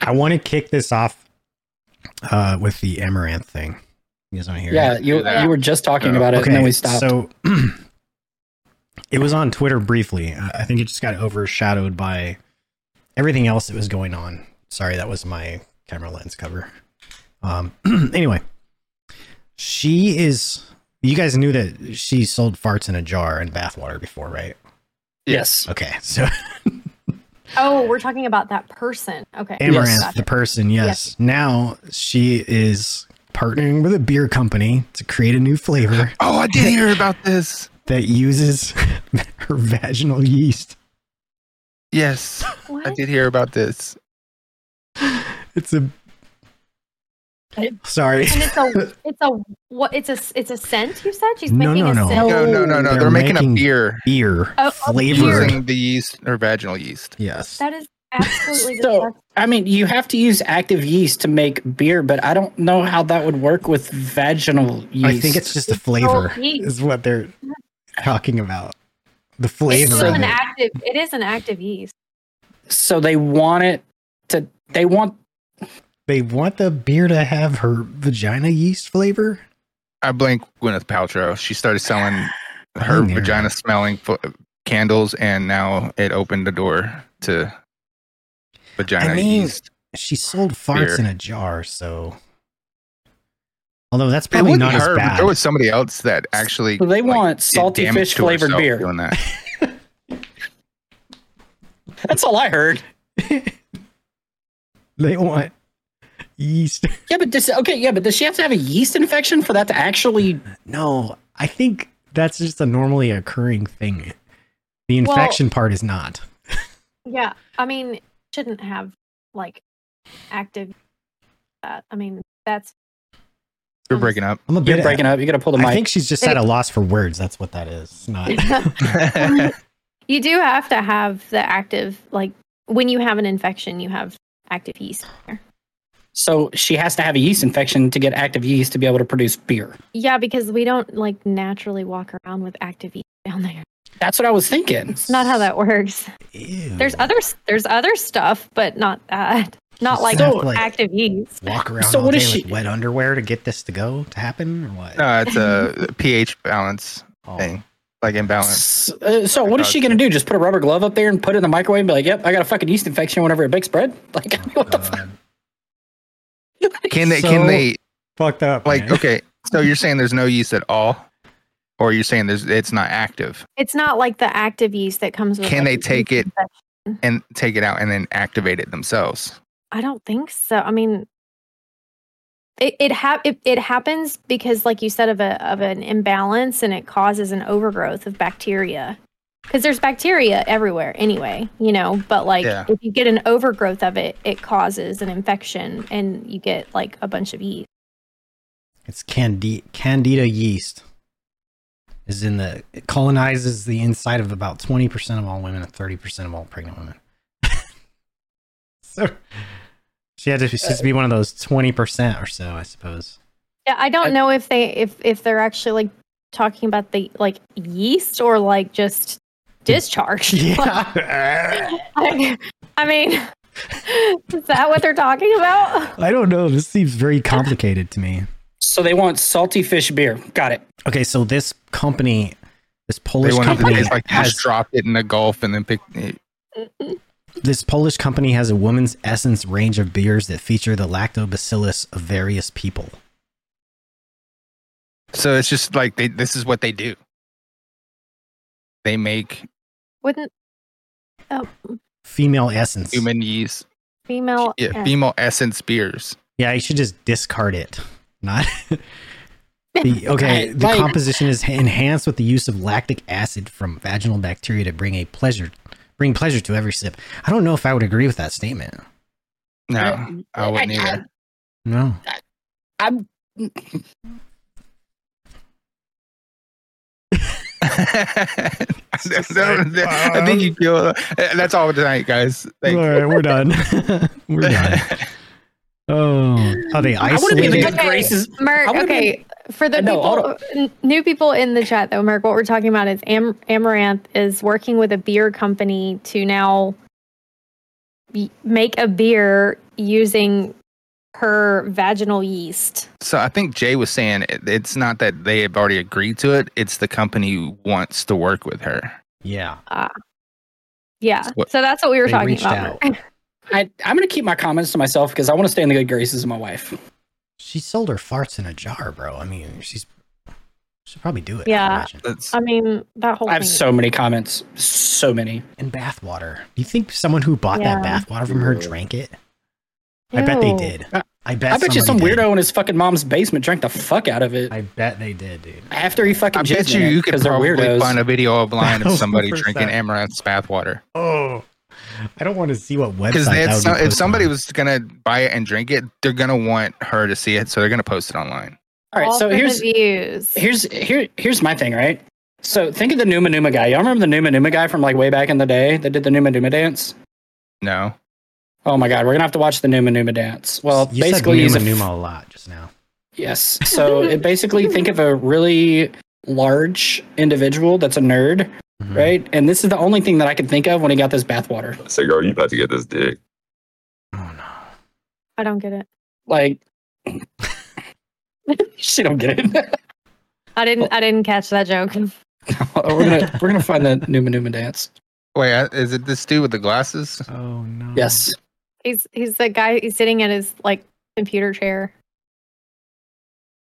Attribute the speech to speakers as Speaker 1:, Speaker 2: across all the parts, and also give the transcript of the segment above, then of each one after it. Speaker 1: I want to kick this off uh, with the amaranth thing. You guys want to hear?
Speaker 2: Yeah,
Speaker 1: it?
Speaker 2: you
Speaker 3: Yeah.
Speaker 2: you were just talking
Speaker 3: Yeah.
Speaker 2: about it and then we stopped.
Speaker 1: So it was on Twitter briefly. I I think it just got overshadowed by everything else that was going on. Sorry, that was my camera lens cover. Um, anyway, she is. You guys knew that she sold farts in a jar and bathwater before, right?
Speaker 2: yes.
Speaker 1: Okay, so
Speaker 4: Oh, we're talking about that person. Okay.
Speaker 1: Amaranth,
Speaker 4: Gotcha.
Speaker 1: the person, yes. Now she is partnering with a beer company to create a new flavor
Speaker 3: Oh, I didn't hear about this.
Speaker 1: that uses her vaginal yeast.
Speaker 3: Yes,
Speaker 4: What?
Speaker 3: I did hear about this.
Speaker 1: It's a. Sorry.
Speaker 4: And it's a it's a what it's a it's a scent you said she's
Speaker 1: No,
Speaker 4: making
Speaker 1: no,
Speaker 4: a
Speaker 1: no.
Speaker 4: scent.
Speaker 3: No, no, no, no.
Speaker 1: They're
Speaker 3: They're, making,
Speaker 1: making-
Speaker 3: a beer
Speaker 1: Beer
Speaker 4: Oh, oh,
Speaker 1: flavored.
Speaker 3: using the yeast or vaginal yeast.
Speaker 1: Yes.
Speaker 4: That is absolutely
Speaker 2: So-
Speaker 4: disgusting.
Speaker 2: I mean, you have to use active yeast to make beer, but I don't know how that would work with vaginal yeast.
Speaker 1: I think it's just the flavor
Speaker 4: Oh, yeast.
Speaker 1: is what they're talking about. The flavor.
Speaker 4: It's still
Speaker 1: of
Speaker 4: an
Speaker 1: it.
Speaker 4: active. It is an active yeast.
Speaker 2: so they want it to. They want
Speaker 1: They want the beer to have her vagina yeast flavor.
Speaker 3: I blame Gwyneth Paltrow. She started selling her
Speaker 1: Dang there.
Speaker 3: vagina smelling fo- candles, and now it opened the door to vagina
Speaker 1: I mean,
Speaker 3: yeast.
Speaker 1: She sold farts
Speaker 3: Beer.
Speaker 1: in a jar, so. Although that's
Speaker 3: It
Speaker 1: probably
Speaker 3: wasn't
Speaker 1: not as
Speaker 3: her, but
Speaker 1: bad.
Speaker 3: there was somebody else that actually.
Speaker 2: so they
Speaker 3: like,
Speaker 2: want
Speaker 3: did
Speaker 2: salty
Speaker 3: damage
Speaker 2: fish
Speaker 3: to
Speaker 2: flavored
Speaker 3: herself
Speaker 2: beer.
Speaker 3: Doing that.
Speaker 2: That's all I heard.
Speaker 1: They want yeast.
Speaker 2: Yeah, but does okay? Yeah, but does she have to have a yeast infection for that to actually?
Speaker 1: No, I think that's just a normally occurring thing. The
Speaker 4: Well-
Speaker 1: infection part is not.
Speaker 4: Yeah. I mean, shouldn't have like active. That I mean, that's
Speaker 3: You're breaking up.
Speaker 1: I'm a
Speaker 2: You're
Speaker 1: bit.
Speaker 2: breaking up. You got to pull the
Speaker 1: I
Speaker 2: mic.
Speaker 1: think she's just at a loss for words. That's what that is. It's Not.
Speaker 4: you do have to have the active like when you have an infection, you have active yeast. there.
Speaker 2: so she has to have a yeast infection to get active yeast to be able to produce beer.
Speaker 4: Yeah, because we don't like naturally walk around with active yeast down there.
Speaker 2: That's what I was thinking.
Speaker 4: It's not how that works.
Speaker 1: Ew.
Speaker 4: There's other there's other stuff, but not that. Not
Speaker 1: She
Speaker 4: like
Speaker 1: sounds like-
Speaker 4: active yeast.
Speaker 1: Walk around
Speaker 2: So
Speaker 1: all
Speaker 2: what
Speaker 1: day
Speaker 2: is she-
Speaker 1: with wet underwear to get this to go to happen, or what?
Speaker 3: no, it's a pH balance
Speaker 1: Oh.
Speaker 3: thing, like imbalance.
Speaker 2: S- uh, so what is she gonna do? Just put a rubber glove up there and put it in the microwave and be like, "Yep, I got a fucking yeast infection whenever it bakes bread." Like, I mean, what the fuck?
Speaker 1: God.
Speaker 3: Can they?
Speaker 1: So-
Speaker 3: Can they?
Speaker 1: Fucked up.
Speaker 3: Like,
Speaker 1: man.
Speaker 3: okay, so you're saying there's no yeast at all, or you're saying there's it's not active?
Speaker 4: It's not like the active yeast that comes with
Speaker 3: Can
Speaker 4: like,
Speaker 3: they take
Speaker 4: yeast
Speaker 3: it-
Speaker 4: infection.
Speaker 3: and take it out and then activate it themselves.
Speaker 4: I don't think so. I mean, it it, hap- it it happens because, like you said, of a of an imbalance, and it causes an overgrowth of bacteria. Because there's bacteria everywhere, anyway, you know. But like,
Speaker 3: Yeah.
Speaker 4: if you get an overgrowth of it, it causes an infection, and you get like a bunch of yeast.
Speaker 1: It's candida, candida yeast. Is in the it colonizes the inside of about twenty percent of all women and thirty percent of all pregnant women. so she had to she's to be one of those twenty percent or so, I suppose.
Speaker 4: Yeah, I don't know if they if if they're actually like talking about the like yeast or like just discharge.
Speaker 1: Yeah,
Speaker 4: Like, I mean, is that what they're talking about?
Speaker 1: I don't know. This seems very complicated to me.
Speaker 2: So they want salty fish beer. Got it.
Speaker 1: Okay, so this company, this
Speaker 3: They
Speaker 1: Polish
Speaker 3: want to
Speaker 1: company,
Speaker 3: it's like
Speaker 1: has
Speaker 3: just dropped it in the Gulf and then pick. eh,
Speaker 1: This Polish company has a woman's essence range of beers that feature the lactobacillus of various people.
Speaker 3: So it's just like they, this is what they do. They make
Speaker 4: Wouldn't
Speaker 1: Female essence.
Speaker 3: human yeast,
Speaker 4: female?
Speaker 3: yeah,
Speaker 4: eh,
Speaker 3: female essence beers.
Speaker 1: Yeah, you should just discard it. Not. the, okay, the
Speaker 2: Right.
Speaker 1: composition is enhanced with the use of lactic acid from vaginal bacteria to bring a pleasure, bring pleasure to every sip. I don't know if I would agree with that statement.
Speaker 3: No, I wouldn't
Speaker 2: I-
Speaker 3: either.
Speaker 1: No.
Speaker 2: I'm
Speaker 3: No, no, I
Speaker 1: um,
Speaker 3: think you feel. eh, That's all tonight, guys. Thanks.
Speaker 1: All right, we're done. we're done. Oh, oh, they
Speaker 2: I want to be in the
Speaker 1: isolated.
Speaker 2: good
Speaker 4: Okay.
Speaker 2: graces.
Speaker 4: Merc,
Speaker 2: I would've
Speaker 4: okay. For the
Speaker 2: No, hold
Speaker 4: people, n- new people in the chat, though, Merc, what we're talking about is Am- Amaranth is working with a beer company to now y- make a beer using her vaginal yeast.
Speaker 3: So I think Jay was saying it- it's not that they have already agreed to it; it's the company who wants to work with her.
Speaker 1: Yeah.
Speaker 4: Yeah.
Speaker 3: That's what-
Speaker 4: so that's what we were
Speaker 1: they
Speaker 4: talking
Speaker 1: reached
Speaker 4: about.
Speaker 2: I, I'm going to keep my comments to myself because I want to stay in the good graces of my wife.
Speaker 1: She sold her farts in a jar, bro. I mean, she's she'll probably do it. I
Speaker 4: Yeah.
Speaker 1: imagine.
Speaker 3: That's
Speaker 4: I mean, that whole
Speaker 2: I have
Speaker 4: thing.
Speaker 2: so many comments. So many.
Speaker 1: And bathwater. Do you think someone who bought that bathwater from her drank it? I bet they
Speaker 4: Ew.
Speaker 1: did.
Speaker 2: Uh,
Speaker 1: I bet.
Speaker 2: I bet you some
Speaker 1: somebody did.
Speaker 2: weirdo in his fucking mom's basement drank the fuck out of it
Speaker 1: I bet they did, dude.
Speaker 2: after he fucking
Speaker 3: I bet
Speaker 2: jizzed
Speaker 3: you
Speaker 2: in it
Speaker 3: you could
Speaker 2: 'cause they're
Speaker 3: probably
Speaker 2: weirdos.
Speaker 3: find a video online of somebody
Speaker 1: 100%.
Speaker 3: drinking Amaranth's bathwater.
Speaker 1: Oh, I don't want to see what website.
Speaker 3: Because
Speaker 1: that would be
Speaker 3: if
Speaker 1: posted
Speaker 3: somebody
Speaker 1: on.
Speaker 3: was gonna buy it and drink it, they're gonna want her to see it, so they're gonna post it online.
Speaker 2: All right, so
Speaker 4: for the
Speaker 2: here's
Speaker 4: views.
Speaker 2: here's here here's my thing, right? So think of the Numa Numa guy. Y'all remember the Numa Numa guy from like way back in the day that did the Numa Numa dance?
Speaker 3: No,
Speaker 2: Oh my god, we're gonna have to watch the Numa Numa dance. Well,
Speaker 1: you said
Speaker 2: basically he's a
Speaker 1: Numa,
Speaker 2: f-
Speaker 1: Numa a lot just now.
Speaker 2: yes. So it basically think of a really large individual that's a nerd,
Speaker 1: Mhm.
Speaker 2: right? And this is the only thing that I could think of when he got this bathwater.
Speaker 5: I said, girl, you about to get this dick.
Speaker 1: Oh no.
Speaker 4: I don't get it.
Speaker 2: Like, she don't get it.
Speaker 4: I didn't. I didn't catch that joke.
Speaker 2: we're gonna we're gonna find the Numa Numa dance.
Speaker 3: wait, I- is it this dude with the glasses?
Speaker 1: Oh no.
Speaker 2: Yes.
Speaker 4: He's he's the guy. He's sitting in his like computer chair.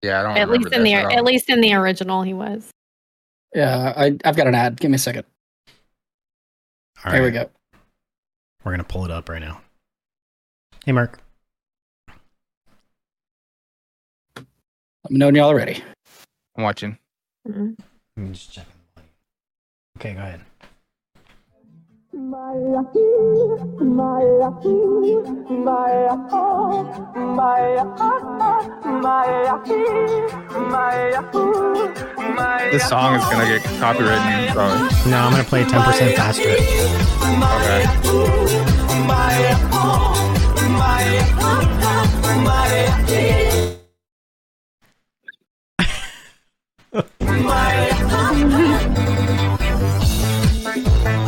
Speaker 3: Yeah, I don't.
Speaker 4: at
Speaker 3: remember
Speaker 4: least in the
Speaker 3: this
Speaker 4: at,
Speaker 3: all.
Speaker 4: least in the original, he was.
Speaker 2: Yeah, I I've got an ad. Give me a second.
Speaker 1: All
Speaker 2: Here we
Speaker 1: right,
Speaker 2: go.
Speaker 1: We're gonna pull it up right now. Hey, Mark.
Speaker 2: Let me know when y'all are ready.
Speaker 3: I'm watching.
Speaker 4: Mhm.
Speaker 1: Let me just check. Okay, go ahead.
Speaker 6: My lucky, my lucky, my oh, my oh, my lucky, my oh, my
Speaker 3: This song is gonna get copyrighted. Probably.
Speaker 1: No, I'm gonna play it 10 percent faster.
Speaker 3: Okay.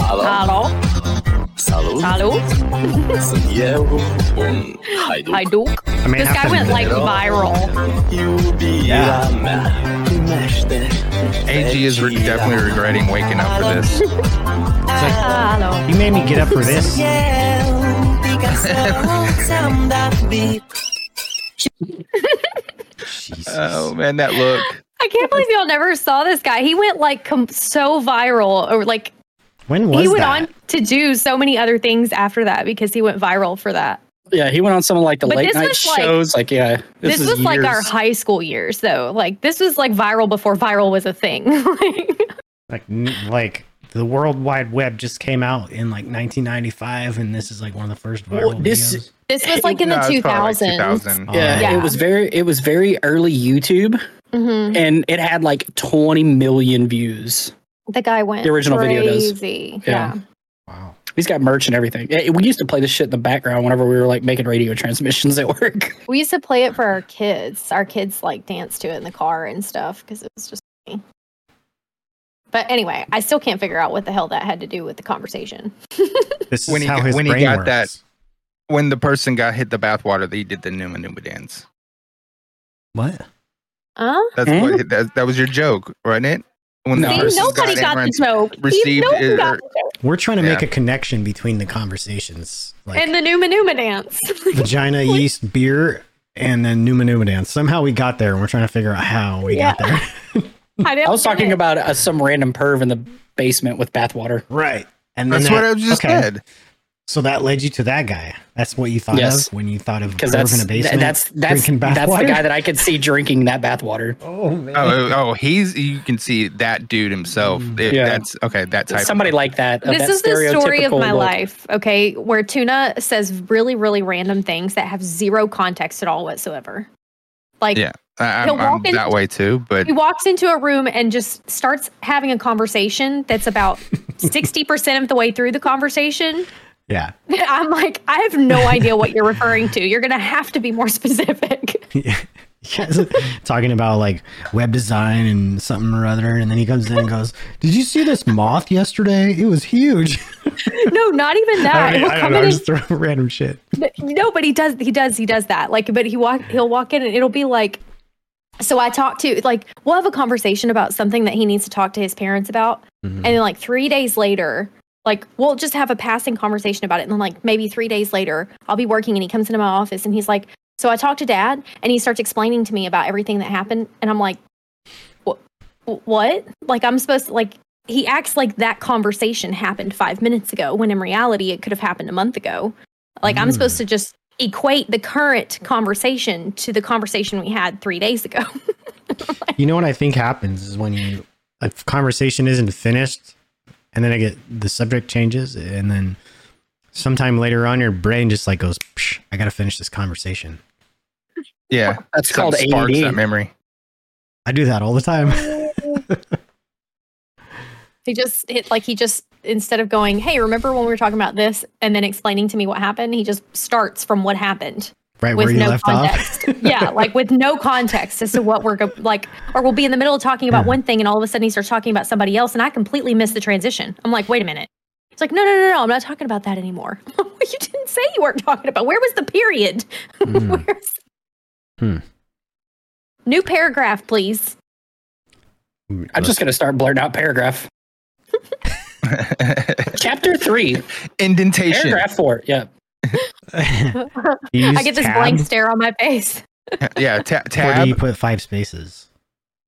Speaker 5: Hello.
Speaker 4: Hello,
Speaker 5: Salud.
Speaker 4: hello,
Speaker 5: Santiago. Un. Hayduk.
Speaker 4: hi Duke.
Speaker 1: I may
Speaker 4: This
Speaker 1: have
Speaker 4: guy
Speaker 1: to
Speaker 4: went like
Speaker 1: mute it.
Speaker 4: viral.
Speaker 5: Jubila me.
Speaker 3: AG is re- definitely regretting waking up for this.
Speaker 4: Hello.
Speaker 1: You made me get up for this. Jesus.
Speaker 3: Oh man, that look.
Speaker 4: I can't believe y'all never saw this guy. He went like com- so viral, or like
Speaker 1: when was
Speaker 4: he went
Speaker 1: that?
Speaker 4: on to do so many other things after that because he went viral for that.
Speaker 2: Yeah, he went on some of like the
Speaker 4: But
Speaker 2: late
Speaker 4: this
Speaker 2: night
Speaker 4: was, like-
Speaker 2: shows. Like, yeah,
Speaker 4: This,
Speaker 2: is
Speaker 4: was like our
Speaker 2: years.
Speaker 4: high school years, though. Like this was like viral before viral was a thing. like,
Speaker 1: Like, n- like the World Wide Web just came out in like 1995, and this is like one of the first viral
Speaker 2: Well, this-
Speaker 1: videos.
Speaker 4: this was like in the
Speaker 3: No,
Speaker 4: two
Speaker 3: it's probably like
Speaker 4: thousands.
Speaker 3: 2000.
Speaker 2: Yeah,
Speaker 1: Yeah.
Speaker 2: it was very it was very early YouTube,
Speaker 4: hmm
Speaker 2: and it had like 20 million views.
Speaker 4: The guy went
Speaker 2: The original video does.
Speaker 4: crazy.
Speaker 2: Yeah.
Speaker 4: Yeah.
Speaker 1: Wow.
Speaker 2: He's got merch and everything. Yeah, we used to play this shit in the background whenever we were like making radio transmissions at work.
Speaker 4: we used to play it for our kids. Our kids like dance to it in the car and stuff because it was just funny. But anyway, I still can't figure out what the hell that had to do with the conversation.
Speaker 1: This is
Speaker 3: When he
Speaker 1: how
Speaker 3: got-
Speaker 1: his
Speaker 3: when he
Speaker 1: brain
Speaker 3: got
Speaker 1: works.
Speaker 3: that- When the person got hit the bathwater, they did the Numa Numa dance.
Speaker 1: What?
Speaker 4: Huh?
Speaker 3: That's
Speaker 2: Hmm?
Speaker 3: what that, that was your joke, wasn't it? When
Speaker 2: No,
Speaker 4: See,
Speaker 2: this
Speaker 3: person
Speaker 4: nobody got, the
Speaker 3: Amaranth's-
Speaker 4: joke. See,
Speaker 3: received
Speaker 4: no one
Speaker 2: uh,
Speaker 3: it-
Speaker 4: got
Speaker 3: or-
Speaker 4: the joke.
Speaker 1: We're trying to make
Speaker 3: Yeah.
Speaker 1: a connection between the conversations, like
Speaker 4: and the Numa Numa dance.
Speaker 1: vagina yeast beer and then Numa Numa dance. Somehow we got there, and we're trying to figure out how we got there.
Speaker 4: I, didn't
Speaker 2: I was
Speaker 4: get
Speaker 2: talking
Speaker 4: it.
Speaker 2: about uh, some random perv in the basement with bathwater.
Speaker 1: right. And then
Speaker 3: That's
Speaker 1: that-
Speaker 3: what I just
Speaker 1: okay.
Speaker 3: said.
Speaker 1: So that led you to that guy. That's what you thought
Speaker 2: Yes.
Speaker 1: of when you thought of
Speaker 2: Because
Speaker 1: curve in
Speaker 2: that's
Speaker 1: a basement.
Speaker 2: that's that's
Speaker 1: drinking bath
Speaker 2: that's
Speaker 1: water?
Speaker 2: the guy that I could see drinking that bathwater.
Speaker 1: Oh man.
Speaker 3: Oh, oh, oh, he's you can see that dude himself. It-
Speaker 2: Mm. Yeah.
Speaker 3: That's okay. That type. of-
Speaker 2: Somebody like that. of
Speaker 4: this
Speaker 2: that
Speaker 4: is the story of
Speaker 2: stereotypical,
Speaker 4: my
Speaker 2: like-
Speaker 4: life, okay? Where Tuna says really, really random things that have zero context at all whatsoever. Like,
Speaker 3: Yeah. I,
Speaker 4: He'll
Speaker 3: I'm, I'm
Speaker 4: walk in-
Speaker 3: that way too, but
Speaker 4: he walks into a room and just starts having a conversation that's about 60% of the way through the conversation.
Speaker 1: Yeah.
Speaker 4: I'm like, I have no idea what you're referring to. You're going to have to be more specific.
Speaker 1: talking about like web design and something or other, and then he comes in and goes, "Did you see this moth yesterday? It was huge."
Speaker 4: No, not even that.
Speaker 1: I,
Speaker 4: He'll
Speaker 1: I don't
Speaker 4: come
Speaker 1: know. I'm
Speaker 4: in and-
Speaker 1: just throwing random shit.
Speaker 4: But- No, but he does. He does. He does that. Like, but he walk. He'll walk in, and it'll be like. So I talked to like we'll have a conversation about something that he needs to talk to his parents about,
Speaker 1: Mm-hmm.
Speaker 4: and then like three days later, like we'll just have a passing conversation about it, and then like maybe three days later, I'll be working, and he comes into my office, and he's like, "So I talked to dad," and he starts explaining to me about everything that happened, and I'm like, "What? What? Like I'm supposed to like." He acts like that conversation happened five minutes ago, when in reality it could have happened a month ago. Like I'm supposed to just equate the current conversation to the conversation we had three days ago.
Speaker 1: You know what I think happens is when you, a conversation isn't finished, and then I get the subject changes, and then sometime later on, your brain just like goes, Psh, "I gotta finish this conversation."
Speaker 3: Yeah,
Speaker 2: That's
Speaker 3: something
Speaker 2: called
Speaker 3: sparks
Speaker 2: ADD.
Speaker 3: that memory.
Speaker 1: I do that all the time.
Speaker 4: he just hit like he just instead of going, "Hey, remember when we were talking about this?" and then explaining to me what happened, he just starts from what happened
Speaker 1: Right
Speaker 4: with
Speaker 1: where you
Speaker 4: no
Speaker 1: left
Speaker 4: context. yeah, like with no context as to what we're go- like, or we'll be in the middle of talking about
Speaker 1: Yeah.
Speaker 4: one thing, and all of a sudden he starts talking about somebody else, and I completely miss the transition. I'm like, "Wait a minute." It's like, no, no, no, no, I'm not talking about that anymore. you didn't say you weren't talking about. Where was the period?
Speaker 1: off. Mm.
Speaker 4: Where's-
Speaker 1: Hmm.
Speaker 4: New paragraph, please.
Speaker 2: I'm just gonna start blurting out paragraph. Chapter three,
Speaker 3: Indentation.
Speaker 2: paragraph four. Yeah.
Speaker 4: I get this blank stare on my face.
Speaker 3: Yeah, ta-
Speaker 1: Or do you
Speaker 3: tab.
Speaker 1: put five spaces?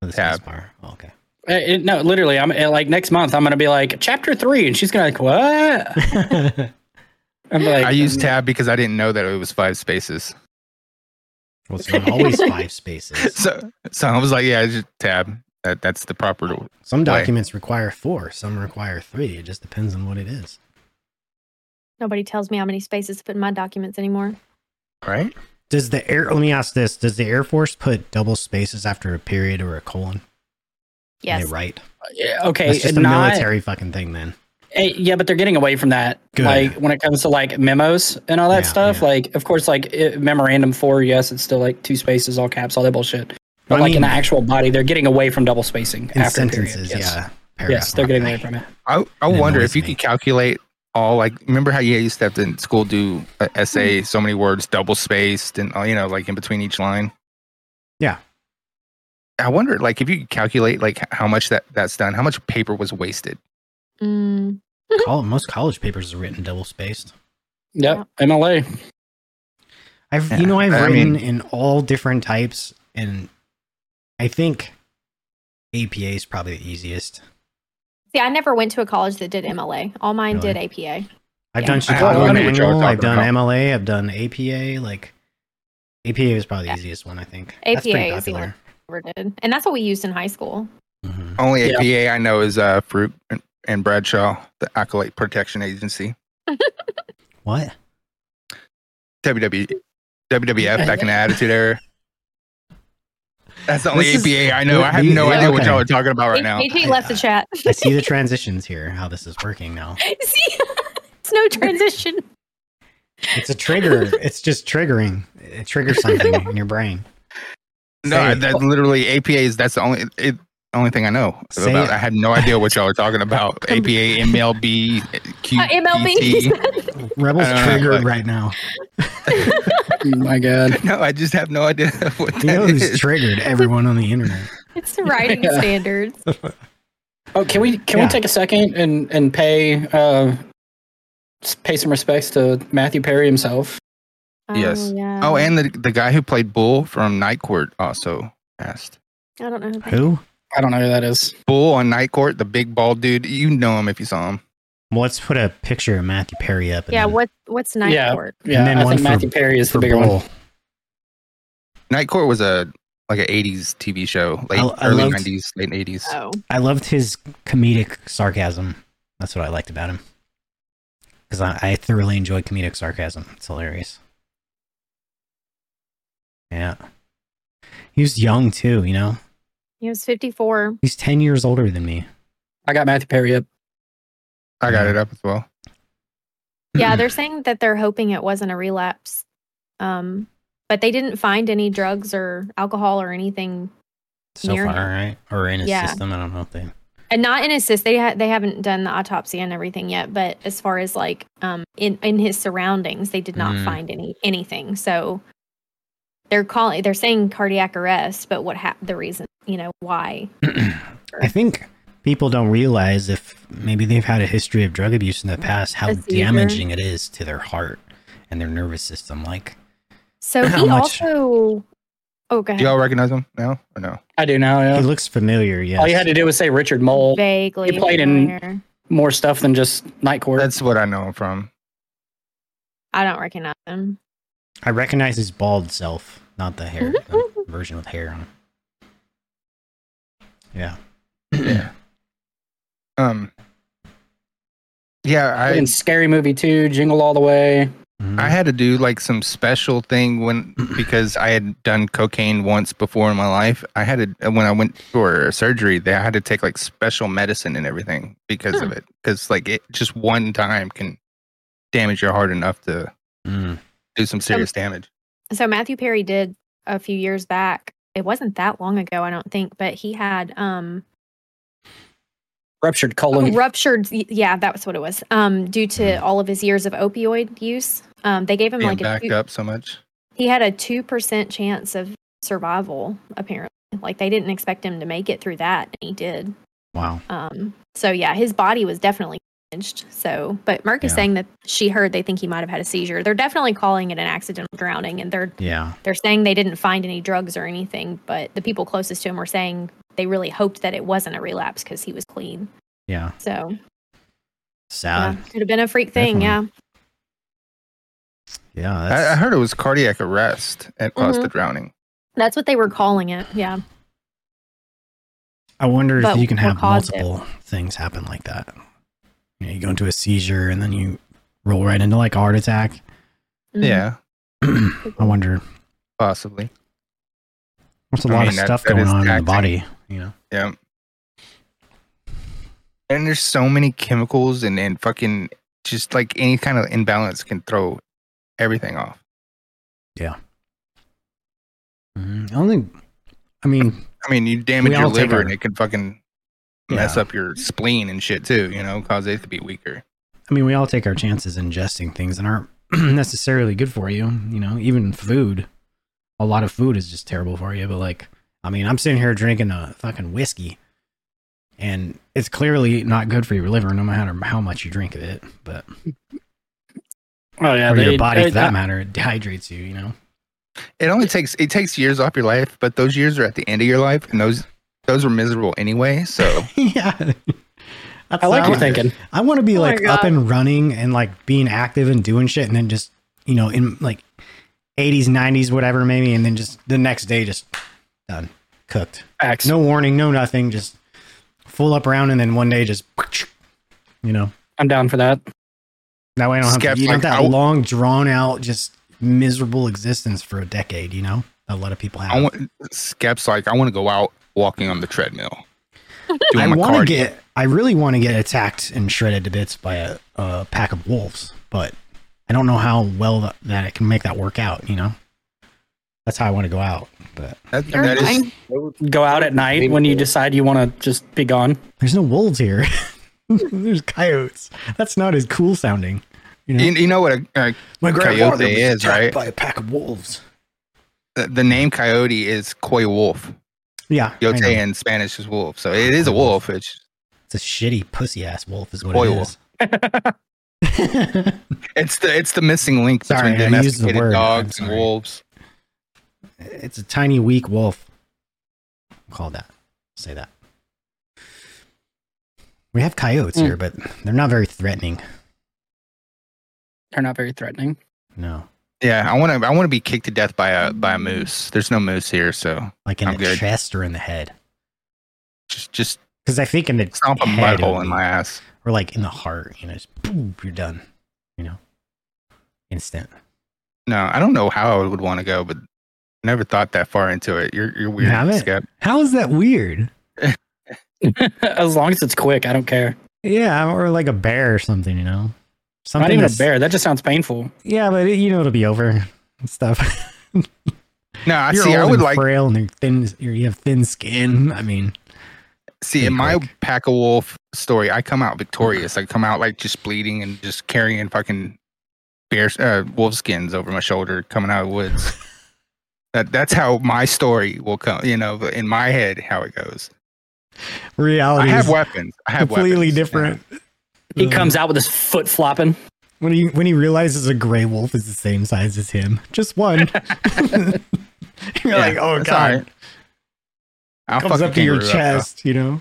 Speaker 1: For the space
Speaker 3: Tab.
Speaker 1: bar? Oh, okay.
Speaker 2: Uh, it- no, literally, I'm uh, like next month. I'm gonna be like chapter three, and she's gonna like what? I'm like,
Speaker 3: I use tab because I didn't know that it was five spaces.
Speaker 1: well, it's not always five spaces.
Speaker 3: So, so I was like, yeah, it's just tab. That that's the proper.
Speaker 1: Some
Speaker 3: Wait.
Speaker 1: documents require four, some require three. It just depends on what it is.
Speaker 4: Nobody tells me how many spaces to put in my documents anymore.
Speaker 3: Right.
Speaker 1: Does the air? Let me ask this: Does the Air Force put double spaces after a period or a colon? When
Speaker 4: Yes.
Speaker 1: They write.
Speaker 2: yeah, okay,
Speaker 1: That's just a
Speaker 2: not
Speaker 1: military fucking thing, then.
Speaker 2: eh, yeah, but they're getting away from that.
Speaker 1: Good.
Speaker 2: Like when it comes to like memos and all that
Speaker 1: Yeah,
Speaker 2: stuff.
Speaker 1: yeah.
Speaker 2: Like, of course, like it, memorandum four. Yes, it's still like two spaces, all caps, all that bullshit. But
Speaker 1: I
Speaker 2: like in
Speaker 1: mean-
Speaker 2: the actual body, they're getting away from double spacing
Speaker 1: In
Speaker 2: after a period,
Speaker 1: sentences,
Speaker 2: yes.
Speaker 1: yeah.
Speaker 2: Yes, they're getting away
Speaker 1: Paragraph.
Speaker 2: from it.
Speaker 3: I, I
Speaker 1: It
Speaker 3: wonder
Speaker 1: annoys
Speaker 3: if you
Speaker 1: me.
Speaker 3: could calculate all like remember how you used to have to in school do a essay
Speaker 1: Hmm.
Speaker 3: so many words double spaced and all you know like in between each line.
Speaker 1: Yeah.
Speaker 3: I wonder like if you could calculate like h- how much that that's done, how much paper was wasted.
Speaker 4: Mm,
Speaker 1: Col- most college papers are written double spaced.
Speaker 2: Yep, MLA.
Speaker 1: I've
Speaker 3: Yeah,
Speaker 1: you know I've
Speaker 3: I
Speaker 1: written
Speaker 3: mean-
Speaker 1: in all different types, and I think APA is probably the easiest.
Speaker 4: See, I never went to a college that did MLA. All mine did APA.
Speaker 1: I've
Speaker 4: Yeah.
Speaker 1: done
Speaker 3: I- I
Speaker 1: Chicago
Speaker 3: wonder what y'all
Speaker 1: Manual,
Speaker 3: are
Speaker 1: I've done
Speaker 3: talking
Speaker 1: MLA, I've done APA. Like APA is probably the easiest one, I think. That's pretty
Speaker 4: APA is the one.
Speaker 1: popular.
Speaker 4: Never did, and that's what we used in high school.
Speaker 1: Mhm.
Speaker 3: Only
Speaker 2: Yeah.
Speaker 3: APA I know is uh Fruit and, and Bradshaw, the Acolyte Protection Agency.
Speaker 1: What?
Speaker 3: WW, WWF back in the Attitude Era. That's the only
Speaker 1: This is-
Speaker 3: APA I know. I have
Speaker 1: these-
Speaker 3: no idea what
Speaker 1: okay.
Speaker 3: y'all are talking about right now.
Speaker 4: AG left the chat.
Speaker 1: I see the transitions here. How this is working now?
Speaker 4: See, it's no transition.
Speaker 1: It's a trigger. It's just triggering. It triggers something in your brain.
Speaker 3: No,
Speaker 1: Say
Speaker 3: I-
Speaker 1: it.
Speaker 3: that literally APA is that's the only it, only thing I know
Speaker 1: Say
Speaker 3: about.
Speaker 1: it.
Speaker 3: I have no idea what y'all are talking about. APA, MLB, Q, E
Speaker 4: Uh, MLB.
Speaker 3: PT.
Speaker 1: Rebels
Speaker 3: I don't know,
Speaker 1: triggered
Speaker 3: like-
Speaker 1: right now.
Speaker 2: Oh my god.
Speaker 3: No, I just have no idea what that
Speaker 1: You know
Speaker 3: is.
Speaker 1: who's triggered? Everyone on the internet.
Speaker 4: it's the writing
Speaker 2: Yeah.
Speaker 4: standards.
Speaker 2: Oh, can we can
Speaker 1: Yeah.
Speaker 2: we take a second and and pay uh s- pay some respects to Matthew Perry himself?
Speaker 3: Yes.
Speaker 4: Oh, yeah.
Speaker 3: oh, and the the guy who played Bull from Night Court also asked.
Speaker 4: I don't know. who that-
Speaker 1: Who?
Speaker 2: I don't know who that is.
Speaker 3: Bull on Night Court, the big bald dude. You know him if you saw him.
Speaker 1: Well, let's put a picture of Matthew Perry up. and
Speaker 4: Yeah.
Speaker 1: then-
Speaker 4: What? What's night
Speaker 2: Yeah.
Speaker 4: court?
Speaker 2: Yeah,
Speaker 1: then
Speaker 2: I
Speaker 1: one
Speaker 2: think
Speaker 1: for-
Speaker 2: Matthew Perry is the
Speaker 1: for
Speaker 2: bigger
Speaker 1: Bull.
Speaker 2: one.
Speaker 3: Night Court was a like an '80s TV show, late
Speaker 1: I- I
Speaker 3: early
Speaker 1: loved-
Speaker 3: '90s, late '80s.
Speaker 4: Oh,
Speaker 1: I loved his comedic sarcasm. That's what I liked about him. Because I, I thoroughly enjoy comedic sarcasm. It's hilarious. Yeah. He was young too, you know?
Speaker 4: he was 54.
Speaker 1: He's 10 years older than me.
Speaker 2: I got Matthew Perry up.
Speaker 3: I got it up as well.
Speaker 4: Yeah, they're saying that they're hoping it wasn't a relapse. Um, but they didn't find any drugs or alcohol or anything
Speaker 1: so
Speaker 4: near
Speaker 1: far,
Speaker 4: him.
Speaker 1: right? Or in his
Speaker 4: Yeah.
Speaker 1: system. I don't know if they.
Speaker 4: and not in his cyst. They ha- they haven't done the autopsy and everything yet, but as far as like um in in his surroundings, they did not
Speaker 1: Mm.
Speaker 4: find any anything. So they're calling they're saying cardiac arrest, but what hap the reason, you know, why?
Speaker 1: I think people don't realize if maybe they've had a history of drug abuse in the past, how
Speaker 4: A seizure.
Speaker 1: damaging it is to their heart and their nervous system. Like,
Speaker 4: So
Speaker 1: How
Speaker 4: he
Speaker 1: much-
Speaker 4: also Oh, go
Speaker 3: Do
Speaker 4: ahead.
Speaker 3: y'all recognize him now or no?
Speaker 2: I do now.
Speaker 1: he
Speaker 2: Yeah.
Speaker 1: looks familiar. Yes.
Speaker 2: All you had to do was say Richard Mole,
Speaker 4: Vaguely.
Speaker 2: He played in-
Speaker 4: familiar.
Speaker 2: more stuff than just Night Court.
Speaker 3: That's what I know him from.
Speaker 4: I don't recognize him.
Speaker 1: I recognize his bald self, not the hair
Speaker 4: Mm-hmm.
Speaker 1: the version with hair on. it. Yeah.
Speaker 3: Yeah. Um. Yeah, I
Speaker 2: in Scary Movie 2, Jingle All the Way.
Speaker 1: Mhm.
Speaker 3: I had to do like some special thing when because I had done cocaine once before in my life. I had to uh, when I went for surgery, they I had to take like special medicine and everything because of it. Because like it just one time can damage your heart enough to
Speaker 1: Mm.
Speaker 3: do some serious damage.
Speaker 4: So Matthew Perry did a few years back. It wasn't that long ago, I don't think, but he had um
Speaker 2: Ruptured
Speaker 4: Oh,
Speaker 2: Colon.
Speaker 4: ruptured yeah that was what it was um due to all of his years of opioid use um they gave him
Speaker 3: Being
Speaker 4: like a
Speaker 3: backed
Speaker 4: two,
Speaker 3: up so much.
Speaker 4: he had a 2% chance of survival apparently like they didn't expect him to make it through that and he did
Speaker 1: Wow.
Speaker 4: um so yeah his body was definitely damaged so but mark is
Speaker 1: Yeah.
Speaker 4: saying that she heard they think he might have had a seizure they're definitely calling it an accidental drowning and they're
Speaker 1: Yeah.
Speaker 4: they're saying they didn't find any drugs or anything but the people closest to him were saying they really hoped that it wasn't a relapse because he was clean
Speaker 1: Yeah.
Speaker 4: so
Speaker 1: Sad.
Speaker 4: yeah, could have been a freak thing.
Speaker 1: definitely. Yeah.
Speaker 3: I, I
Speaker 1: that's,
Speaker 3: heard it was cardiac arrest that caused the drowning.
Speaker 4: Yeah, that's what they
Speaker 2: Mm.
Speaker 4: were calling it. Yeah,
Speaker 1: I wonder if
Speaker 4: But
Speaker 1: you can
Speaker 4: what
Speaker 1: have
Speaker 4: caused it?
Speaker 1: multiple things happen like that. You, know, you go into a seizure and then you roll right into like a heart attack.
Speaker 4: Mhm.
Speaker 3: Yeah,
Speaker 1: I wonder.
Speaker 3: possibly.
Speaker 1: What's a
Speaker 3: I
Speaker 1: lot of
Speaker 3: mean, that-
Speaker 1: stuff
Speaker 3: that
Speaker 1: going
Speaker 3: is
Speaker 1: on in the
Speaker 3: taxing.
Speaker 1: body? You know.
Speaker 3: Yeah. And there's so many chemicals and, and fucking just like any kind of imbalance can throw everything off.
Speaker 1: Mhm. I don't think. I mean,
Speaker 3: I mean, you damage
Speaker 1: We
Speaker 3: your
Speaker 1: all take
Speaker 3: liver
Speaker 1: our-
Speaker 3: and it can fucking mess
Speaker 1: Yeah.
Speaker 3: up your spleen and shit too, you know, cause it to be weaker.
Speaker 1: I mean, we all take our chances ingesting things that aren't necessarily good for you. You know, even food. A lot of food is just terrible for you. But like, I mean, I'm sitting here drinking a fucking whiskey, and it's clearly not good for your liver, no matter how much you drink of it. But
Speaker 2: Oh, yeah.
Speaker 1: or
Speaker 2: they-
Speaker 1: your body,
Speaker 2: they-
Speaker 1: for that
Speaker 2: I-
Speaker 1: matter, it dehydrates you. You know.
Speaker 3: It only takes it takes years off your life, but those years are at the end of your life and those those were miserable anyway. So
Speaker 1: yeah. That's
Speaker 2: I like
Speaker 1: how
Speaker 2: your thinking.
Speaker 1: I want to be
Speaker 4: Oh my
Speaker 1: like up
Speaker 4: God.
Speaker 1: and running and like being active and doing shit, and then just you know in like eighties, nineties, whatever, maybe, and then just the next day just done, cooked,
Speaker 2: Facts.
Speaker 1: no warning, no nothing, just full up round, and then one day just you know
Speaker 2: I'm down for that.
Speaker 1: that way I don't have
Speaker 3: Scared
Speaker 1: to, you don't
Speaker 3: like
Speaker 1: have that
Speaker 3: out.
Speaker 1: long drawn out just miserable existence for a decade, you know. A lot of people have.
Speaker 3: I want Skep's like, I want to go out walking on the treadmill.
Speaker 1: I
Speaker 3: doing my
Speaker 1: want to
Speaker 3: cardio.
Speaker 1: get. I really want to get attacked and shredded to bits by a, a pack of wolves, but I don't know how well that, that I can make that work out. You know, that's how I want to go out. But
Speaker 3: that,
Speaker 4: Never
Speaker 3: that is
Speaker 4: mind.
Speaker 2: Go out at night when you decide you want to just be gone.
Speaker 1: there's no wolves here. there's coyotes. That's not as cool sounding. You know,
Speaker 3: you, you know what a, a
Speaker 1: my
Speaker 3: coyote is,
Speaker 1: attacked
Speaker 3: right?
Speaker 1: by a pack of wolves.
Speaker 3: Uh, the, the name coyote is coy wolf.
Speaker 1: Yeah, I
Speaker 3: Yote
Speaker 1: know.
Speaker 3: in Spanish is wolf, so it is a wolf. It's
Speaker 1: it's a shitty pussy ass wolf, is what
Speaker 3: Boy
Speaker 1: it
Speaker 3: wolf.
Speaker 1: is.
Speaker 3: it's the it's the missing link
Speaker 1: Sorry,
Speaker 3: between
Speaker 1: I used the
Speaker 3: domesticated
Speaker 1: word.
Speaker 3: dogs
Speaker 1: I'm
Speaker 3: and
Speaker 1: sorry.
Speaker 3: wolves.
Speaker 1: it's a tiny, weak wolf. Call that. Say that. We have coyotes
Speaker 3: Hmm.
Speaker 2: Mm.
Speaker 1: here, but they're not very threatening.
Speaker 2: They're not very threatening.
Speaker 1: No,
Speaker 3: Yeah, I want to I want to be kicked to death by a by a moose. There's no moose here, so
Speaker 1: like in
Speaker 3: I'm
Speaker 1: the
Speaker 3: good.
Speaker 1: chest or in the head.
Speaker 3: just just
Speaker 1: Because I think in the
Speaker 3: stomp a mud
Speaker 1: head, it would
Speaker 3: hole in
Speaker 1: be-
Speaker 3: my ass.
Speaker 1: or like in the heart, you know, just boom, you're done. You know, instant.
Speaker 3: No, I don't know how I would want to go, but I never thought that far into it. You're you're weird.
Speaker 1: haven't?
Speaker 3: Skep.
Speaker 1: How is that weird?
Speaker 2: as long as it's quick, I don't care.
Speaker 1: Yeah, or like a bear or something. You know, something
Speaker 2: not even a
Speaker 1: that's-
Speaker 2: bear. That just sounds painful.
Speaker 1: Yeah, but it, you know it'll be over and stuff.
Speaker 3: No, I
Speaker 1: You're
Speaker 3: see.
Speaker 1: old
Speaker 3: I would
Speaker 1: and
Speaker 3: like
Speaker 1: frail and you're thin. You're, you have thin skin. I mean,
Speaker 3: see
Speaker 1: and
Speaker 3: in my
Speaker 1: quick.
Speaker 3: pack of wolf story. I come out victorious. I come out like just bleeding and just carrying fucking bear uh, wolf skins over my shoulder, coming out of the woods. that that's how my story will come. You know, in my head, how it goes. I
Speaker 1: reality
Speaker 3: have
Speaker 1: is
Speaker 3: weapons. I have
Speaker 1: completely
Speaker 3: weapons,
Speaker 1: different.
Speaker 2: He
Speaker 1: Uh,
Speaker 2: comes out with his foot flopping.
Speaker 1: when he when he realizes a gray wolf is the same size as him, just one. you're
Speaker 3: Yeah,
Speaker 1: like, oh
Speaker 3: that's
Speaker 1: god,
Speaker 3: alright. I'll
Speaker 1: comes
Speaker 3: fuck a
Speaker 1: up to your
Speaker 3: kangaroo though.
Speaker 1: chest. you know,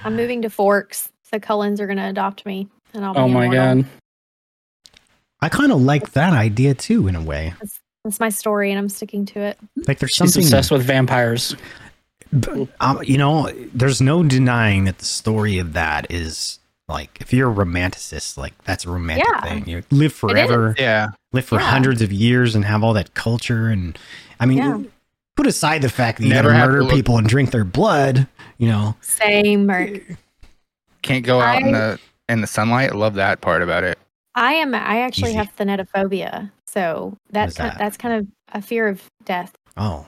Speaker 4: I'm moving to Forks, so Cullens are gonna adopt me, and I'll. Be
Speaker 2: Oh my
Speaker 4: immortal.
Speaker 2: god.
Speaker 1: I kind of like that idea too, in a way.
Speaker 4: That's my story, and I'm sticking to it.
Speaker 1: Like there's
Speaker 2: She's
Speaker 1: something
Speaker 2: obsessed with vampires.
Speaker 1: But, um, you know, there's no denying that the story of that is like, if you're a romanticist, like that's a romantic
Speaker 4: Yeah.
Speaker 1: thing. You live forever,
Speaker 3: Yeah.
Speaker 1: live for
Speaker 4: Yeah.
Speaker 1: hundreds of years, and have all that culture. And I mean,
Speaker 4: Yeah.
Speaker 1: put aside the fact that you
Speaker 3: Never
Speaker 1: gotta
Speaker 3: have to
Speaker 1: murder
Speaker 3: look-
Speaker 1: people and drink their blood. You know,
Speaker 4: Same. Merc.
Speaker 3: Can't go out in
Speaker 4: I-
Speaker 3: the in the sunlight. Love that part about it.
Speaker 4: I am. I actually
Speaker 1: Easy.
Speaker 4: have thanatophobia, so
Speaker 1: is
Speaker 4: that's kind
Speaker 1: that?
Speaker 4: that's kind of a fear of death.
Speaker 1: oh,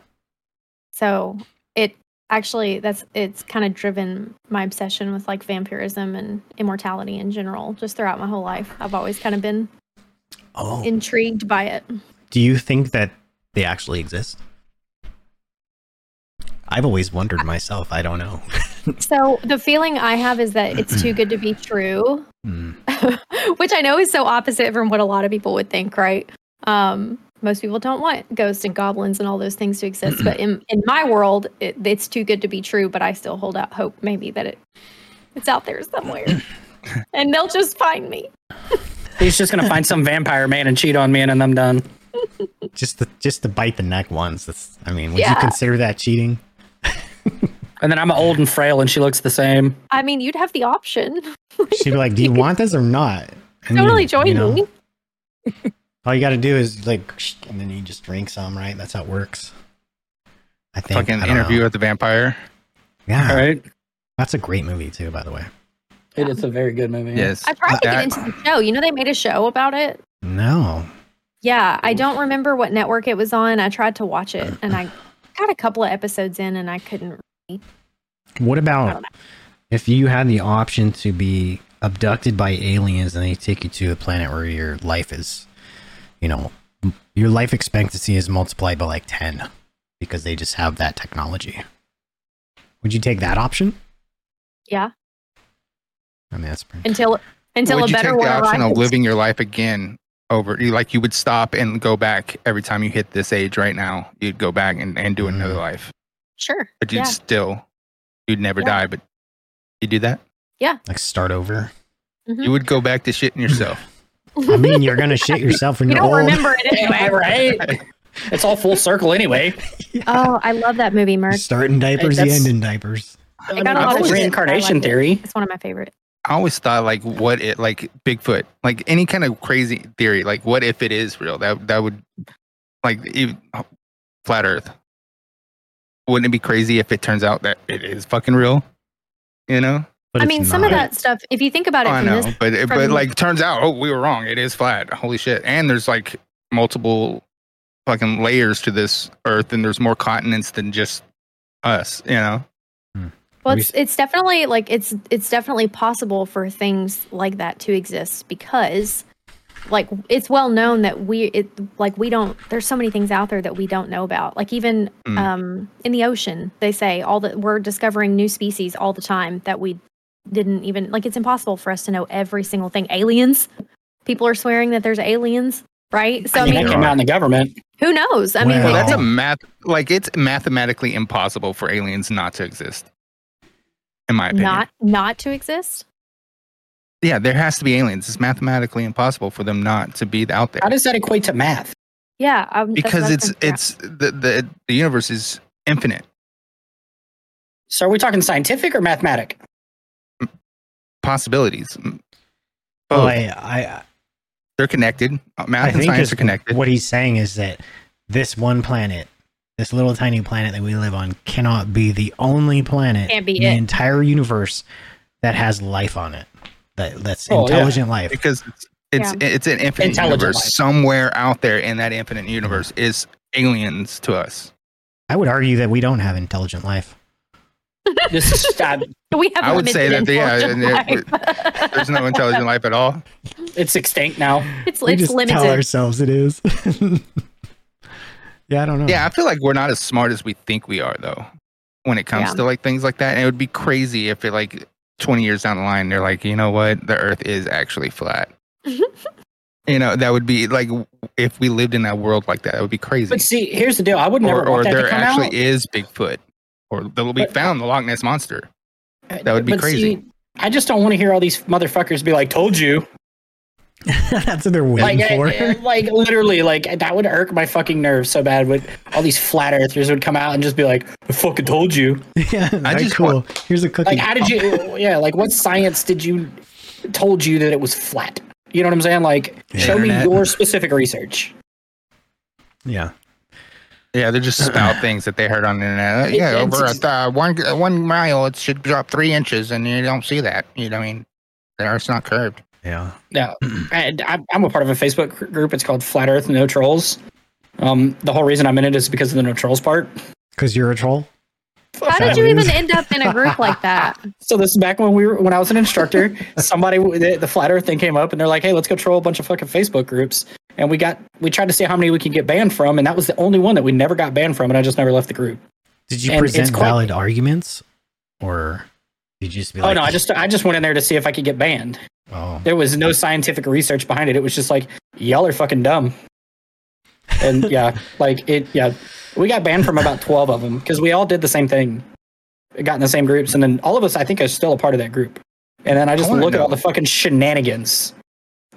Speaker 4: So it actually that's it's kind of driven my obsession with like vampirism and immortality in general. Just throughout my whole life, I've always kind of been
Speaker 1: oh.
Speaker 4: intrigued by it.
Speaker 1: Do you think that they actually exist? I've always wondered myself. I don't know.
Speaker 4: So the feeling I have is that it's too good to be true,
Speaker 1: Hmm.
Speaker 4: which I know is so opposite from what a lot of people would think, right? Um, most people don't want ghosts and goblins and all those things to exist, but in in my world, it, it's too good to be true. But I still hold out hope, maybe that it it's out there somewhere, and they'll just find me.
Speaker 2: He's just gonna find some vampire man and cheat on me, and then I'm done.
Speaker 1: Just to just to bite the neck once. That's, I mean, would you
Speaker 4: Yeah.
Speaker 1: consider that cheating?
Speaker 2: And then I'm old and frail, and she looks the same.
Speaker 4: I mean, you'd have the option.
Speaker 1: She'd be like, "Do you want this or not?" And
Speaker 4: Totally
Speaker 1: you-
Speaker 4: join
Speaker 1: you know,
Speaker 4: me.
Speaker 1: All you got to do is like, and then you just drink some, right? That's how it works. I think.
Speaker 3: Fucking
Speaker 1: I don't
Speaker 3: interview
Speaker 1: know.
Speaker 3: with the vampire.
Speaker 1: Yeah,
Speaker 2: All right.
Speaker 1: that's a great movie too, by the way.
Speaker 2: It is a very good movie.
Speaker 3: Yes.
Speaker 4: I tried to
Speaker 3: That-
Speaker 4: get into the show. You know, they made a show about it.
Speaker 1: No,
Speaker 4: Yeah, I don't remember what network it was on. I tried to watch it and I got a couple of episodes in and I couldn't.
Speaker 1: what
Speaker 4: I
Speaker 1: about
Speaker 4: don't
Speaker 1: if you had the option to be abducted by aliens and they take you to a planet where your life is, you know, m- your life expectancy is multiplied by like ten because they just have that technology? Would you take that option?
Speaker 4: Yeah,
Speaker 1: I mean, that's pretty.
Speaker 4: until until
Speaker 3: would
Speaker 4: a
Speaker 3: you
Speaker 4: better
Speaker 3: take
Speaker 4: one
Speaker 3: the option
Speaker 4: arrives.
Speaker 3: of living your life again over? You, like you would stop and go back every time you hit this age right now. You'd go back and, and do
Speaker 1: Mm.
Speaker 3: another life,
Speaker 4: sure.
Speaker 3: but you'd
Speaker 4: Yeah.
Speaker 3: still you'd never
Speaker 4: Yeah.
Speaker 3: die. But you do that,
Speaker 1: like start over.
Speaker 4: Mhm.
Speaker 3: you would go back to shitting yourself.
Speaker 1: I mean, you're gonna shit yourself when
Speaker 4: you
Speaker 1: you're
Speaker 4: don't
Speaker 1: old.
Speaker 4: remember it
Speaker 2: Anyway,
Speaker 4: anyway.
Speaker 2: right? It's all full circle anyway.
Speaker 4: oh, I love that movie,
Speaker 1: You
Speaker 4: Merc.
Speaker 1: start in diapers, you
Speaker 2: that's-
Speaker 1: end in diapers.
Speaker 2: I
Speaker 4: got a
Speaker 3: lot of
Speaker 2: always
Speaker 3: shit.
Speaker 4: I
Speaker 2: reincarnation
Speaker 4: like it.
Speaker 2: theory.
Speaker 4: It's one of my favorite.
Speaker 3: I always thought like what it like Bigfoot, like any kind of crazy theory, like what if it is real? That that would like even, flat Earth. Wouldn't it be crazy if it turns out that it is fucking real? You know,
Speaker 1: But
Speaker 4: I
Speaker 1: it's
Speaker 4: mean, some of
Speaker 1: not.
Speaker 4: that stuff. If you think about it
Speaker 3: I
Speaker 4: from
Speaker 3: know,
Speaker 4: this,
Speaker 3: but it but
Speaker 4: from-
Speaker 3: like turns out, oh, we were wrong. It is flat. Holy shit! And there's like multiple fucking layers to this Earth, and there's more continents than just us. You know,
Speaker 4: well,
Speaker 1: we
Speaker 4: it's, it's definitely like it's it's definitely possible for things like that to exist because, like, it's well known that we it like we don't. There's so many things out there that we don't know about. Like even
Speaker 3: Mm.
Speaker 4: um, in the ocean. They say all that we're discovering new species all the time that we didn't even like. It's impossible for us to know every single thing. Aliens, people are swearing that there's aliens, right? So I
Speaker 2: I mean,
Speaker 4: mean,
Speaker 2: that came out in the government.
Speaker 4: who knows? I mean,
Speaker 1: Well,
Speaker 3: well,
Speaker 4: like,
Speaker 3: that's a
Speaker 1: Oh.
Speaker 3: math. Like it's mathematically impossible for aliens not to exist. In my opinion,
Speaker 4: not not to exist.
Speaker 3: yeah, there has to be aliens. It's mathematically impossible for them not to be out there
Speaker 2: How does that equate to math?
Speaker 4: Yeah, um, that's what I
Speaker 3: because
Speaker 4: was
Speaker 3: it's
Speaker 4: gonna figure out.
Speaker 3: it's the, the the universe is infinite,
Speaker 2: So are we talking scientific or mathematic?
Speaker 3: possibilities.
Speaker 1: Well,
Speaker 3: Both.
Speaker 1: Oh, I, I,
Speaker 3: They're connected. Uh, Math
Speaker 1: I
Speaker 3: and
Speaker 1: think
Speaker 3: science
Speaker 1: is
Speaker 3: are connected.
Speaker 1: what he's saying is that this one planet, this little tiny planet that we live on, cannot be the only planet
Speaker 4: Can't be
Speaker 1: in the
Speaker 4: it.
Speaker 1: entire universe that has life on it. That that's
Speaker 2: Oh, yeah.
Speaker 1: intelligent life.
Speaker 3: because it's It's it's an infinite
Speaker 2: Intelligent
Speaker 3: universe
Speaker 2: life.
Speaker 3: somewhere out there, in that infinite universe is aliens to us.
Speaker 1: I would argue that we don't have intelligent life.
Speaker 2: This is, uh, I,
Speaker 4: We have.
Speaker 3: I would say that
Speaker 4: limited
Speaker 3: yeah, and
Speaker 4: intelligent
Speaker 3: it-
Speaker 4: life.
Speaker 3: there's no intelligent life at all.
Speaker 2: it's extinct now.
Speaker 4: it's
Speaker 1: we
Speaker 4: it's
Speaker 1: just
Speaker 4: limited.
Speaker 1: tell ourselves it is. yeah, I don't know.
Speaker 3: Yeah, I feel like we're not as smart as we think we are though. When it comes
Speaker 4: Yeah.
Speaker 3: to like things like that, and it would be crazy if it like 20 years down the line they're like, you know what, the Earth is actually flat. you know, that would be like if we lived in that world like that, that would be crazy.
Speaker 2: But see, here's the deal. I would never
Speaker 3: Or, or
Speaker 2: want that
Speaker 3: there
Speaker 2: to come
Speaker 3: actually
Speaker 2: out.
Speaker 3: is Bigfoot, or that will be
Speaker 2: But-
Speaker 3: found the Loch Ness monster. that would be
Speaker 2: But
Speaker 3: crazy.
Speaker 2: see, I just don't want to hear all these motherfuckers be like, "Told you,"
Speaker 1: That's what they're waiting
Speaker 2: like, I-
Speaker 1: for.
Speaker 2: I- like literally, like that would irk my fucking nerves so bad. Would all these flat earthers would come out and just be like, "I fucking told you."
Speaker 1: yeah,
Speaker 3: I
Speaker 1: I
Speaker 3: just
Speaker 1: cool.
Speaker 3: want-
Speaker 1: Here's a cookie.
Speaker 2: Like, how did you? Yeah, like what science did you told you that it was flat? You know what I'm saying? Like, show
Speaker 3: Internet.
Speaker 2: me your specific research.
Speaker 1: yeah.
Speaker 3: Yeah, they just spout things that they heard on the internet.
Speaker 2: It-
Speaker 3: Yeah,
Speaker 2: it's
Speaker 3: over a
Speaker 2: ex-
Speaker 3: th- uh, one one mile, it should drop three inches, and you don't see that. You know, what I mean, the Earth's not curved.
Speaker 1: Yeah.
Speaker 2: No, and I, I'm a part of a Facebook gr- group. It's called Flat Earth No Trolls. Um, the whole reason I'm in it is because of the no trolls part.
Speaker 1: Because you're a troll?
Speaker 4: How did
Speaker 1: that
Speaker 4: you
Speaker 1: what it
Speaker 4: even
Speaker 1: is?
Speaker 4: end up in a group like that?
Speaker 2: So this is back when we were when I was an instructor. somebody the, the flat Earth thing came up, and they're like, "Hey, let's go troll a bunch of fucking Facebook groups." And we got we tried to see how many we could get banned from, and that was the only one that we never got banned from, and I just never left the group.
Speaker 1: Did you
Speaker 2: And it's
Speaker 1: present
Speaker 2: quite-
Speaker 1: valid arguments? Or did you just be
Speaker 2: Oh
Speaker 1: like,
Speaker 2: no, I just I just went in there to see if I could get banned.
Speaker 1: Oh.
Speaker 2: There was no scientific research behind it. It was just like y'all are fucking dumb. And yeah, like it. Yeah, we got banned from about twelve of them because we all did the same thing, got in the same groups, and then all of us, I think, are still a part of that group. And then I just
Speaker 3: wanna
Speaker 2: look at
Speaker 3: know.
Speaker 2: all the fucking shenanigans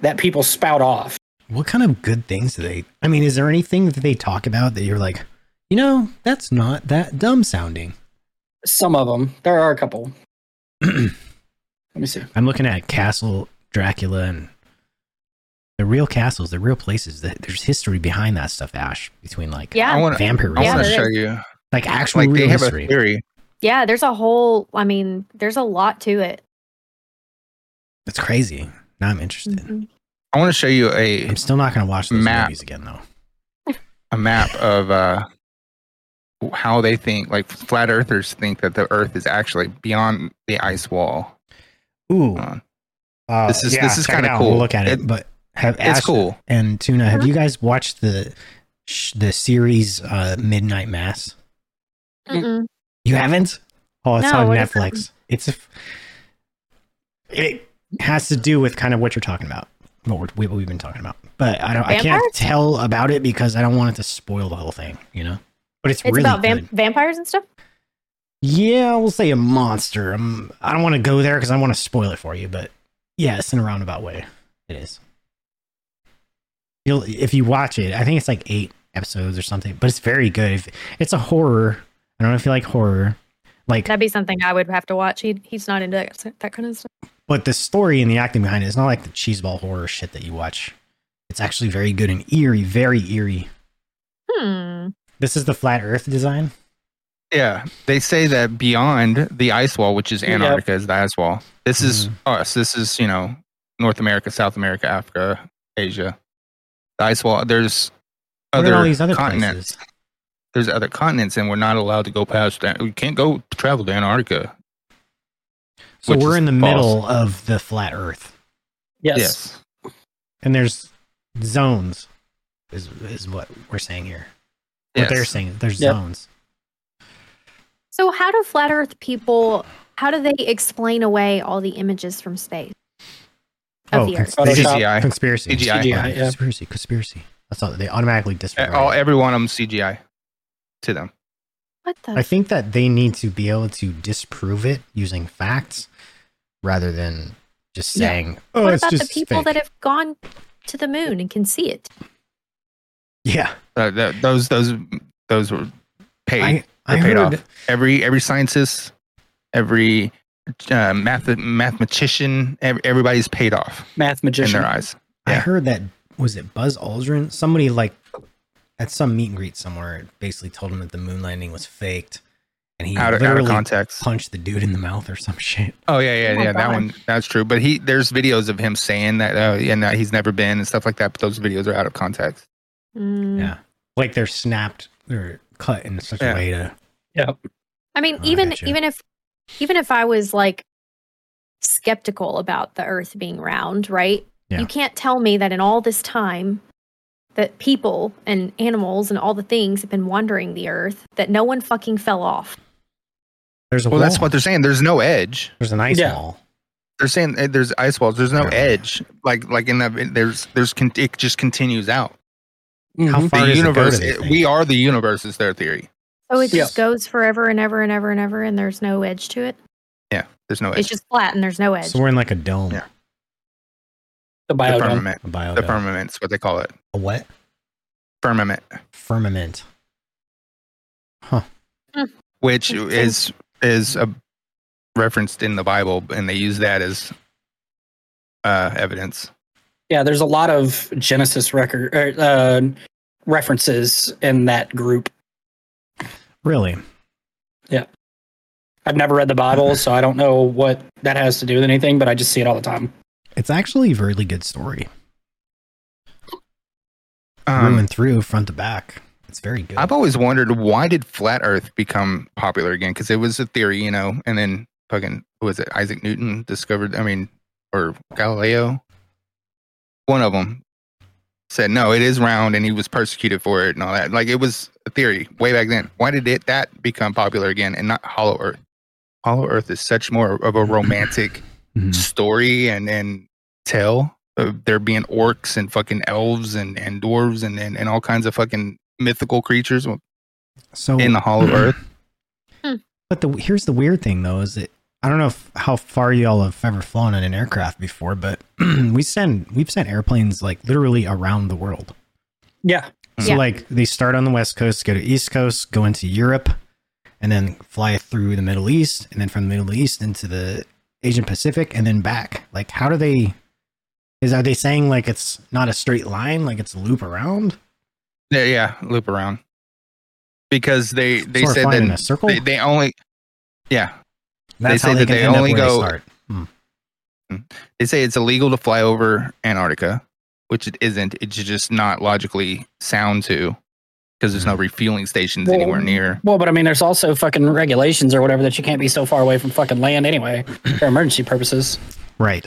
Speaker 2: that people spout off.
Speaker 1: What kind of good things do they? I mean, is there anything that they talk about that you're like, you know, that's not that dumb sounding?
Speaker 2: Some of them, there are a couple. Let me see.
Speaker 1: I'm looking at Castle Dracula and the real castles, the real places. That there's history behind that stuff, Ash. Between like
Speaker 4: Yeah,
Speaker 3: I want to.
Speaker 1: vampire
Speaker 3: I
Speaker 1: research,
Speaker 4: Yeah,
Speaker 3: want to
Speaker 4: there
Speaker 3: show
Speaker 4: is.
Speaker 3: you.
Speaker 1: like actual
Speaker 3: Like
Speaker 1: real
Speaker 3: they have
Speaker 1: history.
Speaker 3: a theory.
Speaker 4: yeah. There's a whole. I mean, there's a lot to it.
Speaker 1: It's crazy. Now I'm interested.
Speaker 4: Mhm.
Speaker 3: I want to show you a
Speaker 1: I'm still not gonna watch those
Speaker 3: Map.
Speaker 1: movies again, though.
Speaker 3: a map of uh, how they think, like flat earthers think that the Earth is actually beyond the ice wall.
Speaker 1: Ooh,
Speaker 3: Uh,
Speaker 1: uh,
Speaker 3: this is- this is
Speaker 1: check it
Speaker 3: kinda
Speaker 1: out.
Speaker 3: cool.
Speaker 1: We'll look at it,
Speaker 3: It-
Speaker 1: but have
Speaker 3: it's
Speaker 1: Ash
Speaker 3: cool.
Speaker 1: and Tuna.
Speaker 4: Uh-huh.
Speaker 1: Have you guys watched the sh- the series uh, Midnight Mass?
Speaker 4: Mm-mm.
Speaker 1: You haven't? Oh, it's
Speaker 4: No,
Speaker 1: on
Speaker 4: what is
Speaker 1: Netflix. It's a f- it has to do with kind of what you're talking about, what, we're, we, what we've been talking about. But I don't, I can't
Speaker 4: Vampires?
Speaker 1: tell about it because I don't want it to spoil the whole thing, you know. But it's,
Speaker 4: It's
Speaker 1: really
Speaker 4: about
Speaker 1: good.
Speaker 4: vamp- vampires and stuff.
Speaker 1: yeah, we'll say a monster. Um, I don't want to go there because I want to spoil it for you. But yes, in a roundabout way, it is. You'll if you watch it, I think it's like eight episodes or something. But it's very good. If, it's a horror. I don't know if you like horror, like
Speaker 4: That'd be something I would have to watch. He he's not into that, that kind of stuff.
Speaker 1: but the story and the acting behind it is not like the cheeseball horror shit that you watch. It's actually very good and eerie, very eerie.
Speaker 4: Hmm.
Speaker 1: This is the flat Earth design.
Speaker 3: Yeah, they say that beyond the ice wall, which is
Speaker 2: Yep.
Speaker 3: Antarctica, is the ice wall. This is
Speaker 1: Mm.
Speaker 3: us. This is you know North America, South America, Africa, Asia. The ice wall. There's
Speaker 1: What
Speaker 3: other,
Speaker 1: are all these other
Speaker 3: continents.
Speaker 1: places?
Speaker 3: There's other continents, and we're not allowed to go past that. We can't go travel to Antarctica.
Speaker 1: So
Speaker 3: Which
Speaker 1: we're
Speaker 3: is
Speaker 1: in the
Speaker 3: false.
Speaker 1: middle of the flat Earth,
Speaker 2: Yes.
Speaker 3: yes.
Speaker 1: and there's zones. Is is what we're saying here? What
Speaker 3: Yes.
Speaker 1: they're saying? There's
Speaker 2: Yep.
Speaker 1: zones.
Speaker 4: So how do flat Earth people? How do they explain away all the images from space? Of
Speaker 1: Oh,
Speaker 4: the Earth?
Speaker 1: cons-
Speaker 2: Photoshop.
Speaker 3: CGI.
Speaker 1: conspiracy.
Speaker 3: CGI.
Speaker 1: Yeah,
Speaker 2: Yeah.
Speaker 1: Conspiracy. Conspiracy. That's all. They automatically disregard.
Speaker 3: E, All
Speaker 1: it.
Speaker 3: every one of them CGI to them.
Speaker 4: What the?
Speaker 1: I think that they need to be able to disprove it using facts rather than just
Speaker 2: Yeah.
Speaker 1: saying, "Oh,
Speaker 4: what
Speaker 1: it's
Speaker 4: about the
Speaker 1: just
Speaker 4: people
Speaker 1: fake."
Speaker 4: that have gone to the moon and can see it?
Speaker 1: yeah,
Speaker 3: Uh, th- those those those were paid.
Speaker 1: I, I
Speaker 3: They're paid
Speaker 1: heard.
Speaker 3: off. Every every scientist, every uh, math mathematician, ev- everybody's paid off
Speaker 2: Math
Speaker 3: in
Speaker 2: magician.
Speaker 3: their eyes.
Speaker 1: I
Speaker 3: Yeah.
Speaker 1: heard that was it Buzz Aldrin. Somebody like at some meet and greet somewhere basically told him that the moon landing was faked, and he
Speaker 3: out of, out of
Speaker 1: literally
Speaker 3: context.
Speaker 1: punched the dude in the mouth or some shit.
Speaker 3: Oh yeah,
Speaker 4: Oh
Speaker 3: yeah,
Speaker 4: my
Speaker 3: yeah. That
Speaker 4: God.
Speaker 3: one, that's true. But he, there's videos of him saying that, uh, and that he's never been and stuff like that. But those videos are out of context.
Speaker 4: Mm.
Speaker 1: Yeah. Like they're snapped or cut in such
Speaker 3: Yeah.
Speaker 1: a way to
Speaker 4: I mean,
Speaker 1: Oh, I
Speaker 4: even
Speaker 1: gotcha.
Speaker 4: even if even if I was like skeptical about the Earth being round, right?
Speaker 1: Yeah.
Speaker 4: You can't tell me that in all this time that people and animals and all the things have been wandering the Earth that no one fucking fell off.
Speaker 1: there's a
Speaker 3: Well,
Speaker 1: wall.
Speaker 3: that's what they're saying. There's no edge.
Speaker 1: there's an ice
Speaker 2: Yeah.
Speaker 1: wall.
Speaker 3: They're saying uh, there's ice walls. There's no
Speaker 1: Right.
Speaker 3: edge. Like, like in that, there's, there's, con- it just continues out.
Speaker 1: How
Speaker 2: Mhm.
Speaker 1: far
Speaker 3: Mm-hmm. the
Speaker 1: does
Speaker 3: universe.
Speaker 1: it go to,
Speaker 3: it-
Speaker 1: they
Speaker 3: we
Speaker 1: think?
Speaker 3: are the universe. Is their theory.
Speaker 4: So it
Speaker 2: Yeah.
Speaker 4: just goes forever and ever and ever and ever, and there's no edge to it.
Speaker 3: Yeah, there's no
Speaker 4: It's
Speaker 3: edge.
Speaker 4: just flat and there's no edge.
Speaker 1: so we're in like a dome,
Speaker 3: Yeah.
Speaker 2: The
Speaker 3: The
Speaker 2: biodome.
Speaker 3: firmament.
Speaker 1: a biodome,
Speaker 3: The firmament's what they call it.
Speaker 1: a what?
Speaker 3: Firmament,
Speaker 1: Firmament.
Speaker 3: which
Speaker 4: Interesting.
Speaker 3: is is a referenced in the Bible, and they use that as uh, evidence.
Speaker 2: Yeah, there's a lot of Genesis record or, uh, references in that group.
Speaker 1: Really?
Speaker 2: I've never read the Bible, so I don't know what that has to do with anything, but I just see it all the time.
Speaker 1: It's actually a really good story. Through
Speaker 3: Um,
Speaker 1: and through, front to back. It's very good.
Speaker 3: I've always wondered why did flat Earth become popular again? Because it was a theory, you know, and then fucking who was it? Isaac Newton discovered. I mean, or Galileo, one of them said no, it is round, and he was persecuted for it and all that. Like it was a theory way back then. Why did it that become popular again and not Hollow Earth? Hollow Earth is such more of a romantic
Speaker 1: Mhm.
Speaker 3: story and and tell of there being orcs and fucking elves and and dwarves and and, and all kinds of fucking mythical creatures
Speaker 1: So
Speaker 3: in the hollow
Speaker 1: mm-hmm.
Speaker 3: earth
Speaker 1: But the here's the weird thing though is that I don't know if, how far y'all have ever flown in an aircraft before, but we send we've sent airplanes like literally around the world.
Speaker 2: Yeah.
Speaker 1: So
Speaker 4: Yeah.
Speaker 1: like they start on the west coast, go to east coast, go into Europe, and then fly through the Middle East, and then from the Middle East into the Asian Pacific, and then back. Like how do they? Is are they saying like it's not a straight line, like it's a loop around?
Speaker 3: yeah yeah loop around because they they
Speaker 1: Sort of
Speaker 3: said
Speaker 1: flying in a
Speaker 3: that
Speaker 1: circle.
Speaker 3: they, they only yeah
Speaker 1: That's
Speaker 3: say
Speaker 1: how they
Speaker 3: that
Speaker 1: can
Speaker 3: they
Speaker 1: end up
Speaker 3: only
Speaker 1: where
Speaker 3: go-
Speaker 1: They start.
Speaker 3: they say it's illegal to fly over antarctica which it isn't it's just not logically sound to because there's
Speaker 1: Mm-hmm.
Speaker 3: no refueling stations
Speaker 2: Well,
Speaker 3: anywhere near
Speaker 2: Well, but I mean, there's also fucking regulations or whatever that you can't be so far away from fucking land anyway for emergency purposes.
Speaker 1: Right.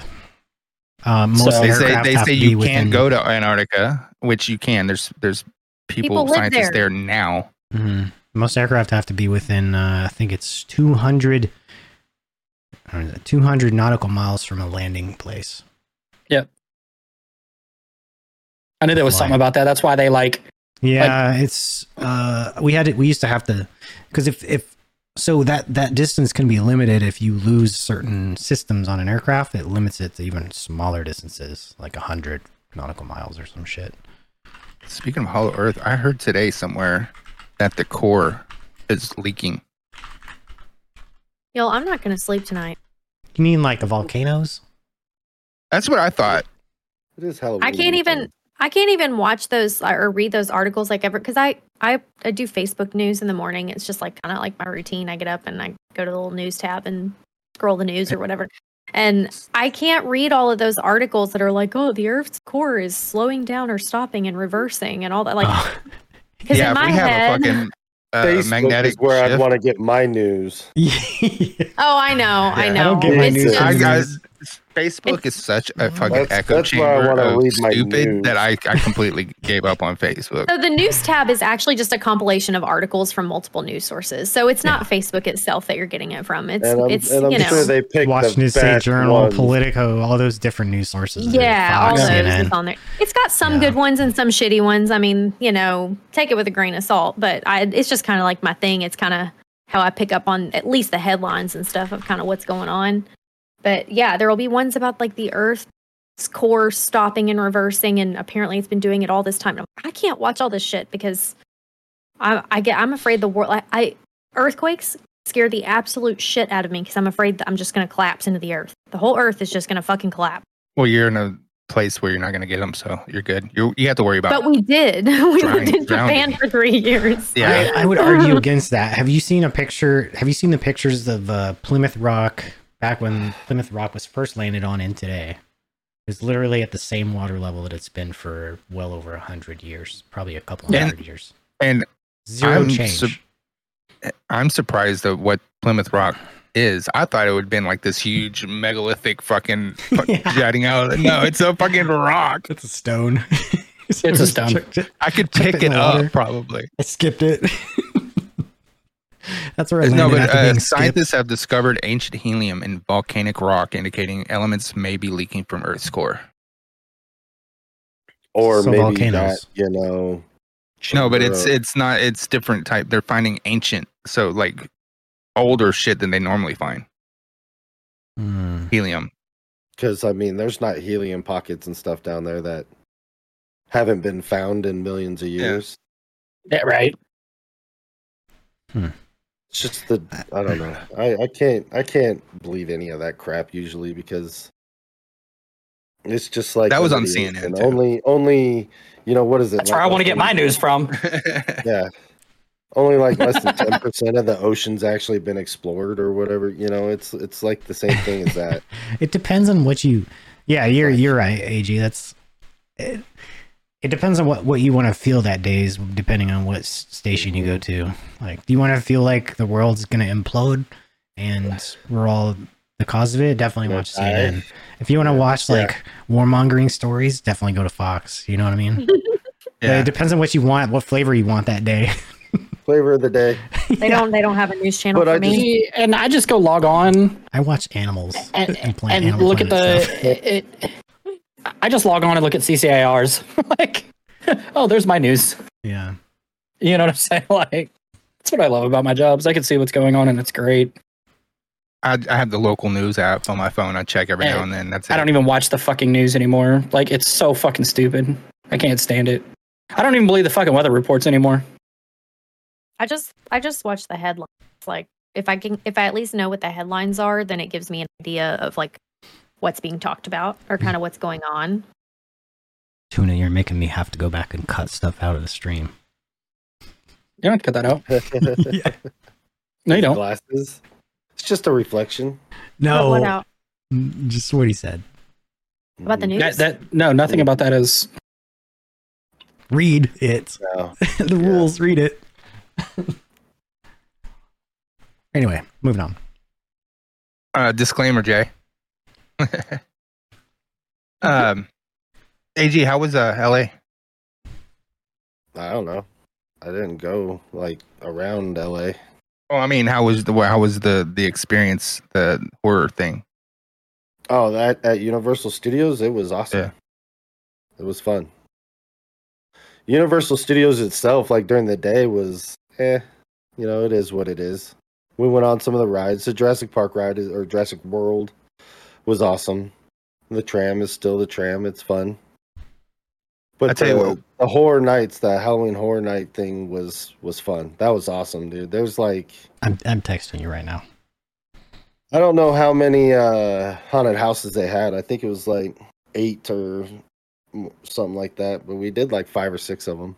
Speaker 1: Um,
Speaker 2: So-
Speaker 1: most
Speaker 3: they say
Speaker 1: aircraft
Speaker 3: they
Speaker 1: have
Speaker 3: say
Speaker 1: to
Speaker 3: you
Speaker 1: be
Speaker 3: can't
Speaker 1: within-
Speaker 3: go to antarctica which you can there's there's people,
Speaker 4: People live
Speaker 3: scientists
Speaker 4: there.
Speaker 3: there now
Speaker 1: Mhm. Most aircraft have to be within, uh, I think it's 200, I don't know, 200 nautical miles from a landing place.
Speaker 2: I knew there was
Speaker 1: Fly.
Speaker 2: something about that. That's why they like,
Speaker 1: Yeah, it's uh, we had it. We used to have to because if if so that that distance can be limited if you lose certain systems on an aircraft. It limits it to even smaller distances, like hundred nautical miles or some shit.
Speaker 3: Speaking of Hollow Earth, I heard today somewhere that the core is leaking.
Speaker 4: Yo, I'm not gonna sleep tonight.
Speaker 1: You mean like the volcanoes?
Speaker 3: That's what I thought.
Speaker 7: It is Halloween.
Speaker 4: I can't even I can't even watch those or read those articles like ever because I, I I do Facebook news in the morning. It's just like kind of like my routine. I get up and I go to the little news tab and scroll the news or whatever. And I can't read all of those articles that are like, oh, the Earth's core is slowing down or stopping and reversing and all that. Like,
Speaker 1: Oh,
Speaker 4: because in my head,
Speaker 3: uh,
Speaker 7: Facebook
Speaker 3: magnetic
Speaker 7: is where I'd
Speaker 3: shift-
Speaker 7: want to get my news.
Speaker 1: yeah.
Speaker 4: oh, I know, I
Speaker 1: Yeah, I
Speaker 4: know.
Speaker 1: don't get my
Speaker 4: It's
Speaker 1: news
Speaker 4: just-
Speaker 3: I
Speaker 1: from
Speaker 3: got,
Speaker 1: It's-
Speaker 3: Facebook is such a fucking
Speaker 7: That's-
Speaker 3: echo
Speaker 7: that's where I
Speaker 3: chamber
Speaker 7: wanna
Speaker 3: of
Speaker 7: read my
Speaker 3: stupid
Speaker 7: news.
Speaker 3: that I, I completely gave up on Facebook.
Speaker 4: So the news tab is actually just a compilation of articles from multiple news sources. So it's not Facebook itself that you're getting it from. It's
Speaker 7: and I'm,
Speaker 4: it's
Speaker 7: and I'm
Speaker 4: you know
Speaker 7: sure they picked
Speaker 1: Washington
Speaker 7: the
Speaker 1: State
Speaker 7: best
Speaker 1: Journal,
Speaker 7: ones.
Speaker 1: Politico, all those different news sources.
Speaker 4: Yeah, all
Speaker 1: Fox,
Speaker 4: those
Speaker 1: CNN.
Speaker 4: is on there. It's got some
Speaker 1: Yeah.
Speaker 4: good ones and some shitty ones. I mean, you know, take it with a grain of salt, but I, it's just kind of like my thing. It's kind of how I pick up on at least the headlines and stuff of kind of what's going on. But yeah, there will be ones about like the Earth's core stopping and reversing, and apparently it's been doing it all this time. And I'm like, I can't watch all this shit because I, I get I'm afraid the world. I, I earthquakes scare the absolute shit out of me because I'm afraid that I'm just going to collapse into the earth. The whole earth is just going to fucking collapse.
Speaker 3: Well, you're in a place where you're not going to get them. So you're good. You you have to worry about.
Speaker 4: But we did. We
Speaker 3: Drowning-
Speaker 4: lived in Japan
Speaker 3: drowning.
Speaker 4: for three years.
Speaker 3: yeah,
Speaker 1: I, I would argue against that. Have you seen a picture? Have you seen the pictures of uh, Plymouth Rock back when Plymouth Rock was first landed on in today? It's literally at the same water level that it's been for well over a hundred years, probably a couple
Speaker 3: And-
Speaker 1: hundred years.
Speaker 3: and
Speaker 1: 0
Speaker 3: I'm
Speaker 1: change.
Speaker 3: sub- I'm surprised at what Plymouth Rock is. I thought it would have been like this huge megalithic fucking fu-
Speaker 1: Yeah.
Speaker 3: jutting out. No, it's a fucking rock.
Speaker 1: it's a stone. it's
Speaker 2: a stone.
Speaker 3: I could
Speaker 1: Dip
Speaker 3: pick
Speaker 1: it in
Speaker 3: it
Speaker 1: the water.
Speaker 3: up probably.
Speaker 1: I skipped it. That's where I landed
Speaker 3: No, but
Speaker 1: after
Speaker 3: uh,
Speaker 1: being skipped.
Speaker 3: scientists have discovered ancient helium in volcanic rock, indicating elements may be leaking from Earth's core.
Speaker 7: Or
Speaker 1: So
Speaker 7: maybe
Speaker 1: volcanoes.
Speaker 7: that, you know.
Speaker 3: No, but
Speaker 7: chamber
Speaker 3: it's
Speaker 7: of-
Speaker 3: it's not. It's different type. They're finding ancient, so like older shit than they normally find.
Speaker 1: Hmm.
Speaker 3: Helium.
Speaker 7: Because I mean, there's not helium pockets and stuff down there that haven't been found in millions of
Speaker 3: Yeah.
Speaker 7: years.
Speaker 2: Yeah, right.
Speaker 7: It's just the I don't know. I, I can't I can't believe any of that crap usually because it's just like
Speaker 3: That was on
Speaker 7: nobody-
Speaker 3: CNN,
Speaker 7: and
Speaker 3: too.
Speaker 7: Only only you know what is it?
Speaker 2: That's where I
Speaker 7: like
Speaker 2: want to get
Speaker 7: less than-
Speaker 2: my news from.
Speaker 7: Yeah. Only like less than ten percent of the ocean's actually been explored or whatever. You know, it's it's like the same thing as that.
Speaker 1: It depends on what you. Yeah, you're you're right, Ag. That's. It, it depends on what what you want to feel that day is depending on what s- station you go to. Like, do you want to feel like the world's gonna implode and we're all the cause of it? Definitely watch
Speaker 7: I-
Speaker 1: CNN. If you want to watch like warmongering stories, definitely go to Fox. You know what I mean?
Speaker 3: yeah.
Speaker 1: It depends on what you want, what flavor you want that day.
Speaker 7: Flavor of the day.
Speaker 4: They don't. They don't have a news channel
Speaker 7: But
Speaker 4: for
Speaker 7: I just-
Speaker 4: me.
Speaker 2: See, And I just go log on
Speaker 1: I watch animals
Speaker 2: and,
Speaker 1: and, plant
Speaker 2: and
Speaker 1: Animal
Speaker 2: look at
Speaker 1: Planet stuff.
Speaker 2: the. It, I just log on and look at CCIRs. like, oh, there's my news.
Speaker 1: yeah.
Speaker 2: You know what I'm saying? Like, that's what I love about my jobs. I can see what's going on, and it's great.
Speaker 3: I, I have the local news app on my phone. I check every now and then. That's it.
Speaker 2: I don't even watch the fucking news anymore. Like, it's so fucking stupid. I can't stand it. I don't even believe the fucking weather reports anymore.
Speaker 4: I just. I just watch the headlines. Like if I can, if I at least know what the headlines are, then it gives me an idea of like what's being talked about or kind of what's going on.
Speaker 1: Tuna, you're making me have to go back and cut stuff out of the stream.
Speaker 2: You don't have to cut that out. No, you don't.
Speaker 7: Glasses. It's just a reflection.
Speaker 4: But what out
Speaker 1: Mm, just what he said.
Speaker 4: about
Speaker 7: Mm,
Speaker 4: the
Speaker 2: That,
Speaker 4: news?
Speaker 2: that no, nothing about that is.
Speaker 1: Read it.
Speaker 7: No.
Speaker 1: the rules. Read it. anyway, moving on.
Speaker 3: Uh, disclaimer, Jay. um, Ag, how was uh LA?
Speaker 7: I don't know. I didn't go like around LA.
Speaker 3: Oh, I mean, how was the how was the the experience, the horror thing?
Speaker 7: Oh, that at Universal Studios, it was awesome.
Speaker 3: Yeah.
Speaker 7: It was fun. Universal Studios itself, like during the day, was eh, you know, it is what it is. We went on some of the rides. The Jurassic Park ride is, or Jurassic World was awesome. The tram is still the tram. It's fun. But
Speaker 3: I tell you
Speaker 7: the,
Speaker 3: what-
Speaker 7: the horror nights, the Halloween horror night thing was was fun. That was awesome, dude. There's like
Speaker 1: I'm I'm texting you right now.
Speaker 7: I don't know how many uh, haunted houses they had. I think it was like eight or m- something like that. But we did like five or six of them.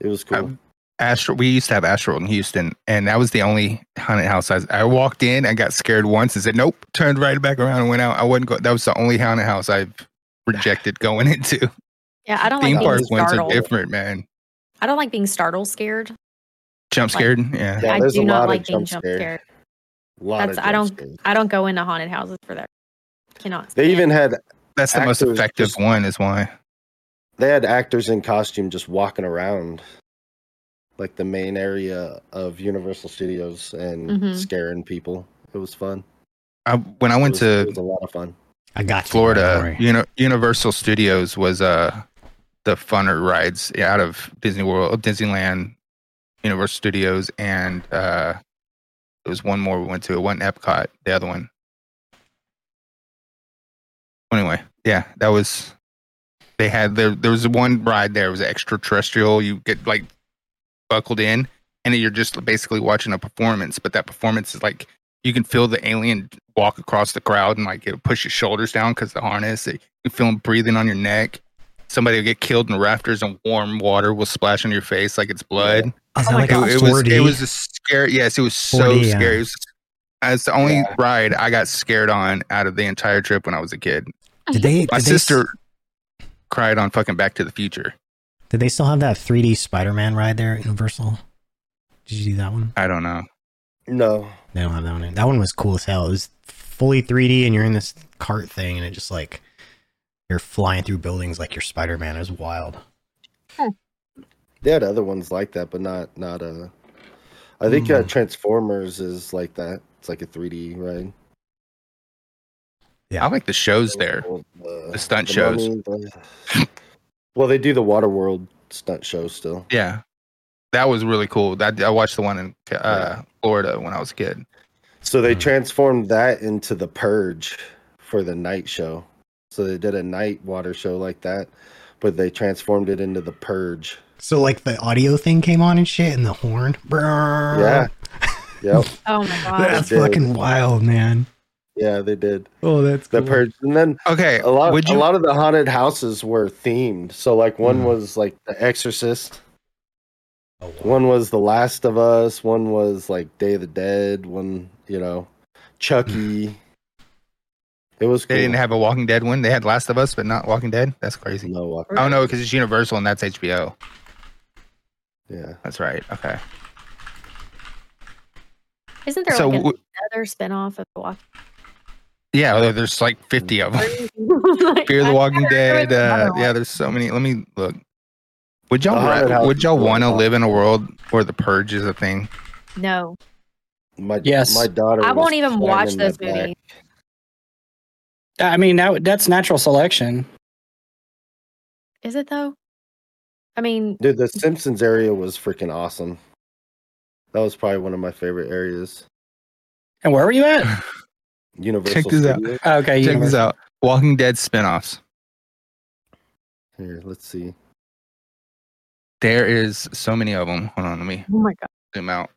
Speaker 7: It was cool.
Speaker 3: Um, Astro, we used to have Astro in Houston, and that was the only haunted house I, I walked in. I got scared once and said, "Nope," turned right back around and went out. I wouldn't go. That was the only haunted house I've rejected going into.
Speaker 4: Oh yeah, I don't
Speaker 3: Theme
Speaker 4: like being
Speaker 3: park ones are
Speaker 4: startled.
Speaker 3: different, man.
Speaker 4: I don't like being startled scared.
Speaker 3: Jump
Speaker 4: Like-
Speaker 3: scared, yeah.
Speaker 7: yeah,
Speaker 4: I
Speaker 7: there's
Speaker 4: do
Speaker 7: a lot
Speaker 4: not
Speaker 7: of
Speaker 4: like being
Speaker 7: jump
Speaker 4: jump
Speaker 7: scare.
Speaker 4: scared.
Speaker 7: lot
Speaker 4: That's
Speaker 7: of
Speaker 4: I don't.
Speaker 7: jump scares.
Speaker 4: I don't go into haunted houses for that. Cannot.
Speaker 7: They
Speaker 4: stand
Speaker 7: even had
Speaker 3: That's the most
Speaker 7: Actors
Speaker 3: effective
Speaker 7: just-
Speaker 3: one, is why.
Speaker 7: they had actors in costume just walking around, like the main area of Universal Studios, and
Speaker 4: Mhm.
Speaker 7: scaring people. It was fun.
Speaker 3: I, when I
Speaker 7: It
Speaker 3: went
Speaker 7: was-
Speaker 3: to
Speaker 7: it was a lot of fun.
Speaker 1: I got you, don't
Speaker 3: Florida,
Speaker 1: worry.
Speaker 3: you know, Universal Studios was uh the funner rides out of Disney World, Disneyland, Universal Studios, and uh there was one more we went to. It wasn't Epcot, the other one. Anyway, yeah, that was. They had there. There was one ride there. It was extraterrestrial. You get like buckled in, and you're just basically watching a performance. But that performance is like you can feel the alien walk across the crowd and like it push your shoulders down because the harness. You can feel them breathing on your neck. Somebody will get killed in the rafters, and warm water will splash on your face like it's blood.
Speaker 1: Is
Speaker 4: Oh
Speaker 1: that
Speaker 4: my
Speaker 1: like
Speaker 4: God.
Speaker 1: a
Speaker 3: It, it was
Speaker 1: 4D?
Speaker 3: it was a scary. Yes, it was so
Speaker 1: 4D, yeah.
Speaker 3: scary. It was, it's the only
Speaker 7: Yeah.
Speaker 3: ride I got scared on out of the entire trip when I was a kid.
Speaker 1: did they,
Speaker 3: My
Speaker 1: did they s-
Speaker 3: sister cried on fucking Back to the Future.
Speaker 1: did they still have that 3D Spider-Man ride there at Universal? Did you do that one?
Speaker 3: I don't know.
Speaker 7: No.
Speaker 1: They don't have that one. in- That one was cool as hell. It was fully 3D, and you're in this cart thing, and it just like you're flying through buildings like you're Spider Man. It was wild.
Speaker 7: They had other ones like that, but not not uh I think uh,
Speaker 1: Hmm.
Speaker 7: Transformers is like that. It's like a 3D ride.
Speaker 1: Yeah.
Speaker 3: I like the shows there.
Speaker 7: Uh,
Speaker 3: The stunt shows.
Speaker 7: Mummy, the- well, they do the Waterworld stunt show still.
Speaker 3: Yeah, that was really cool. That I watched the one in uh, Florida when I was a kid.
Speaker 7: So they
Speaker 1: Hmm.
Speaker 7: transformed that into the Purge for the night show. So they did a night water show like that, but they transformed it into the Purge.
Speaker 1: So like the audio thing came on and shit, and the horn. Brrrr.
Speaker 7: Yeah. Yep.
Speaker 4: Oh my god.
Speaker 1: that's
Speaker 7: Dude.
Speaker 1: fucking wild, man.
Speaker 7: Yeah, they did
Speaker 1: Oh, that's
Speaker 7: the
Speaker 1: cool.
Speaker 7: Purge, and then
Speaker 3: Okay,
Speaker 7: a lot.
Speaker 3: would
Speaker 7: a
Speaker 3: you?
Speaker 7: lot of the haunted houses were themed. So like one
Speaker 1: Hmm.
Speaker 7: was like The Exorcist,
Speaker 1: Oh, wow.
Speaker 7: one was The Last of Us, one was like Day of the Dead, one you know, Chucky. It was.
Speaker 3: They
Speaker 7: cool.
Speaker 3: didn't have a Walking Dead one. They had Last of Us, but not Walking Dead. That's crazy.
Speaker 7: no walk.
Speaker 3: Oh no, because it's Universal and that's HBO.
Speaker 7: Yeah.
Speaker 3: That's right. Okay.
Speaker 4: Isn't there
Speaker 3: so
Speaker 4: like
Speaker 3: w-
Speaker 4: another spinoff of The Walking
Speaker 3: yeah, there- there's like 50 of them.
Speaker 4: Dead?
Speaker 3: Fear the Walking Dead. Uh,
Speaker 4: another
Speaker 3: yeah, there's so many. Let me look. Would y'all
Speaker 7: The haunted
Speaker 3: ra-
Speaker 7: house
Speaker 3: would
Speaker 7: is
Speaker 3: y'all
Speaker 7: really
Speaker 3: want to
Speaker 7: awesome.
Speaker 3: live in a world where the purge is a thing?
Speaker 4: No,
Speaker 7: My
Speaker 2: Yes.
Speaker 7: my daughter.
Speaker 4: I
Speaker 7: was
Speaker 4: won't even watch
Speaker 7: slamming
Speaker 4: those
Speaker 7: my back.
Speaker 4: movies.
Speaker 2: I mean, that, that's natural selection.
Speaker 4: Is it though? I mean,
Speaker 7: Dude, the Simpsons area was freaking awesome. That was probably one of my favorite areas.
Speaker 2: And where were you at?
Speaker 7: Universal.
Speaker 3: Check this out.
Speaker 7: Studios.
Speaker 2: Okay,
Speaker 3: Check this
Speaker 2: Universal.
Speaker 3: out. Walking Dead spinoffs.
Speaker 7: Here, let's see.
Speaker 3: There is so many of them. Hold on, let me
Speaker 4: oh my god.
Speaker 3: zoom out.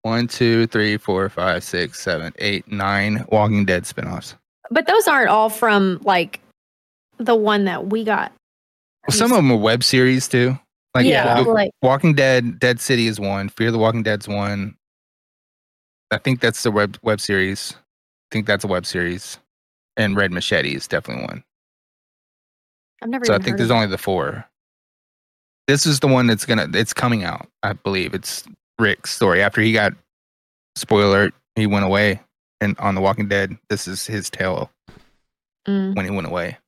Speaker 3: One, two, three, four, five, six, seven, eight, nine Walking Dead spinoffs.
Speaker 4: But those aren't all from like the one that we got.
Speaker 3: Well, some of them are web series too. Like
Speaker 4: yeah,
Speaker 3: the-
Speaker 4: like
Speaker 3: Walking Dead, Dead City is one. Fear the Walking Dead's one. I think that's the web web series. I think that's a web series. And Red Machete is definitely one.
Speaker 4: I've never.
Speaker 3: So I
Speaker 4: even
Speaker 3: think
Speaker 4: heard
Speaker 3: there's
Speaker 4: of
Speaker 3: only the four. This is the one that's gonna it's coming out, I believe. It's Rick's story. After he got spoiler, alert, he went away and on The Walking Dead, this is his tale
Speaker 4: it. Mm.
Speaker 3: when he went away.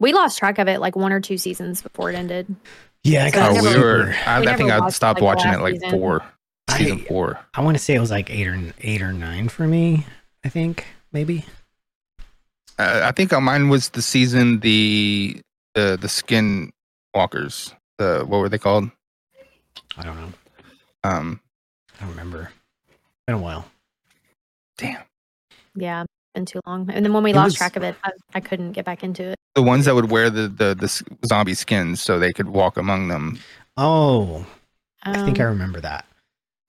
Speaker 4: We lost track of it like one or two seasons before it ended.
Speaker 1: Yeah, I
Speaker 4: So I
Speaker 1: got
Speaker 3: Oh, we
Speaker 4: never-
Speaker 3: were I,
Speaker 4: we
Speaker 3: I think
Speaker 4: never
Speaker 3: I
Speaker 4: watched, like,
Speaker 3: stopped
Speaker 4: the
Speaker 3: watching
Speaker 4: last
Speaker 3: it like
Speaker 4: season.
Speaker 3: four.
Speaker 1: I-
Speaker 3: Season four.
Speaker 1: I want to say it was like eight or eight or nine for me. I think maybe.
Speaker 3: Uh, I think uh, mine was the season the the the skin walkers. The what were they called?
Speaker 1: I don't know.
Speaker 3: Um,
Speaker 1: I don't remember. Been a while.
Speaker 4: Yeah, it's been too long. And then when we
Speaker 1: It
Speaker 4: lost
Speaker 1: was-
Speaker 4: track of it, I, I couldn't get back into it.
Speaker 3: the ones that would wear the the the s- zombie skins so they could walk among them.
Speaker 1: Oh,
Speaker 4: Um,
Speaker 1: I think I remember that.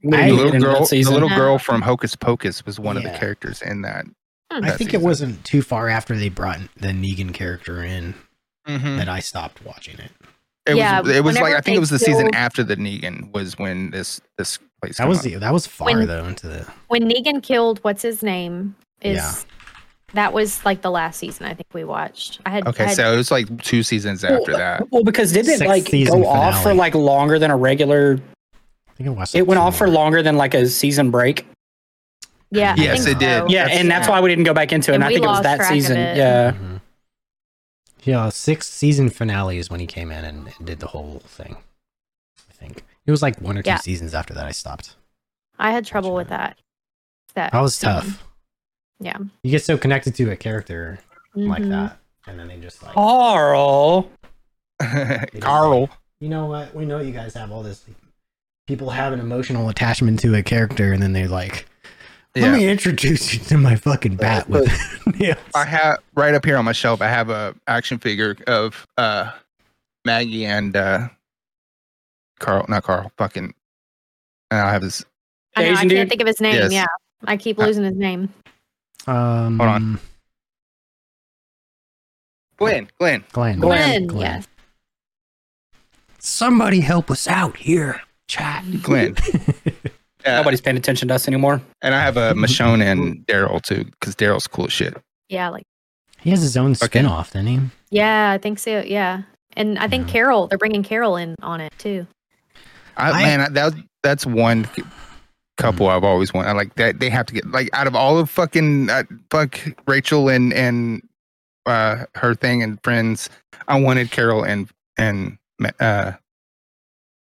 Speaker 2: We
Speaker 1: I-
Speaker 3: The
Speaker 2: didn't
Speaker 3: little
Speaker 2: get into that
Speaker 3: girl, the
Speaker 2: season.
Speaker 3: little
Speaker 4: Uh,
Speaker 3: girl from Hocus Pocus was one of the
Speaker 1: Yeah.
Speaker 3: characters in that.
Speaker 1: I
Speaker 3: that
Speaker 1: think it
Speaker 3: season.
Speaker 1: wasn't too far after they brought the Negan character in
Speaker 2: Mm.
Speaker 1: that I stopped watching it.
Speaker 3: It
Speaker 4: Yeah,
Speaker 3: was. It was like
Speaker 4: whenever
Speaker 3: I think it
Speaker 4: they
Speaker 3: was the season
Speaker 4: killed-
Speaker 3: after the Negan was when this this place.
Speaker 1: That
Speaker 3: came
Speaker 1: was
Speaker 3: out.
Speaker 1: the, that was far
Speaker 4: When-
Speaker 1: though into the
Speaker 4: when Negan killed what's his name is
Speaker 1: Yeah.
Speaker 4: that was like the last season I think we watched. I had I
Speaker 3: okay.
Speaker 4: had-
Speaker 3: So it was like two seasons after that.
Speaker 2: Well, because didn't it
Speaker 1: Sixth
Speaker 2: like go
Speaker 1: season
Speaker 2: off for
Speaker 1: finale.
Speaker 2: like longer than a regular?
Speaker 1: I think I watched
Speaker 2: It
Speaker 1: like
Speaker 2: went
Speaker 1: two
Speaker 2: off for
Speaker 1: more.
Speaker 2: longer than like a season break.
Speaker 4: yeah, I
Speaker 3: Yes,
Speaker 4: think
Speaker 3: it did.
Speaker 4: so.
Speaker 2: Yeah, and that's why we didn't go back into it. And,
Speaker 4: And
Speaker 2: I
Speaker 4: we
Speaker 2: think it was
Speaker 4: lost
Speaker 2: that
Speaker 4: track of
Speaker 2: season.
Speaker 4: it.
Speaker 2: Yeah,
Speaker 1: Mhm. Yeah, sixth season finale is when he came in and, and did the whole thing. I think it was like one or two
Speaker 4: Yeah.
Speaker 1: seasons after that I stopped.
Speaker 4: I had trouble with that. That
Speaker 1: That was
Speaker 4: season.
Speaker 1: tough.
Speaker 4: Uh, Yeah.
Speaker 1: you get so connected to a character like
Speaker 4: Mhm.
Speaker 1: that, and then they just like,
Speaker 2: Carl.
Speaker 3: Carl.
Speaker 1: you know what? We know you guys have all this. People have an emotional attachment to a character, and then they're like, "Let
Speaker 3: Yeah.
Speaker 1: me introduce you to my fucking bat with nails."
Speaker 3: I have right up here on my shelf. I have a action figure of uh Maggie and uh Carl, not Carl, fucking. And I have his
Speaker 4: I know. I
Speaker 2: Asian
Speaker 4: can't
Speaker 2: dude?
Speaker 4: think of his name.
Speaker 3: Yes.
Speaker 4: Yeah, I keep losing his name.
Speaker 1: Um,
Speaker 3: Hold on. Glenn, Glenn.
Speaker 1: Glenn.
Speaker 2: Glenn,
Speaker 4: Glenn. Yes.
Speaker 1: Somebody help us out here, chat.
Speaker 3: Glenn. Yeah.
Speaker 2: Nobody's paying attention to us anymore.
Speaker 3: And I have a Michonne and Daryl too, because Daryl's cool as shit.
Speaker 4: Yeah, like
Speaker 1: He has his own
Speaker 3: Okay.
Speaker 1: spin-off, doesn't he?
Speaker 4: yeah, I think so. Yeah, and I think
Speaker 1: Yeah.
Speaker 4: Carol. They're bringing Carol in on it too.
Speaker 3: I,
Speaker 1: I-
Speaker 3: man, I- that that's one c- couple I've always wanted. I Like that, they have to get like out of all of fucking uh, fuck Rachel and and uh, her thing and friends. I wanted Carol and and uh,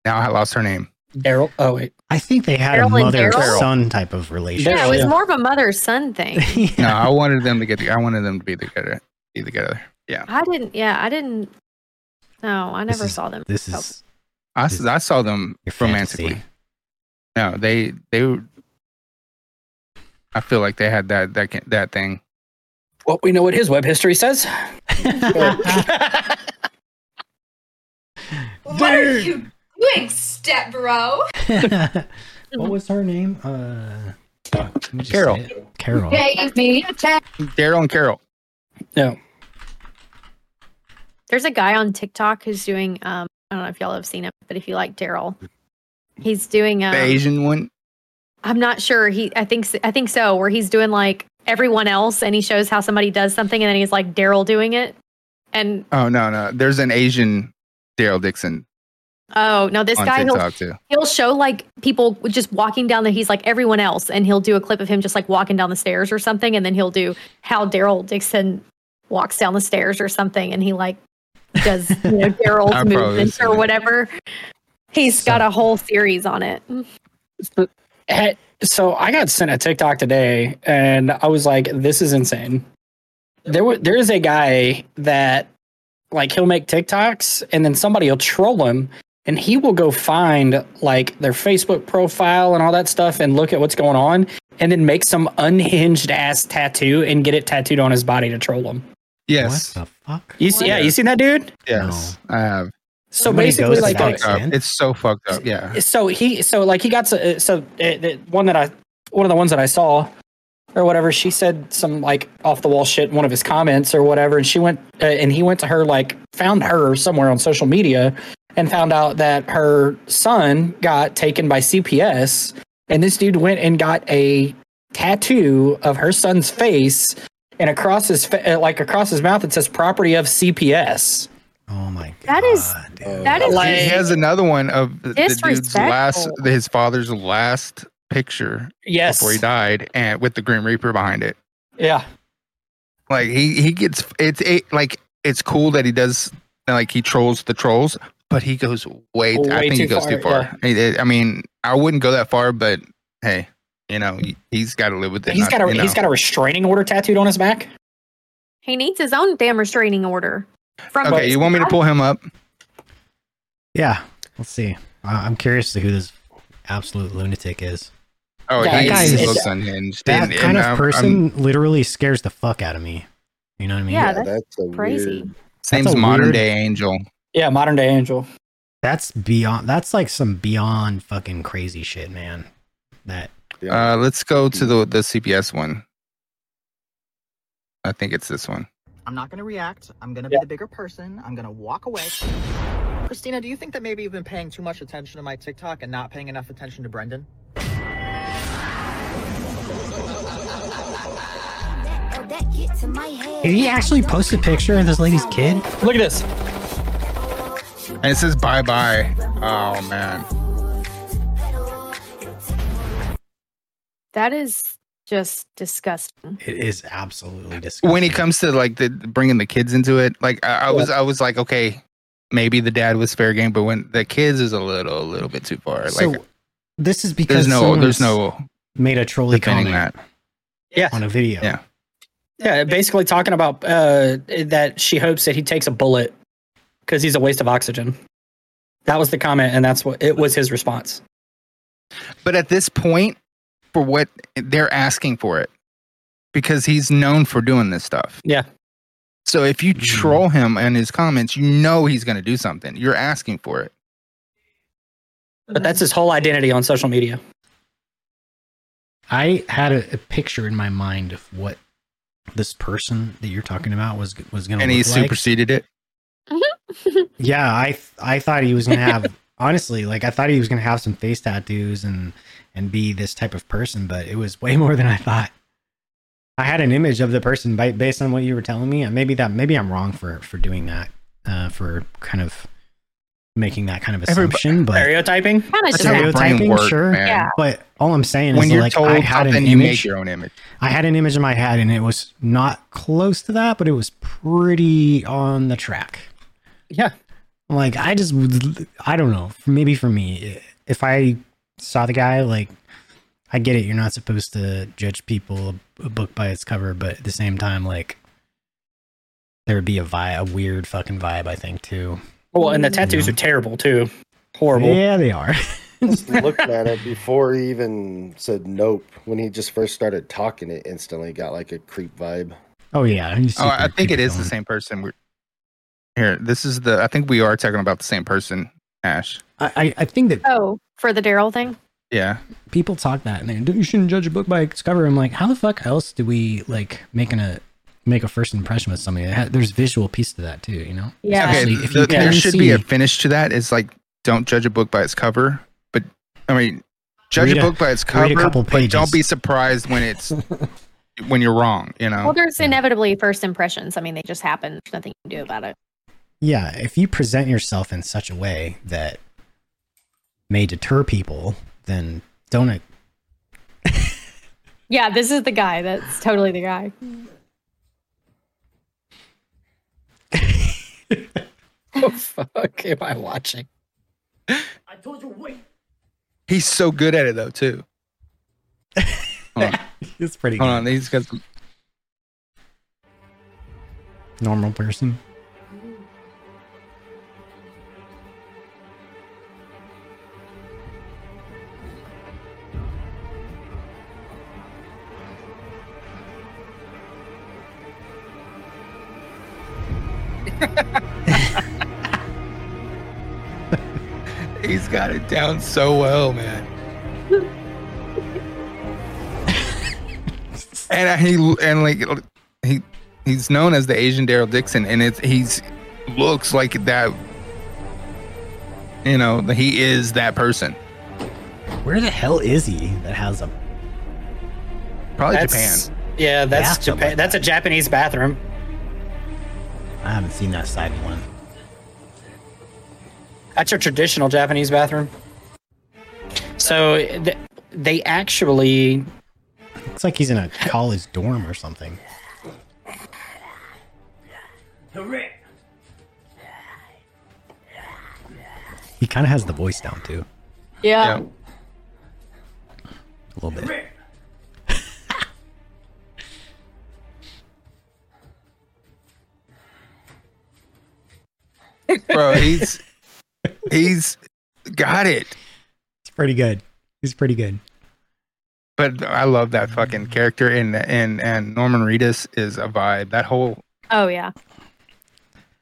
Speaker 3: now I lost her name.
Speaker 2: Daryl. Oh wait.
Speaker 1: I think they had
Speaker 4: Carol
Speaker 1: a
Speaker 4: and
Speaker 1: mother
Speaker 4: Daryl?
Speaker 1: son type of
Speaker 4: Yeah,
Speaker 1: relationship.
Speaker 4: it was
Speaker 2: yeah.
Speaker 4: more of a mother son thing.
Speaker 3: No, I wanted them to get. together. I wanted them to be together. Be together.
Speaker 4: I didn't. Yeah, I didn't. No, I
Speaker 1: This
Speaker 4: never
Speaker 1: is-
Speaker 4: saw them.
Speaker 1: This
Speaker 4: Oh,
Speaker 1: is
Speaker 3: I, s- I saw them
Speaker 1: your fantasy.
Speaker 3: romantically. No, they they. were- I feel like they had that that ca- that thing.
Speaker 2: Well, we know what his web history says.
Speaker 4: Oh.
Speaker 8: What are you doing, step bro?
Speaker 1: what was her name? Uh, let me just
Speaker 3: Carol.
Speaker 1: say it. Carol.
Speaker 8: Gave me a text.
Speaker 3: Daryl and Carol.
Speaker 4: There's a guy on TikTok who's doing. Um, I don't know if y'all have seen him, but if you like Daryl, he's doing. Um,
Speaker 3: The Asian one.
Speaker 4: I'm not sure. He, I think, s- I think so. Where he's doing like everyone else, and he shows how somebody does something, and then he's like Daryl doing it. And
Speaker 3: Oh no, no. There's an Asian Daryl Dixon
Speaker 4: oh no, this
Speaker 3: on
Speaker 4: guy he'll
Speaker 3: TikTok too.
Speaker 4: he'll show like people just walking down the. He's like everyone else, and he'll do a clip of him just like walking down the stairs or something, and then he'll do how Daryl Dixon walks down the stairs or something, and he like does you know
Speaker 3: I've
Speaker 4: Daryl's
Speaker 3: probably
Speaker 4: movements
Speaker 3: seen
Speaker 4: or
Speaker 3: it.
Speaker 4: whatever. He's got a whole series on it.
Speaker 2: Hey, so I got sent a TikTok today, and I was like, "This is insane." There, wa- there is a guy that, like, he'll make TikToks, and then somebody will troll him, and he will go find like their Facebook profile and all that stuff, and look at what's going on, and then make some unhinged ass tattoo and get it tattooed on his body to troll him.
Speaker 3: Yes.
Speaker 1: What the fuck?
Speaker 2: You see, yeah, you seen that dude?
Speaker 3: Yes. I have.
Speaker 2: So
Speaker 1: Somebody
Speaker 2: basically,
Speaker 1: goes
Speaker 2: like,
Speaker 1: to
Speaker 2: the-
Speaker 1: Thanks,
Speaker 3: Fucked up.
Speaker 1: man.
Speaker 3: It's so fucked up. Yeah.
Speaker 2: so he so like he got so, so uh, the one that I one of the ones that I saw or whatever she said some like off the wall shit in one of his comments or whatever and she went uh, and he went to her like found her somewhere on social media and found out that her son got taken by CPS and this dude went and got a tattoo of her son's face and across his fa- uh, like across his mouth it says property of CPS
Speaker 1: Oh my god.
Speaker 4: That is-
Speaker 1: dude.
Speaker 7: Uh,
Speaker 4: That is
Speaker 3: he has another one of the dude's
Speaker 4: Disrespectful.
Speaker 3: last his father's last picture
Speaker 2: yes
Speaker 3: before he died and with the Grim Reaper behind it.
Speaker 2: yeah
Speaker 3: Like he he gets it's it, like it's cool that he does like he trolls the trolls, but he goes way, I
Speaker 2: Way
Speaker 3: think he
Speaker 2: too
Speaker 3: goes too
Speaker 2: far,
Speaker 3: far. I- I I mean, I wouldn't go that far, but hey, you know, he- he's got to live with it.
Speaker 2: he's
Speaker 3: I-
Speaker 2: got a
Speaker 3: you know.
Speaker 2: he's got a restraining order tattooed on his back
Speaker 4: He needs his own damn restraining order. From
Speaker 3: Okay, you want me to pull him up?
Speaker 1: Yeah. Let's see. I- I'm curious to who this absolute lunatic is.
Speaker 3: Oh,
Speaker 2: Yeah,
Speaker 3: he
Speaker 1: that
Speaker 3: is-
Speaker 1: guy
Speaker 3: he
Speaker 1: is-
Speaker 3: looks unhinged.
Speaker 1: That
Speaker 3: and- um, and
Speaker 1: kind
Speaker 3: I'm-
Speaker 1: of
Speaker 3: I'm-
Speaker 1: person literally scares the fuck out of me. You know what I mean?
Speaker 4: Yeah,
Speaker 7: that's,
Speaker 4: that's
Speaker 7: a
Speaker 4: crazy.
Speaker 7: weird-
Speaker 3: his name's
Speaker 1: That's a
Speaker 3: modern
Speaker 1: weird-
Speaker 3: day angel.
Speaker 2: Yeah, modern day angel.
Speaker 1: That's beyond. That's like some beyond fucking crazy shit, man. That
Speaker 7: yeah.
Speaker 3: Uh, let's go to the the CPS one. I think it's this one.
Speaker 9: I'm not going to react. I'm going to
Speaker 2: Yeah.
Speaker 9: be the bigger person. I'm going to walk away. Christina, do you think that maybe you've been paying too much attention to my TikTok and not paying enough attention to Brendan?
Speaker 1: did he actually post a picture of this lady's kid?
Speaker 2: Look at this.
Speaker 3: And it says bye bye. Oh man,
Speaker 4: That is just disgusting.
Speaker 1: It is absolutely disgusting.
Speaker 3: when it comes to like the bringing the kids into it, like I, I was I was like, okay, maybe the dad was fair game, but when the kids is a little a little bit too far. Like
Speaker 1: so this is because
Speaker 3: there's no there's
Speaker 1: someone's
Speaker 3: no
Speaker 1: made a trolley
Speaker 3: defending
Speaker 1: comment
Speaker 3: that.
Speaker 1: on a video.
Speaker 3: Yeah.
Speaker 2: Yeah, basically talking about uh, that she hopes that he takes a bullet because he's a waste of oxygen. That was the comment, and that's what it was his response.
Speaker 3: But at this point, for what they're asking for it, because he's known for doing this stuff.
Speaker 2: Yeah.
Speaker 3: So if you
Speaker 1: Mm.
Speaker 3: troll him in his comments, you know he's going to do something. You're asking for it.
Speaker 2: But that's his whole identity on social media.
Speaker 1: I had a, a picture in my mind of what this person that you're talking about was was going to
Speaker 3: and he
Speaker 1: look like.
Speaker 3: superseded it.
Speaker 1: Yeah, I th- I thought he was gonna have honestly, like I thought he was gonna have some face tattoos and and be this type of person, but it was way more than I thought. I had an image of the person by, based on what you were telling me, and maybe that maybe I'm wrong for for doing that, uh, for kind of making that kind of
Speaker 3: Everybo-
Speaker 1: assumption. But
Speaker 2: Stereotyping?
Speaker 4: Kind of
Speaker 1: That's
Speaker 4: just
Speaker 1: how
Speaker 4: happened.
Speaker 1: it Stereotyping, sure.
Speaker 4: Yeah.
Speaker 1: but all I'm saying
Speaker 3: When
Speaker 1: is
Speaker 3: you're
Speaker 1: like
Speaker 3: told
Speaker 1: I had an
Speaker 3: something,
Speaker 1: image.
Speaker 3: you make your own image.
Speaker 1: I had an image in my head, and it was not close to that, but it was pretty on the track.
Speaker 2: Yeah.
Speaker 1: Like I just, I don't know. Maybe for me, if I saw the guy, like I get it. You're not supposed to judge people a book by its cover, but at the same time, like there would be a vibe, a weird fucking vibe. I think too.
Speaker 2: Well, and the tattoos
Speaker 1: Yeah.
Speaker 2: are terrible too. Horrible.
Speaker 1: Yeah, they are.
Speaker 7: Just looking at it before he even said nope, when he just first started talking, it instantly got like a creep vibe.
Speaker 1: Oh yeah. he's
Speaker 3: Oh, I
Speaker 1: super-
Speaker 3: think it
Speaker 1: super
Speaker 3: is the
Speaker 1: villain.
Speaker 3: same person. We're, here, this is the. I think we are talking about the same person, Ash.
Speaker 1: I, I- I think that
Speaker 4: Oh, for the Daryl thing.
Speaker 3: Yeah,
Speaker 1: people talk that and they, you shouldn't judge a book by its cover. I'm like, how the fuck else do we like make an, a make a first impression with somebody? It ha- There's visual piece to that too, you know.
Speaker 4: Yeah.
Speaker 3: Okay,
Speaker 1: Especially if
Speaker 3: th-
Speaker 1: you
Speaker 3: there
Speaker 1: can
Speaker 3: should be a
Speaker 1: see-
Speaker 3: finish to that. It's like don't judge a book by its cover, but I mean, judge
Speaker 1: Read
Speaker 3: a,
Speaker 1: a-
Speaker 3: book by its
Speaker 1: read a
Speaker 3: cover.
Speaker 1: couple
Speaker 3: But
Speaker 1: pages.
Speaker 3: don't be surprised when it's when you're wrong. You know,
Speaker 4: Well, there's inevitably first impressions. I mean, they just happen. There's nothing you can do about it.
Speaker 1: Yeah, if you present yourself in such a way that may deter people, then don't. I-
Speaker 4: Yeah, this is the guy. That's totally the guy.
Speaker 2: Oh, fuck am I watching?
Speaker 3: he's so good at it though too. hold, on,
Speaker 1: It's pretty
Speaker 3: hold
Speaker 1: good.
Speaker 3: on, he's got some.
Speaker 1: normal person.
Speaker 3: He's got it down so well, man. and I, he and like he he's known as the Asian Daryl Dixon, and it's he's looks like that. You know, he is that person.
Speaker 1: Where the hell is he? That has a
Speaker 3: Probably
Speaker 2: That's,
Speaker 3: Japan.
Speaker 2: Yeah, that's
Speaker 1: Yeah, something
Speaker 2: Japan.
Speaker 1: like
Speaker 2: that's a Japanese bathroom.
Speaker 1: I haven't seen that side one.
Speaker 2: That's your traditional Japanese bathroom. So th- they actually
Speaker 1: Looks like he's in a college dorm or something. He kind of has the voice down too,
Speaker 4: Yeah.
Speaker 3: Yeah.
Speaker 1: a little bit.
Speaker 3: Bro, he's he's got it.
Speaker 1: It's pretty good. He's pretty good.
Speaker 3: But I love that fucking character, and and and Norman Reedus is a vibe. That whole
Speaker 4: Oh yeah.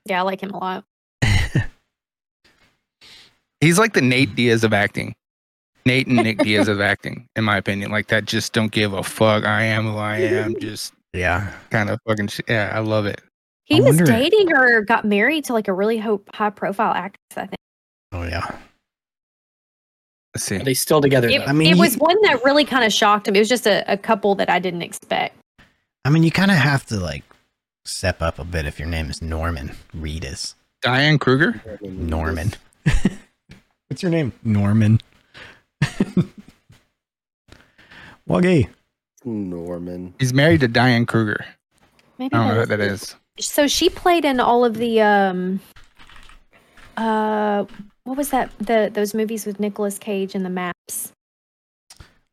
Speaker 4: Yeah, I like him a lot.
Speaker 3: He's like the Nate Diaz of acting. Nate and Nick Diaz of acting, in my opinion. Like that just don't give a fuck. I am who I am. Just
Speaker 1: Yeah.
Speaker 3: kind of fucking shit. Yeah, I love it.
Speaker 4: He
Speaker 1: I
Speaker 4: was
Speaker 1: wonder-
Speaker 4: dating or got married to like a really ho- high profile actress, I think.
Speaker 1: Oh yeah.
Speaker 3: Let's see.
Speaker 2: are they still together?
Speaker 4: It,
Speaker 2: though?
Speaker 1: I mean,
Speaker 4: it
Speaker 1: he-
Speaker 4: was one that really kind of shocked him. It was just a, a couple that I didn't expect.
Speaker 1: I mean, you kind of have to like step up a bit if your name is Norman Reedus.
Speaker 3: Diane Kruger?
Speaker 1: Norman. What's your name? Norman. Wuggy.
Speaker 7: Norman.
Speaker 3: He's married to Diane Kruger.
Speaker 4: Maybe
Speaker 3: I don't know
Speaker 4: that's-
Speaker 3: what that is.
Speaker 4: so she played in all of the um uh what was that the those movies with Nicolas Cage and the maps.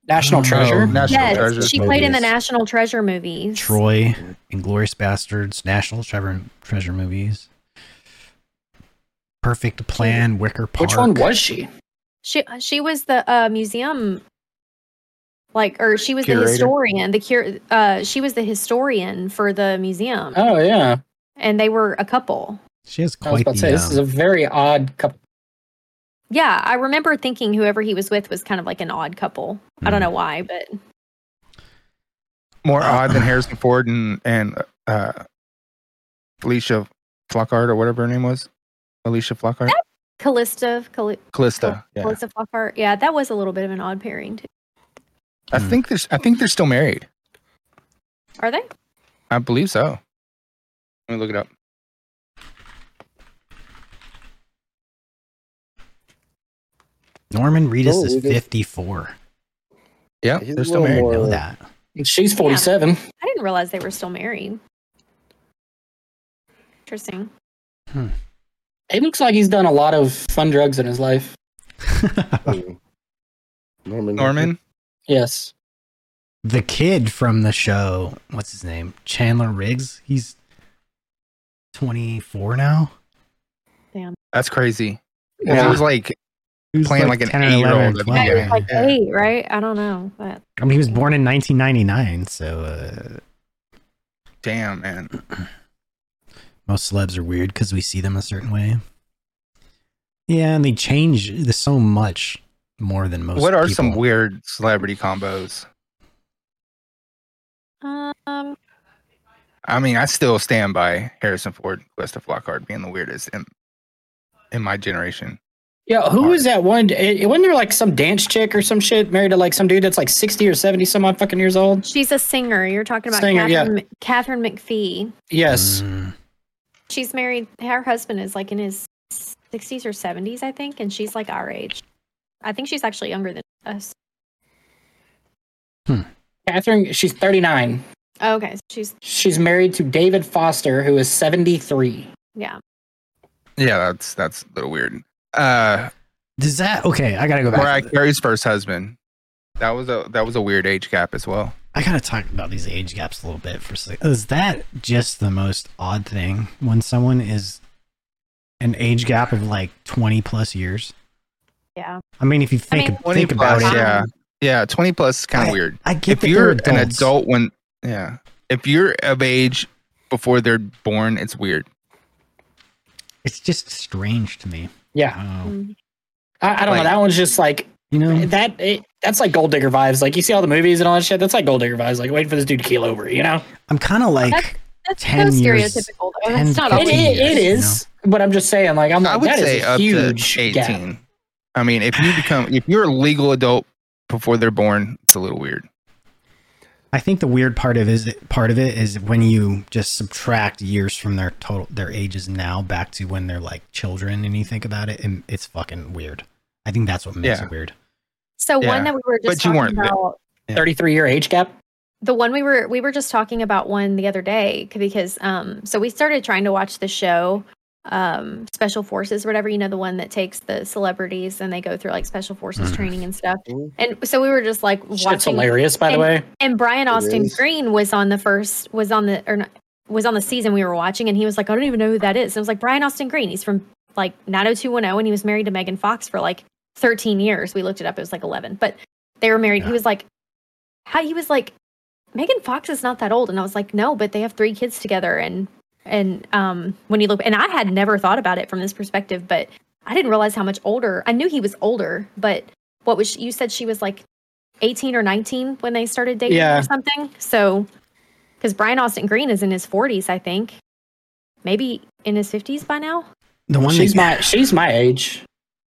Speaker 2: National
Speaker 1: Oh,
Speaker 2: Treasure.
Speaker 3: Oh, National
Speaker 4: yes,
Speaker 3: Treasure.
Speaker 4: she played in the
Speaker 1: movies.
Speaker 4: National Treasure movies.
Speaker 1: Troy, Inglorious Bastards, National Treasure, Treasure Movies, Perfect Plan, Wicker Park.
Speaker 2: Which one was she?
Speaker 4: She she was the uh, museum, like, or she was
Speaker 3: Curator.
Speaker 4: the historian. The cure. Uh, she was the historian for the museum,
Speaker 2: Oh yeah,
Speaker 4: and they were a couple.
Speaker 1: She has
Speaker 2: I
Speaker 1: quite
Speaker 2: was about
Speaker 1: the.
Speaker 2: to say this
Speaker 1: um,
Speaker 2: is a very odd couple.
Speaker 3: Hmm.
Speaker 4: Yeah, I remember thinking whoever he was with was kind of like an odd couple. I don't know why, but
Speaker 3: more odd than Harrison Ford and and uh, Alicia Flockhart or whatever her name was. Alicia Flockhart,
Speaker 4: Callista, Calli-
Speaker 3: Callista. Yeah.
Speaker 4: Callista Flockhart. Yeah, that was a little bit of an odd pairing too.
Speaker 3: I think there's. I think they're still married.
Speaker 4: Are they?
Speaker 3: I believe so. Let me look it up.
Speaker 1: Norman Reedus
Speaker 7: Oh,
Speaker 1: is
Speaker 7: we did-
Speaker 1: 54.
Speaker 3: Yeah,
Speaker 7: He's a
Speaker 3: they're still
Speaker 7: little
Speaker 3: married.
Speaker 1: I know
Speaker 7: Or-
Speaker 1: that.
Speaker 2: She's 47.
Speaker 4: I didn't realize they were still married. Interesting.
Speaker 2: He looks like he's done a lot of fun drugs in his life.
Speaker 7: Norman.
Speaker 3: Norman.
Speaker 2: Yes.
Speaker 1: the kid from the show, what's his name? Chandler Riggs. He's 24 now.
Speaker 3: That's crazy.
Speaker 2: Yeah.
Speaker 3: It was like
Speaker 1: He was
Speaker 3: playing like, an
Speaker 1: 10 or 11
Speaker 3: eight-year-old.
Speaker 1: or
Speaker 3: at the
Speaker 1: 12,
Speaker 4: I was
Speaker 3: beginning.
Speaker 4: like
Speaker 3: Yeah.
Speaker 4: eight, right? I don't know, but
Speaker 1: I mean, he was born in 1999, so uh,
Speaker 3: Damn, man.
Speaker 1: most celebs are weird because we see them a certain way. Yeah, and they change th- so much more than most.
Speaker 3: What are some
Speaker 1: people.
Speaker 3: weird celebrity combos?
Speaker 4: um,
Speaker 3: I mean, I still stand by Harrison Ford, Lester Flockhart being the weirdest in in my generation.
Speaker 2: Yeah, who was that one? It, it- wasn't there like some dance chick or some shit married to like some dude that's like 60 or 70 some odd fucking years old?
Speaker 4: she's a singer. You're talking about
Speaker 2: Singer, yeah.
Speaker 4: Catherine, Catherine McPhee.
Speaker 2: Yes.
Speaker 1: Mm,
Speaker 4: She's married. Her husband is like in his 60s or 70s, I think, and she's like our age. I think she's actually younger than us.
Speaker 2: Catherine, she's 39.
Speaker 4: Oh, okay, so she's
Speaker 2: She's married to David Foster, who is 73.
Speaker 4: yeah.
Speaker 3: Yeah, that's that's a little weird. Uh,
Speaker 1: Does that okay? I gotta go
Speaker 3: Mariah
Speaker 1: back.
Speaker 3: Carey's first husband. That was a that was a weird age gap as well.
Speaker 1: I gotta talk about these age gaps a little bit for a second. Is that just the most odd thing when someone is an age gap of like 20 plus years?
Speaker 4: Yeah.
Speaker 1: I mean, if you think,
Speaker 4: mean,
Speaker 1: think about
Speaker 4: plus,
Speaker 1: it,
Speaker 3: yeah, yeah, twenty plus is kind of weird.
Speaker 1: I get
Speaker 3: If
Speaker 1: that
Speaker 3: you're
Speaker 1: they're
Speaker 3: an
Speaker 1: adults.
Speaker 3: adult when yeah, if you're of age before they're born, it's weird.
Speaker 1: it's just strange to me.
Speaker 2: Yeah.
Speaker 1: Oh,
Speaker 4: Mm.
Speaker 2: I, I don't know.
Speaker 3: Like-
Speaker 2: That one's just like,
Speaker 1: you know,
Speaker 2: that. It, that's like gold digger vibes. Like, you see all the movies and all that shit. That's like gold digger vibes. Like, waiting for this dude to keel over, you know?
Speaker 1: I'm kind of like,
Speaker 4: That's
Speaker 1: 10
Speaker 4: so
Speaker 1: years-
Speaker 4: stereotypical. though.
Speaker 1: 10
Speaker 4: That's not
Speaker 1: to
Speaker 4: all.
Speaker 2: It
Speaker 1: years,
Speaker 2: is. It
Speaker 1: you
Speaker 2: is. But I'm just saying, like, I'm
Speaker 3: I
Speaker 2: like,
Speaker 3: would
Speaker 2: Oh that is
Speaker 3: say
Speaker 2: a
Speaker 3: up
Speaker 2: huge
Speaker 3: to
Speaker 2: gap.
Speaker 3: eighteen. I mean, if you become if you're a legal adult before they're born, it's a little weird.
Speaker 1: I think the weird part of is part of it is when you just subtract years from their total their ages now back to when they're like children, and you think about it, and it's fucking weird. I think that's what makes
Speaker 3: Yeah.
Speaker 1: it weird.
Speaker 4: So
Speaker 3: Yeah.
Speaker 4: one that we were just
Speaker 3: But you
Speaker 4: talking
Speaker 3: weren't there.
Speaker 4: about
Speaker 2: 33 year age gap.
Speaker 4: the one we were we were just talking about one the other day c- because um so we started trying to watch the show um special forces whatever you know the one that takes the celebrities and they go through like special forces
Speaker 3: Mm-hmm.
Speaker 1: Mhm.
Speaker 4: training and stuff
Speaker 7: Mhm.
Speaker 4: and so we were just like
Speaker 2: Shit's
Speaker 4: watching
Speaker 2: hilarious, by the
Speaker 4: and-
Speaker 2: way.
Speaker 4: and Brian Austin
Speaker 7: is.
Speaker 4: Green was on the first was on the or not, was on the season we were watching, and he was like, I don't even know who that is. And I was like, Brian Austin Green. He's from like 90210, and he was married to Megan Fox for like 13 years. We looked it up; it was like 11, but they were married.
Speaker 1: Yeah.
Speaker 4: He was like, how he was like, Megan Fox is not that old, and I was like, no, but they have three kids together, and and um when you look, and I had never thought about it from this perspective, but I didn't realize how much older. I knew he was older, but what was she, you said she was like 18 or 19 when they started dating
Speaker 2: Yeah.
Speaker 4: or something. So, because Brian Austin Green is in his 40s, I think, maybe in his 50s by now.
Speaker 1: The one
Speaker 2: She's
Speaker 1: that,
Speaker 2: my she's my age.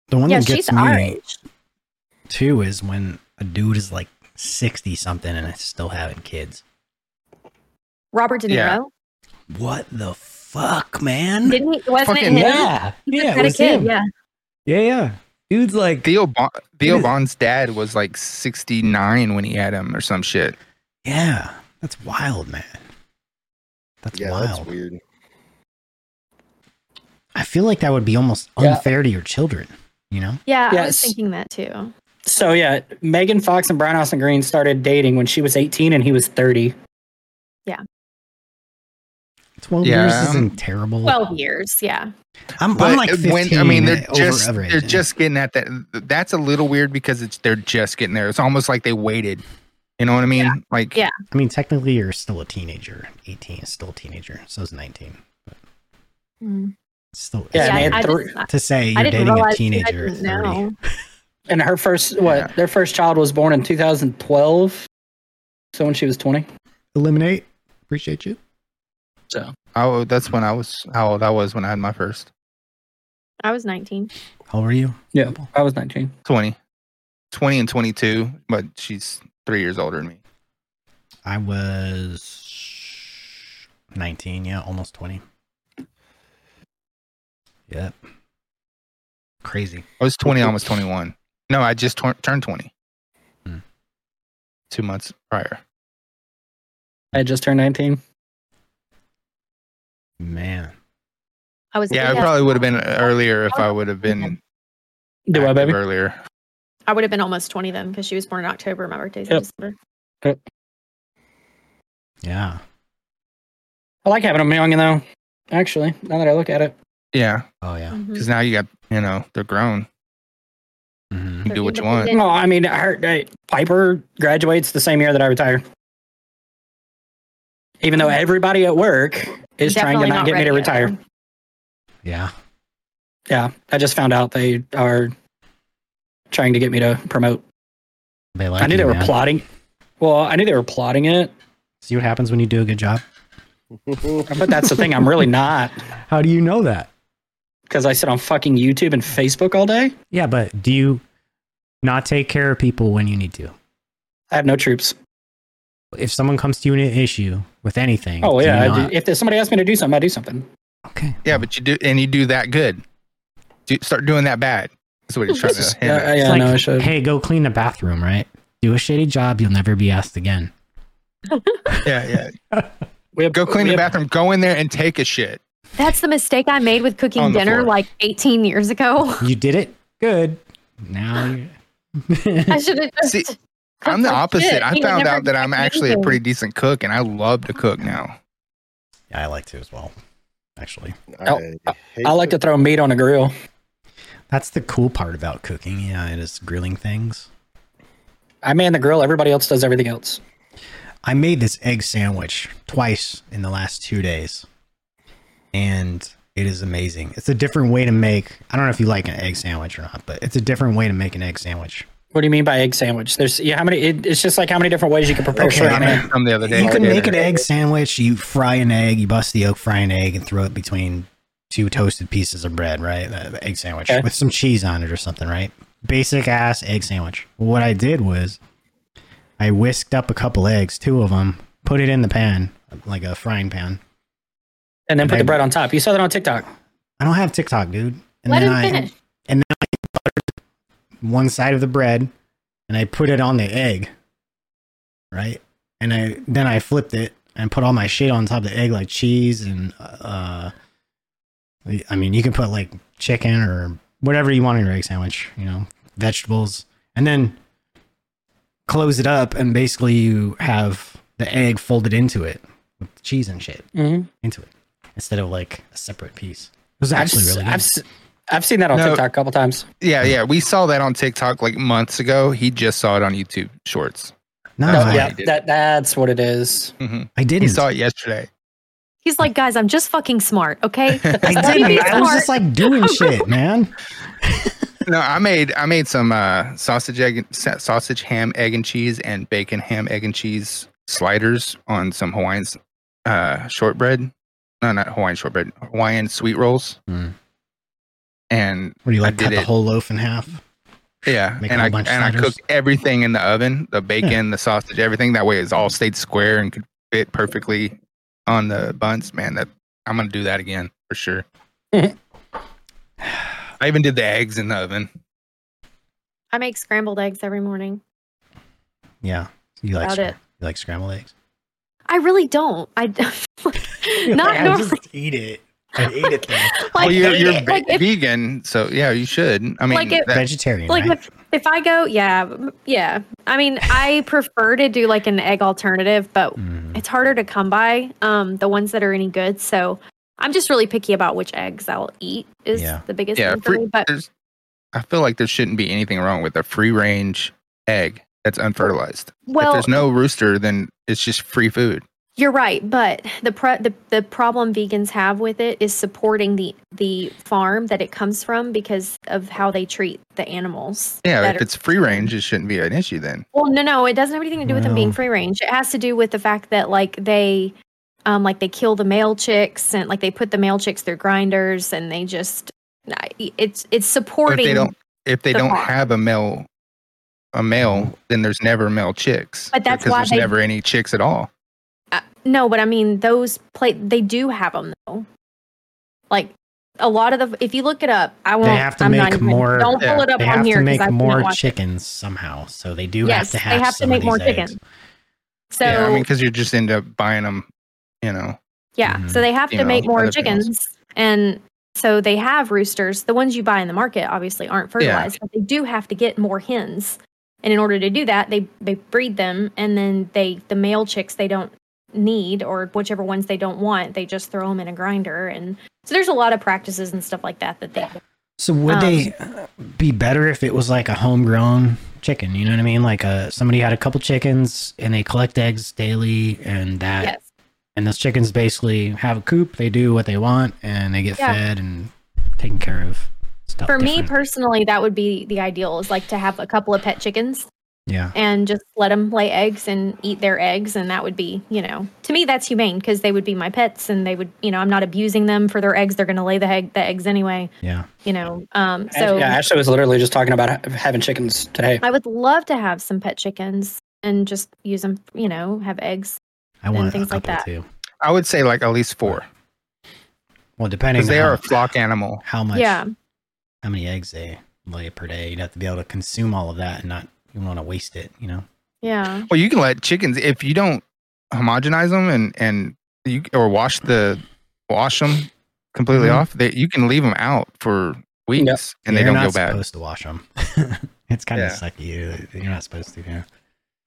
Speaker 1: the one
Speaker 4: yeah,
Speaker 1: that gets
Speaker 4: she's
Speaker 1: me
Speaker 4: our age.
Speaker 1: too is when a dude is like 60 something and is still having kids.
Speaker 4: Robert De Niro
Speaker 3: Yeah.
Speaker 1: What the fuck, man?
Speaker 4: didn't he? Wasn't
Speaker 3: Fucking
Speaker 4: it him?
Speaker 1: yeah,
Speaker 4: He just
Speaker 1: yeah,
Speaker 4: had
Speaker 1: it
Speaker 4: a
Speaker 1: was
Speaker 4: kid.
Speaker 1: him.
Speaker 4: Yeah,
Speaker 1: Yeah, yeah. Dude's like,
Speaker 3: Theo bon- Theo
Speaker 1: is-
Speaker 3: Bond's dad was like sixty nine when he had him or some shit.
Speaker 1: yeah, that's wild, man. That's
Speaker 7: Yeah,
Speaker 1: wild.
Speaker 7: that's weird.
Speaker 1: I feel like that would be almost
Speaker 2: Yeah.
Speaker 1: unfair to your children, you know?
Speaker 4: yeah. I was
Speaker 2: Yes.
Speaker 4: thinking that too.
Speaker 2: So yeah, Megan Fox and Brian Austin Green started dating when she was 18 and he was 30.
Speaker 1: 12
Speaker 3: Yeah,
Speaker 1: years
Speaker 3: I'm-
Speaker 1: isn't terrible.
Speaker 4: 12 years. Yeah.
Speaker 1: I'm,
Speaker 3: But
Speaker 1: I'm like 15
Speaker 3: when I mean they're
Speaker 1: over
Speaker 3: just
Speaker 1: average,
Speaker 3: they're
Speaker 1: yeah.
Speaker 3: just getting at that. That's a little weird because it's they're just getting there. It's almost like they waited. You know what I mean? Like
Speaker 4: Yeah.
Speaker 1: I mean, technically, you're still a teenager. 18 is still a teenager. So is 19.
Speaker 4: Mm.
Speaker 1: It's still,
Speaker 2: Yeah,
Speaker 1: it's
Speaker 2: and they
Speaker 1: weird
Speaker 2: had
Speaker 4: I,
Speaker 2: three-
Speaker 4: just, I,
Speaker 1: to say
Speaker 4: I
Speaker 1: you're
Speaker 4: didn't
Speaker 1: dating a
Speaker 4: realize. I
Speaker 1: teenager at
Speaker 4: didn't
Speaker 1: 30.
Speaker 4: know.
Speaker 2: And her first what
Speaker 3: Yeah.
Speaker 2: their first child was born in 2012. So when she was 20.
Speaker 1: Eliminate. Appreciate you.
Speaker 10: So
Speaker 3: I, wa- that's when I was how old I was when I had my first
Speaker 4: I was 19.
Speaker 1: How old are you?
Speaker 2: Yeah, I was 19.
Speaker 3: 20, 20 and 22, but she's three years older than me.
Speaker 1: I was 19, yeah, almost 20. Yep. Crazy.
Speaker 3: I was 20, almost 21. No, I just tor- turned 20
Speaker 1: Hmm.
Speaker 3: two months prior.
Speaker 2: I just turned 19.
Speaker 1: Man.
Speaker 4: I was
Speaker 3: Yeah, it probably would have been earlier if I
Speaker 4: Oh.
Speaker 3: would have been
Speaker 2: Do I,
Speaker 3: active
Speaker 2: baby?
Speaker 3: earlier.
Speaker 4: I would have been almost 20 then because she was born in October. My birthday's in
Speaker 2: Yep.
Speaker 4: December.
Speaker 1: Yeah.
Speaker 2: I like having them young, you know. Actually, now that I look at it,
Speaker 3: Yeah,
Speaker 1: Oh, yeah.
Speaker 4: Mhm.
Speaker 3: because now you got you know they're grown.
Speaker 1: hmm
Speaker 3: You can do what you want.
Speaker 2: no, I mean, her, uh, Piper graduates the same year that I retire. Even though everybody at work is trying
Speaker 4: Definitely
Speaker 2: to not, get me
Speaker 4: ready
Speaker 2: to
Speaker 4: yet,
Speaker 2: retire.
Speaker 4: though.
Speaker 1: Yeah.
Speaker 2: Yeah, I just found out they are trying to get me to promote.
Speaker 1: They like
Speaker 2: I knew
Speaker 1: you,
Speaker 2: they were
Speaker 1: man.
Speaker 2: plotting. Well, I knew they were plotting it,
Speaker 1: See what happens when you do a good job?
Speaker 2: but that's the thing. I'm really not
Speaker 1: How do you know that?
Speaker 2: because I sit on fucking YouTube and Facebook all day.
Speaker 1: Yeah, but do you not take care of people when you need to?
Speaker 2: I have no troops.
Speaker 1: If someone comes to you in an issue with anything,
Speaker 2: Oh
Speaker 1: do
Speaker 2: yeah,
Speaker 1: you
Speaker 2: I
Speaker 1: not-
Speaker 2: do, if there's somebody asks me to do something, I do something.
Speaker 1: okay,
Speaker 3: Yeah, but you do and you do that good. Do, start doing that bad. That's what he's trying to hint at.
Speaker 2: Yeah, yeah,
Speaker 1: It's like,
Speaker 2: no, I should.
Speaker 1: hey, go clean the bathroom, right? Do a shitty job, you'll never be asked again.
Speaker 3: yeah, yeah.
Speaker 2: We have,
Speaker 3: Go clean
Speaker 2: we
Speaker 3: the
Speaker 2: have-
Speaker 3: bathroom. Go in there and take a shit.
Speaker 4: That's the mistake I made with cooking
Speaker 3: On the
Speaker 4: dinner
Speaker 3: floor.
Speaker 4: like 18 years ago.
Speaker 1: You did it good. Now you're.
Speaker 4: I should have just.
Speaker 3: See,
Speaker 4: cooked
Speaker 3: I'm the
Speaker 4: like
Speaker 3: opposite.
Speaker 4: shit.
Speaker 3: I
Speaker 4: You
Speaker 3: found
Speaker 4: never
Speaker 3: out that I'm
Speaker 4: cooked
Speaker 3: actually a
Speaker 4: anything.
Speaker 3: pretty decent cook, and I love to cook now.
Speaker 1: Yeah, I like to as well. Actually,
Speaker 7: I, hate
Speaker 2: I like to throw meat on a grill.
Speaker 1: that's the cool part about cooking. Yeah, it is grilling things.
Speaker 2: I man the grill. Everybody else does everything else.
Speaker 1: I made this egg sandwich twice in the last two days, and it is amazing. It's a different way to make. I don't know if you like an egg sandwich or not, but it's a different way to make an egg sandwich.
Speaker 2: What do you mean by egg sandwich? There's yeah, how many? It, it's just like how many different ways you can prepare
Speaker 1: Okay,
Speaker 2: shrimp.
Speaker 1: I
Speaker 2: on
Speaker 1: mean,
Speaker 2: it.
Speaker 3: From the other day,
Speaker 1: You can
Speaker 3: I did
Speaker 1: make
Speaker 3: it.
Speaker 1: an egg sandwich. You fry an egg. You bust the yolk, fry an egg, and throw it between two toasted pieces of bread. Right, the, the egg sandwich
Speaker 2: Okay.
Speaker 1: with some cheese on it or something. Right, basic ass egg sandwich. What I did was, I whisked up a couple eggs, two of them, put it in the pan like a frying pan.
Speaker 2: and then put the
Speaker 1: Maybe.
Speaker 2: bread on top. You saw that on TikTok.
Speaker 1: I don't have TikTok, dude. And
Speaker 4: Let him
Speaker 1: I,
Speaker 4: finish.
Speaker 1: And then I buttered one side of the bread, and I put it on the egg, right? And I then I flipped it and put all my shit on top of the egg, like cheese and uh, I mean, you can put like chicken or whatever you want in your egg sandwich, you know, vegetables, and then close it up, and basically you have the egg folded into it with cheese and shit
Speaker 2: Mm-hmm.
Speaker 1: into it instead of like a separate piece. It was actually
Speaker 2: I've,
Speaker 1: really good.
Speaker 2: I've,
Speaker 1: Oh
Speaker 2: s- I've seen that on
Speaker 3: No.
Speaker 2: TikTok a couple times.
Speaker 3: Yeah, yeah. We saw that on TikTok like months ago. He just saw it on YouTube Shorts.
Speaker 1: No,
Speaker 2: No,
Speaker 1: I,
Speaker 2: yeah,
Speaker 3: did.
Speaker 2: that that's what it is.
Speaker 3: hmm
Speaker 1: I
Speaker 3: He
Speaker 1: didn't.
Speaker 3: saw it yesterday.
Speaker 4: He's like, guys, I'm just fucking smart, okay?
Speaker 1: I
Speaker 4: Stop being
Speaker 1: didn't. I was
Speaker 4: smart.
Speaker 1: just like doing shit, man.
Speaker 3: No, I made I made some uh, sausage egg and- sa- sausage ham egg and cheese and bacon ham egg and cheese sliders on some Hawaiian s- uh, shortbread. No, not Hawaiian shortbread. Hawaiian sweet rolls.
Speaker 1: Mm.
Speaker 3: And
Speaker 1: Where you
Speaker 3: I
Speaker 1: like
Speaker 3: did
Speaker 1: cut the
Speaker 3: it.
Speaker 1: whole loaf in half.
Speaker 3: yeah,
Speaker 1: Make a
Speaker 3: and
Speaker 1: whole
Speaker 3: I
Speaker 1: bunch
Speaker 3: and
Speaker 1: of
Speaker 3: I
Speaker 1: sliders.
Speaker 3: cooked everything in the oven, the bacon, the sausage, everything. That way, it's all stayed square and could fit perfectly on the buns. Man, that I'm gonna do that again for sure. I even did the eggs in the oven.
Speaker 4: I make scrambled eggs every morning.
Speaker 1: Yeah, you like
Speaker 4: About
Speaker 1: scram-
Speaker 4: it.
Speaker 1: you like scrambled eggs.
Speaker 4: I really don't. I not
Speaker 1: I
Speaker 4: normally.
Speaker 1: just eat it. I ate it. Though.
Speaker 4: Like,
Speaker 3: well, Oh, you're,
Speaker 4: it-
Speaker 3: you're
Speaker 4: it-
Speaker 3: ve-
Speaker 4: like, if,
Speaker 3: vegan, so yeah, you should. I mean,
Speaker 4: Like it-
Speaker 3: that-
Speaker 1: Vegetarian,
Speaker 4: like
Speaker 1: right?
Speaker 4: if, if I go, yeah, m- yeah. I mean, I prefer to do like an egg alternative, but
Speaker 1: Mm.
Speaker 4: it's harder to come by. Um, the ones that are any good. So I'm just really picky about which eggs I'll eat. Is
Speaker 1: Yeah.
Speaker 4: the biggest
Speaker 3: yeah,
Speaker 4: thing for
Speaker 3: free-
Speaker 4: me. But
Speaker 3: there's- I feel like there shouldn't be anything wrong with a free range egg that's unfertilized. if
Speaker 4: well,
Speaker 3: there's no rooster, then it's just free food.
Speaker 4: You're right, but the pro- the the problem vegans have with it is supporting the the farm that it comes from because of how they treat the animals.
Speaker 3: Yeah,
Speaker 4: that
Speaker 3: if
Speaker 4: are-
Speaker 3: it's free range, it shouldn't be an issue then.
Speaker 4: well, no, no, it doesn't have anything to do with them being
Speaker 1: Well.
Speaker 4: free range. It has to do with the fact that like they, um, like they kill the male chicks and like they put the male chicks through grinders and they just I- it's it's
Speaker 3: If
Speaker 4: supporting.
Speaker 3: they don't, if they
Speaker 4: the
Speaker 3: don't
Speaker 4: farm.
Speaker 3: have a male, a male, then there's never male chicks.
Speaker 4: But that's
Speaker 3: because
Speaker 4: why
Speaker 3: there's
Speaker 4: they-
Speaker 3: never any chicks at all.
Speaker 4: Uh, no, but I mean those play. They do have them though. Like a lot of the, if you look it up, I won't.
Speaker 1: have to
Speaker 4: I'm
Speaker 1: make
Speaker 4: not even,
Speaker 1: more-
Speaker 4: Don't
Speaker 3: Yeah.
Speaker 4: pull it up
Speaker 1: They
Speaker 4: on
Speaker 1: have
Speaker 4: here
Speaker 1: to
Speaker 4: 'cause
Speaker 1: make
Speaker 4: I
Speaker 1: more
Speaker 4: can't watch it.
Speaker 1: chickens somehow, so they do
Speaker 4: Yes,
Speaker 1: have to
Speaker 4: they
Speaker 1: have.
Speaker 4: have to
Speaker 1: some
Speaker 4: make
Speaker 1: of
Speaker 4: more
Speaker 1: these eggs.
Speaker 4: chickens. So
Speaker 3: yeah, I mean, because you just end up buying them, you know.
Speaker 4: Yeah, so they have to
Speaker 3: Females,
Speaker 4: make more
Speaker 3: other females.
Speaker 4: chickens, and so they have roosters. The ones you buy in the market obviously aren't fertilized, but they do have to get more hens. And in order to do that, they they breed them, and then they the male chicks they don't need or whichever ones they don't want, they just throw them in a grinder. And so there's a lot of practices and stuff like that that they.
Speaker 1: So would
Speaker 4: Um,
Speaker 1: they uh, be better if it was like a homegrown chicken? You know what I mean? Like uh somebody had a couple chickens and they collect eggs daily, and that
Speaker 4: Yes.
Speaker 1: and those chickens basically have a coop. They do what they want, and they get
Speaker 4: Yeah.
Speaker 1: fed and taken care of. Stuff
Speaker 4: For me
Speaker 1: different.
Speaker 4: personally, that would be the ideal is like to have a couple of pet chickens
Speaker 1: yeah,
Speaker 4: and just let them lay eggs and eat their eggs and that would be you know to me that's humane because they would be my pets and they would you know i'm not abusing them for their eggs they're going to lay the, egg, the eggs anyway
Speaker 1: yeah.
Speaker 4: you know um
Speaker 2: Ash-
Speaker 4: so
Speaker 2: yeah, Ashley was literally just talking about ha- having chickens today.
Speaker 4: i would love to have some pet chickens and just use them you know have eggs
Speaker 1: I want a
Speaker 4: things like
Speaker 1: couple
Speaker 4: that.
Speaker 1: too.
Speaker 3: I would say like at least four
Speaker 1: Well, depending
Speaker 3: because they
Speaker 1: on
Speaker 3: are a flock animal.
Speaker 1: how much,
Speaker 4: yeah
Speaker 1: how many eggs they lay per day, you'd have to be able to consume all of that and not you want to waste it. You know,
Speaker 4: yeah
Speaker 3: Well, you can let chickens if you don't homogenize them and and you or wash the wash them completely
Speaker 1: Mhm.
Speaker 3: off. They, you can leave them out for weeks and they
Speaker 1: You're
Speaker 3: don't
Speaker 1: not
Speaker 3: go bad.
Speaker 1: Supposed to wash them. it's kind of
Speaker 3: Yeah.
Speaker 1: sucky. You- You're not supposed to. Yeah.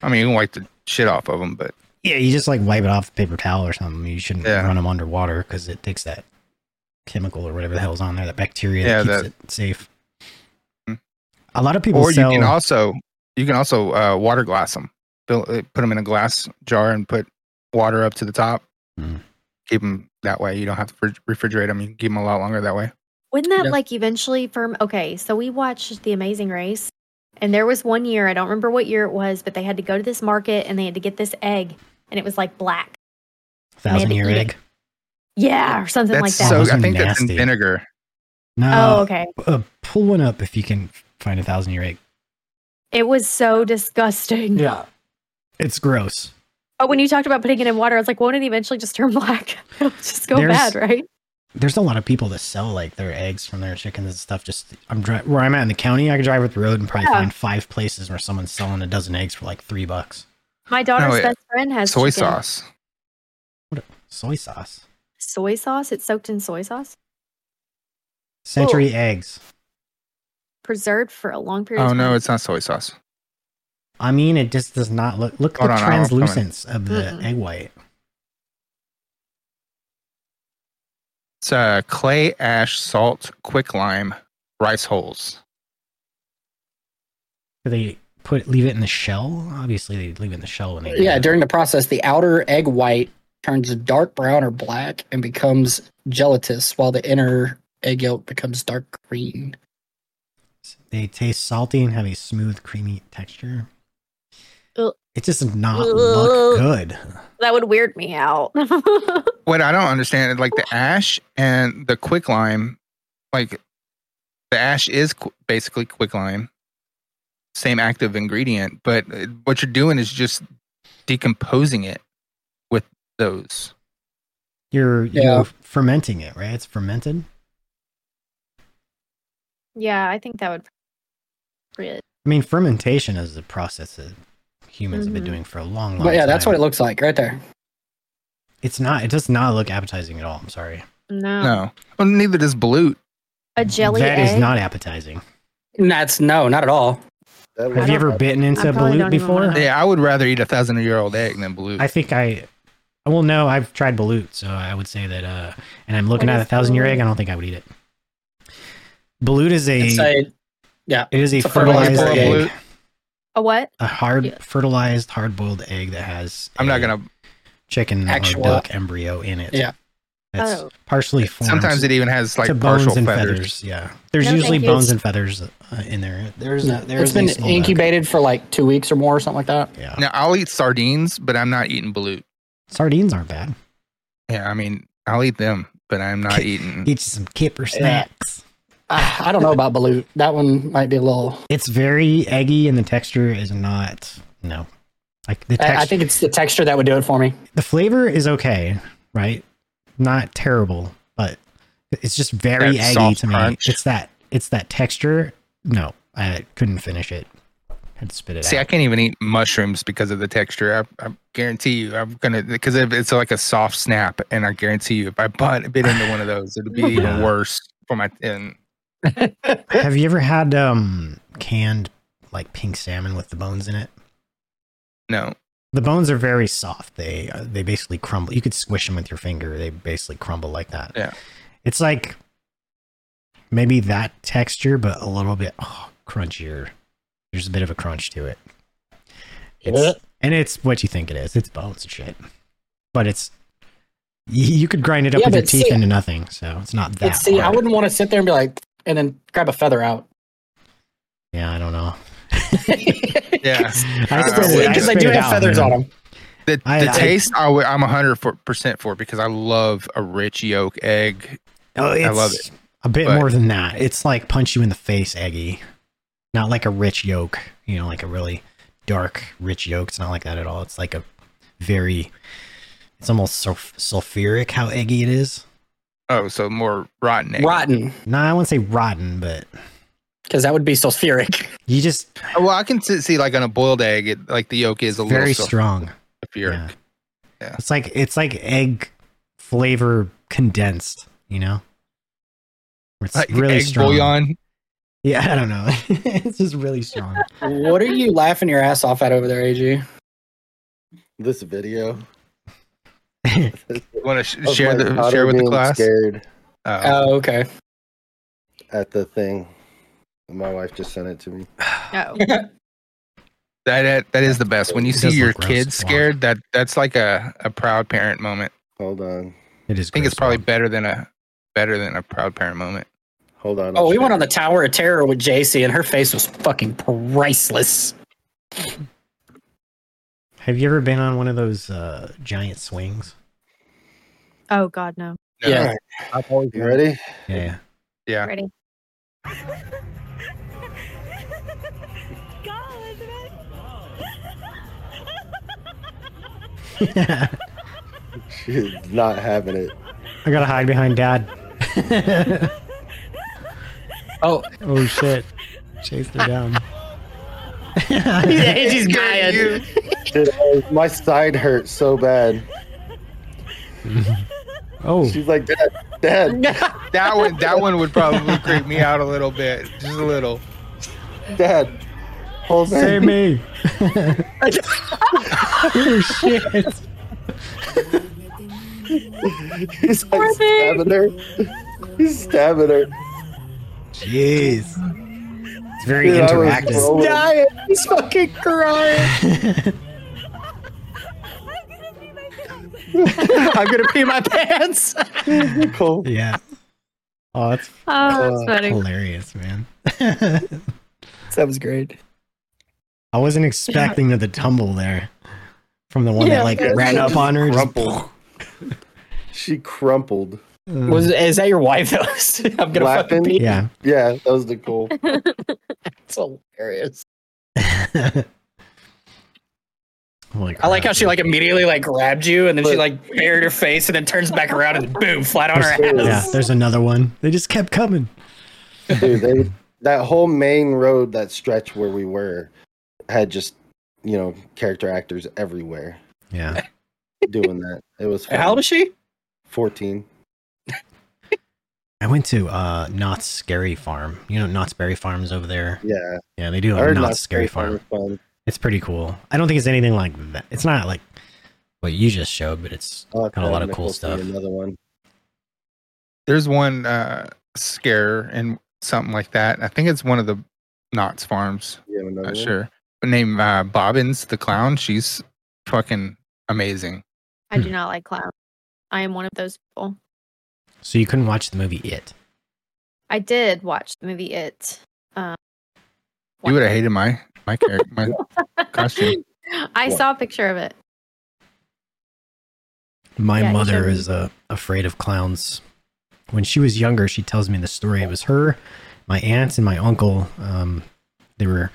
Speaker 3: I mean, you can wipe the shit off of them, but
Speaker 1: Yeah, you just like wipe it off with paper towel or something. You shouldn't
Speaker 3: Yeah.
Speaker 1: run them underwater because it takes that chemical or whatever the hell's on there, that bacteria
Speaker 3: Yeah,
Speaker 1: that keeps
Speaker 3: that-
Speaker 1: it safe.
Speaker 3: Hmm.
Speaker 1: A lot of people
Speaker 3: or
Speaker 1: sell.
Speaker 3: you can also you can also uh, water glass them. Fill, uh, put them in a glass jar and put water up to the top.
Speaker 1: Mm.
Speaker 3: Keep them that way. You don't have to fri- refrigerate them. You can keep them a lot longer that way.
Speaker 4: Wouldn't that
Speaker 2: Yeah.
Speaker 4: like eventually firm? Okay, so we watched The Amazing Race, and there was one year, I don't remember what year it was, but they had to go to this market and they had to get this egg, and it was like black.
Speaker 1: thousand
Speaker 4: Man,
Speaker 1: year
Speaker 4: eat it.
Speaker 1: egg.
Speaker 4: Yeah, or something
Speaker 3: That's
Speaker 4: like that.
Speaker 3: so.
Speaker 1: Those
Speaker 3: I
Speaker 1: are
Speaker 3: think that's in
Speaker 1: nasty.
Speaker 3: vinegar.
Speaker 1: No,
Speaker 4: oh, okay.
Speaker 1: uh, pull one up if you can find a thousand year egg.
Speaker 4: It was so disgusting.
Speaker 1: Yeah, it's gross.
Speaker 4: But when you talked about putting it in water, I was like, won't it eventually just turn black? It'll just go
Speaker 1: There's-
Speaker 4: bad, right?
Speaker 1: There's a lot of people that sell like their eggs from their chickens and stuff. Just I'm dri- where I'm at in the county. I could drive up the road and probably
Speaker 4: Yeah.
Speaker 1: find five places where someone's selling a dozen eggs for like three bucks.
Speaker 4: My daughter's
Speaker 3: it-
Speaker 4: best friend has
Speaker 3: Oh, Soy
Speaker 4: chicken.
Speaker 3: sauce.
Speaker 1: Soy sauce,
Speaker 4: Soy sauce? It's soaked in soy sauce?
Speaker 1: century eggs.
Speaker 4: Preserved for a long period
Speaker 3: Oh
Speaker 4: of time.
Speaker 3: no, it's not soy sauce.
Speaker 1: I mean, it just does not look. Look at
Speaker 2: Oh,
Speaker 3: Hold
Speaker 1: the
Speaker 3: on, I'll come in.
Speaker 1: translucence of the
Speaker 4: Mm-mm.
Speaker 1: egg white.
Speaker 3: It's uh, clay, ash, salt, quicklime, rice holes.
Speaker 1: Do they put leave it in the shell? Obviously, they leave it in the shell when they. do
Speaker 2: Yeah,
Speaker 1: that.
Speaker 2: during the process, the outer egg white turns dark brown or black and becomes gelatinous, while the inner egg yolk becomes dark green.
Speaker 1: they taste salty and have a smooth, creamy texture.
Speaker 4: Ugh.
Speaker 1: It just does not look
Speaker 4: Ugh.
Speaker 1: good.
Speaker 4: That would weird me out.
Speaker 3: What I don't understand is like the ash and the quicklime, like the ash is qu- basically quicklime, same active ingredient, but uh, what you're doing is just decomposing it with those.
Speaker 1: You're
Speaker 2: Yeah.
Speaker 1: you're fermenting it, right? It's fermented.
Speaker 4: Yeah, I think that would. Really,
Speaker 1: I mean, fermentation is a process that humans have been
Speaker 4: Mhm.
Speaker 1: doing for a long, long.
Speaker 2: But yeah, that's what
Speaker 1: time.
Speaker 2: it looks like right there.
Speaker 1: It's not. It does not look appetizing at all. I'm sorry.
Speaker 4: no.
Speaker 3: No, well, neither does blute.
Speaker 4: A jelly
Speaker 1: That
Speaker 4: egg.
Speaker 1: is not appetizing.
Speaker 2: That's no, not at all.
Speaker 7: That
Speaker 1: Have
Speaker 7: was-
Speaker 1: you ever bitten into
Speaker 4: I probably
Speaker 1: balut
Speaker 4: don't even wanna
Speaker 1: before?
Speaker 4: know.
Speaker 3: Yeah, I would rather eat a thousand year old egg than blute.
Speaker 1: I think I. Well, no, I've tried balut, so I would say that. uh And I'm looking
Speaker 4: What
Speaker 1: at a
Speaker 4: is
Speaker 1: thousand year
Speaker 4: balut?
Speaker 1: egg. I don't think I would eat it. Balut is a.
Speaker 2: It's a
Speaker 1: it is a
Speaker 2: it's a
Speaker 1: fertilized
Speaker 2: fertilized
Speaker 1: egg,
Speaker 3: balut.
Speaker 4: a what?
Speaker 1: a hard
Speaker 4: Yeah.
Speaker 1: fertilized hard boiled egg that has.
Speaker 3: I'm
Speaker 1: a-
Speaker 3: not gonna
Speaker 1: chicken
Speaker 2: Actual-
Speaker 1: or duck embryo in it.
Speaker 2: Yeah.
Speaker 1: It's
Speaker 4: Oh.
Speaker 1: partially formed.
Speaker 3: Sometimes it even has like
Speaker 1: to bones
Speaker 3: partial
Speaker 1: and feathers.
Speaker 3: feathers.
Speaker 1: Yeah, there's
Speaker 4: No,
Speaker 1: usually
Speaker 4: thank you.
Speaker 1: bones and feathers uh, in there. There's a, there's
Speaker 2: it's
Speaker 1: a
Speaker 2: been
Speaker 1: small duck.
Speaker 2: incubated for like two weeks or more or something like that.
Speaker 1: Yeah,
Speaker 3: Now I'll eat sardines, but I'm not eating balut.
Speaker 1: sardines aren't bad.
Speaker 3: Yeah, I mean I'll eat them, but I'm not eating.
Speaker 1: Eat some kipper snacks.
Speaker 2: Ah, I don't know about balut. That one might be a little.
Speaker 1: It's very eggy, and the texture is not no. Like the texture,
Speaker 2: I, I think it's the texture that would do it for me.
Speaker 1: the flavor is okay, right? Not terrible, but it's just very
Speaker 3: That
Speaker 1: eggy
Speaker 3: soft
Speaker 1: to me.
Speaker 3: crunch.
Speaker 1: It's that it's that texture. No, I couldn't finish it. Had to spit it
Speaker 3: See, I
Speaker 1: out.
Speaker 3: can't even eat mushrooms because of the texture. I, I guarantee you, I'm gonna because if it's like a soft snap, and I guarantee you, if I bite a bit into one of those, it'd be
Speaker 1: Yeah.
Speaker 3: even worse for my. And
Speaker 1: Have you ever had um canned like pink salmon with the bones in it?
Speaker 3: no,
Speaker 1: The bones are very soft. They uh, they basically crumble. You could squish them with your finger. They basically crumble like that.
Speaker 3: Yeah.
Speaker 1: It's like maybe that texture, but a little bit oh, crunchier. There's a bit of a crunch to it. It's, And it's what you think it is. It's bones and shit. But it's you, you could grind it up
Speaker 2: Yeah,
Speaker 1: with your
Speaker 2: but
Speaker 1: teeth
Speaker 2: see-
Speaker 1: into nothing. So it's not that.
Speaker 2: It's, see, I
Speaker 1: hard.
Speaker 2: wouldn't want to sit there and be like, and then grab a feather out.
Speaker 1: yeah, I don't know.
Speaker 3: yeah,
Speaker 1: I
Speaker 3: Uh,
Speaker 1: spit it- I
Speaker 2: Because they
Speaker 1: spit
Speaker 2: do
Speaker 1: it
Speaker 2: have
Speaker 1: out,
Speaker 2: feathers
Speaker 1: man.
Speaker 2: on them.
Speaker 3: the,
Speaker 1: I-
Speaker 3: the
Speaker 1: I-
Speaker 3: taste I, w- I'm hundred percent for because I love a rich yolk egg.
Speaker 1: Oh, it's
Speaker 3: love it,
Speaker 1: A bit
Speaker 3: but-
Speaker 1: more than that. It's like punch you in the face, Eggy. Not like a rich yolk, you know, like a really dark, rich yolk. It's not like that at all. It's like a very, it's almost sulf- sulfuric how eggy it is.
Speaker 3: Oh, so more rotten egg.
Speaker 2: Rotten,
Speaker 1: Nah, I wouldn't say rotten, but
Speaker 2: because that would be sulfuric.
Speaker 1: you just
Speaker 3: Well, I can see see, like on a boiled egg, it, like the yolk is a
Speaker 1: very
Speaker 3: little
Speaker 1: strong.
Speaker 3: softer.
Speaker 1: Yeah.
Speaker 3: Yeah.
Speaker 1: It's like it's like egg flavor condensed, you know. It's
Speaker 3: Like
Speaker 1: really
Speaker 3: egg
Speaker 1: strong.
Speaker 3: bouillon.
Speaker 1: Yeah, I don't know. it's just really strong.
Speaker 2: what are you laughing your ass off at over there, AG?
Speaker 7: This video.
Speaker 3: Want to sh-
Speaker 7: of
Speaker 3: share
Speaker 7: my
Speaker 3: the
Speaker 7: daughter
Speaker 3: share with the
Speaker 7: being
Speaker 3: class?
Speaker 7: Scared
Speaker 3: Oh,
Speaker 2: Oh, okay.
Speaker 7: at the thing. My wife just sent it to me.
Speaker 4: No.
Speaker 3: that, that that is the best. When you
Speaker 1: It
Speaker 3: see
Speaker 1: does
Speaker 3: your
Speaker 1: look gross
Speaker 3: kids
Speaker 1: as well.
Speaker 3: scared, that that's like a, a proud parent moment.
Speaker 7: Hold on.
Speaker 1: It is.
Speaker 3: I think it's
Speaker 1: gross,
Speaker 3: probably
Speaker 1: though.
Speaker 3: better than a better than a proud parent moment.
Speaker 7: Hold on.
Speaker 2: Oh,
Speaker 7: I'll
Speaker 2: we went
Speaker 7: share
Speaker 2: on the Tower of Terror with JC, and her face was fucking priceless.
Speaker 1: Have you ever been on one of those uh, giant swings?
Speaker 4: Oh God, no.
Speaker 2: Yeah.
Speaker 7: it. You ready?
Speaker 1: Yeah.
Speaker 3: Yeah.
Speaker 4: Ready?
Speaker 1: I
Speaker 7: She's not having it.
Speaker 1: gotta hide behind dad.
Speaker 2: Oh,
Speaker 1: oh shit! Chase her down.
Speaker 2: AG's dying.
Speaker 7: Dude, I- my side hurts so bad.
Speaker 1: Oh,
Speaker 7: She's like, Dad, Dad,
Speaker 3: That one that one would probably creep me out a little bit, just a little.
Speaker 7: Dad. Hold
Speaker 1: save
Speaker 7: on.
Speaker 1: me! oh shit!
Speaker 7: He's like stabbing her. He's stabbing her.
Speaker 1: Jeez. It's very
Speaker 7: Dude, I was
Speaker 1: interactive.
Speaker 7: rolling.
Speaker 2: He's fucking crying. I'm gonna pee my pants.
Speaker 7: Cool.
Speaker 1: Yeah. Oh, that's
Speaker 4: Oh, that's funny.
Speaker 1: hilarious, man.
Speaker 2: That was great.
Speaker 1: I wasn't expecting the, the tumble there from the one that like
Speaker 7: Yeah,
Speaker 1: ran
Speaker 7: she
Speaker 1: up
Speaker 7: just
Speaker 1: on her. just-
Speaker 7: crumpled. She crumpled.
Speaker 2: Was is that your wife? That was, I'm gonna
Speaker 7: Laughing?
Speaker 2: fucking pee.
Speaker 1: yeah.
Speaker 7: Yeah, that was Nicole.
Speaker 2: It's hilarious.
Speaker 1: Holy
Speaker 2: I like how
Speaker 1: crap.
Speaker 2: she like immediately like grabbed you, and then she
Speaker 7: But-
Speaker 2: like bared her face, and then turns back around, and boom, flat on her ass.
Speaker 7: There's-
Speaker 1: Yeah, there's another one. They just kept coming.
Speaker 7: Dude, they, that whole main road, that stretch where we were, had just, you know, character actors everywhere
Speaker 1: Yeah.
Speaker 7: doing that. It was
Speaker 2: How old
Speaker 7: fun.
Speaker 2: is she?
Speaker 7: 14.
Speaker 1: I went to uh Knott's Scary Farm. You know Knott's Berry Farms over there.
Speaker 7: Yeah.
Speaker 1: Yeah, they do
Speaker 7: I
Speaker 1: have
Speaker 7: heard
Speaker 1: Knott's
Speaker 7: Knott's
Speaker 1: Scary
Speaker 7: Berry
Speaker 1: Farm.
Speaker 7: was fun.
Speaker 1: It's pretty cool. I don't think it's anything like that. It's not like what you just showed, but it's
Speaker 7: I'll have to
Speaker 1: Got a
Speaker 7: have
Speaker 1: lot of cool
Speaker 7: Nicole see
Speaker 1: stuff.
Speaker 7: Another one.
Speaker 3: There's one uh scare and something like that. I think it's one of the Knott's farms.
Speaker 7: You have
Speaker 1: Oh.
Speaker 7: another
Speaker 3: Not
Speaker 7: one?
Speaker 3: sure. Name uh Bobbins the clown. She's fucking amazing.
Speaker 4: I do not like clowns. I am one of those people.
Speaker 1: So you couldn't watch the movie It.
Speaker 4: I did watch the movie It. Um,
Speaker 3: You would have hated my my character, my costume.
Speaker 4: I saw a picture of it.
Speaker 1: My
Speaker 4: Yeah, you
Speaker 1: mother
Speaker 4: showed me.
Speaker 1: is uh, afraid of clowns. When she was younger, she tells me the story. It was her, my aunt, and my uncle. Um, they were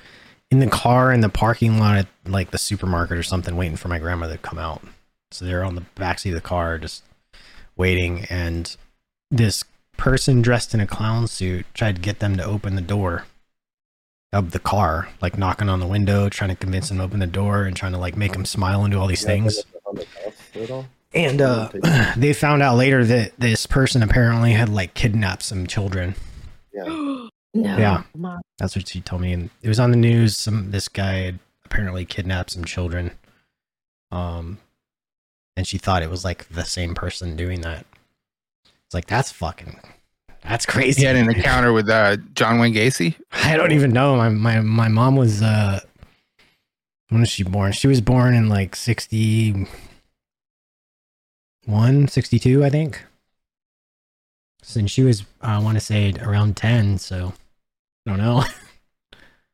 Speaker 1: in the car in the parking lot at like the supermarket or something, waiting for my grandmother to come out. So they're on the backseat of the car, just waiting. And this person dressed in a clown suit tried to get them to open the door of the car, like knocking on the window, trying to convince them to open the door, and trying to like make them smile and do all these things. And uh, they found out later that this person apparently had like kidnapped some children.
Speaker 4: no.
Speaker 1: Yeah.
Speaker 4: my-
Speaker 1: That's what she told me, and it was on the news. Some this guy had apparently kidnapped some children. Um, and she thought it was like the same person doing that. It's like that's fucking, that's crazy.
Speaker 3: He had an encounter with uh, John Wayne Gacy.
Speaker 1: I don't even know. My my my mom was uh when was she born? She was born in like 61, 62, I think. Since she was I want to say around 10, so I don't know.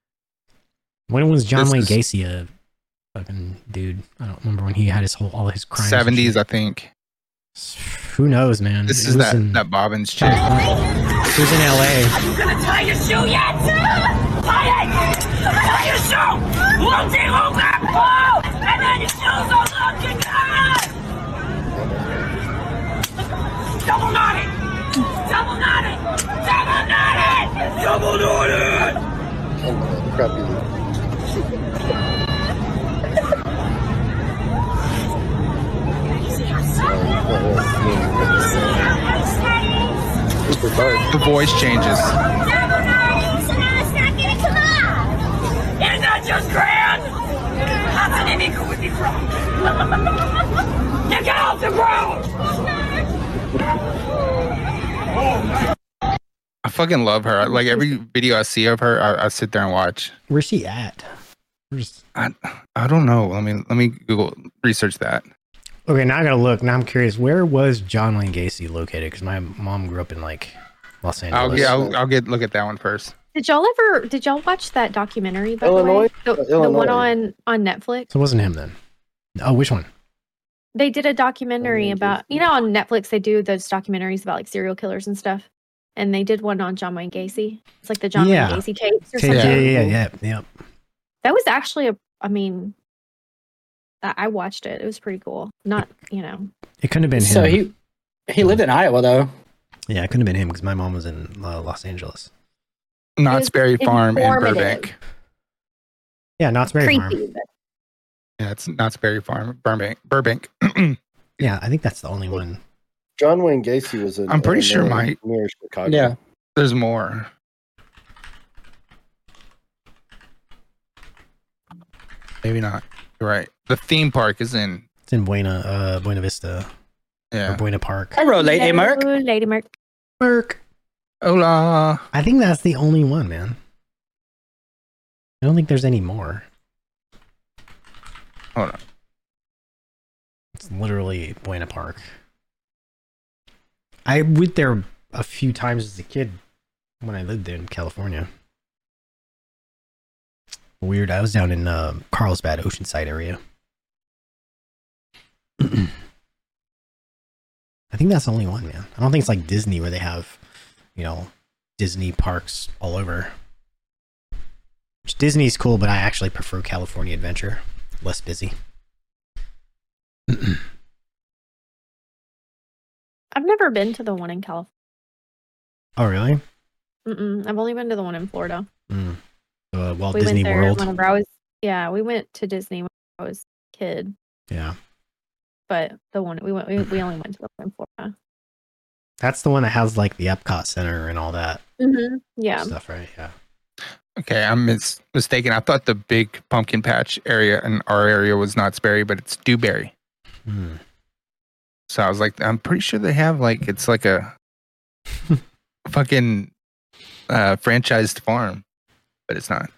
Speaker 1: when was John
Speaker 3: This
Speaker 1: Wayne
Speaker 3: is-
Speaker 1: Gacy a fucking dude? I don't remember when he had his whole all his crimes. and Mm-hmm.
Speaker 3: Seventies, I think.
Speaker 1: shit. Who knows, man?
Speaker 3: This
Speaker 1: It
Speaker 3: is
Speaker 1: was
Speaker 3: that
Speaker 1: in-
Speaker 3: that Bobbins chick.
Speaker 1: It was in LA.
Speaker 7: Oh, crappy. Super dark.
Speaker 3: The voice changes.
Speaker 6: Is that just grand? How many people would be wrong? Now get off the ground!
Speaker 3: I fucking love her. Like every video I see of her, I, I sit there and watch.
Speaker 1: Where's she at? Where's
Speaker 3: I I don't know. Let me let me Google research that.
Speaker 1: Okay, now I gotta look. Now I'm curious. Where was John Wayne Gacy located? Because my mom grew up in like Los
Speaker 3: I'll
Speaker 1: Angeles.
Speaker 3: get I'll, I'll get look at that one first.
Speaker 4: Did y'all ever? Did y'all watch that documentary? By
Speaker 7: Illinois?
Speaker 4: the, way? The,
Speaker 7: Uh,
Speaker 4: the one
Speaker 7: Illinois.
Speaker 4: on on Netflix.
Speaker 1: So it wasn't him then. Oh, which one?
Speaker 4: They did a documentary
Speaker 7: Illinois
Speaker 4: about you know on Netflix they do those documentaries about like serial killers and stuff, and they did one on John Wayne Gacy. It's like the John
Speaker 1: Yeah.
Speaker 4: Wayne Gacy case
Speaker 1: Yeah,
Speaker 4: or something.
Speaker 1: yeah, yeah, yeah, yeah.
Speaker 4: That was actually a. I mean, I I watched it. It was pretty cool. Not you know.
Speaker 1: It couldn't have been
Speaker 2: So
Speaker 1: him.
Speaker 2: he he lived in Iowa though.
Speaker 1: yeah, it couldn't have been him because my mom was in uh, Los Angeles.
Speaker 3: Knott's Berry Farm in
Speaker 4: informative.
Speaker 3: Burbank.
Speaker 1: Yeah, Knott's Berry Farm.
Speaker 4: creepy. But
Speaker 3: Yeah, it's Knott's Berry Farm, Burbank. Burbank.
Speaker 1: Yeah, I think that's the only one.
Speaker 7: John Wayne Gacy was in.
Speaker 3: I'm pretty sure
Speaker 7: Illinois,
Speaker 3: my-
Speaker 7: near Chicago.
Speaker 2: Yeah.
Speaker 3: There's more. Maybe not. You're right. The theme park is in.
Speaker 1: It's in Buena, uh, Buena Vista or
Speaker 3: Yeah.
Speaker 1: Buena Park.
Speaker 2: Hello, Oh, Lady Merc.
Speaker 4: Hello, Lady Merc.
Speaker 1: Merk.
Speaker 3: Hola.
Speaker 1: I think that's the only one, man. I don't think there's any more.
Speaker 3: Hold on.
Speaker 1: It's literally Buena Park. I went there a few times as a kid when I lived there in California. Weird. I was down in uh, Carlsbad, Oceanside area. I think that's the only one, man. I don't think it's like Disney where they have, you know, Disney parks all over. Which Disney's cool, but I actually prefer California Adventure. Less busy.
Speaker 4: I've never been to the one in California.
Speaker 1: Oh, really?
Speaker 4: Mm-mm. I've only been to the one in Florida.
Speaker 1: Mm. Uh, Walt
Speaker 4: we
Speaker 1: Disney
Speaker 4: went there
Speaker 1: World.
Speaker 4: whenever I was. Yeah, we went to Disney when I was a kid,
Speaker 1: Yeah.
Speaker 4: but the one we went, we, we only went to the one in Florida.
Speaker 1: That's the one that has like the Epcot Center and all that
Speaker 4: Mm-hmm. Yeah,
Speaker 1: stuff, right? Yeah.
Speaker 3: Okay, I'm mis- mistaken. I thought the big pumpkin patch area in our area was Knott's Berry, but it's Dewberry.
Speaker 1: Mm.
Speaker 3: So I was like, I'm pretty sure they have like it's like a fucking uh, franchised farm, but it's not.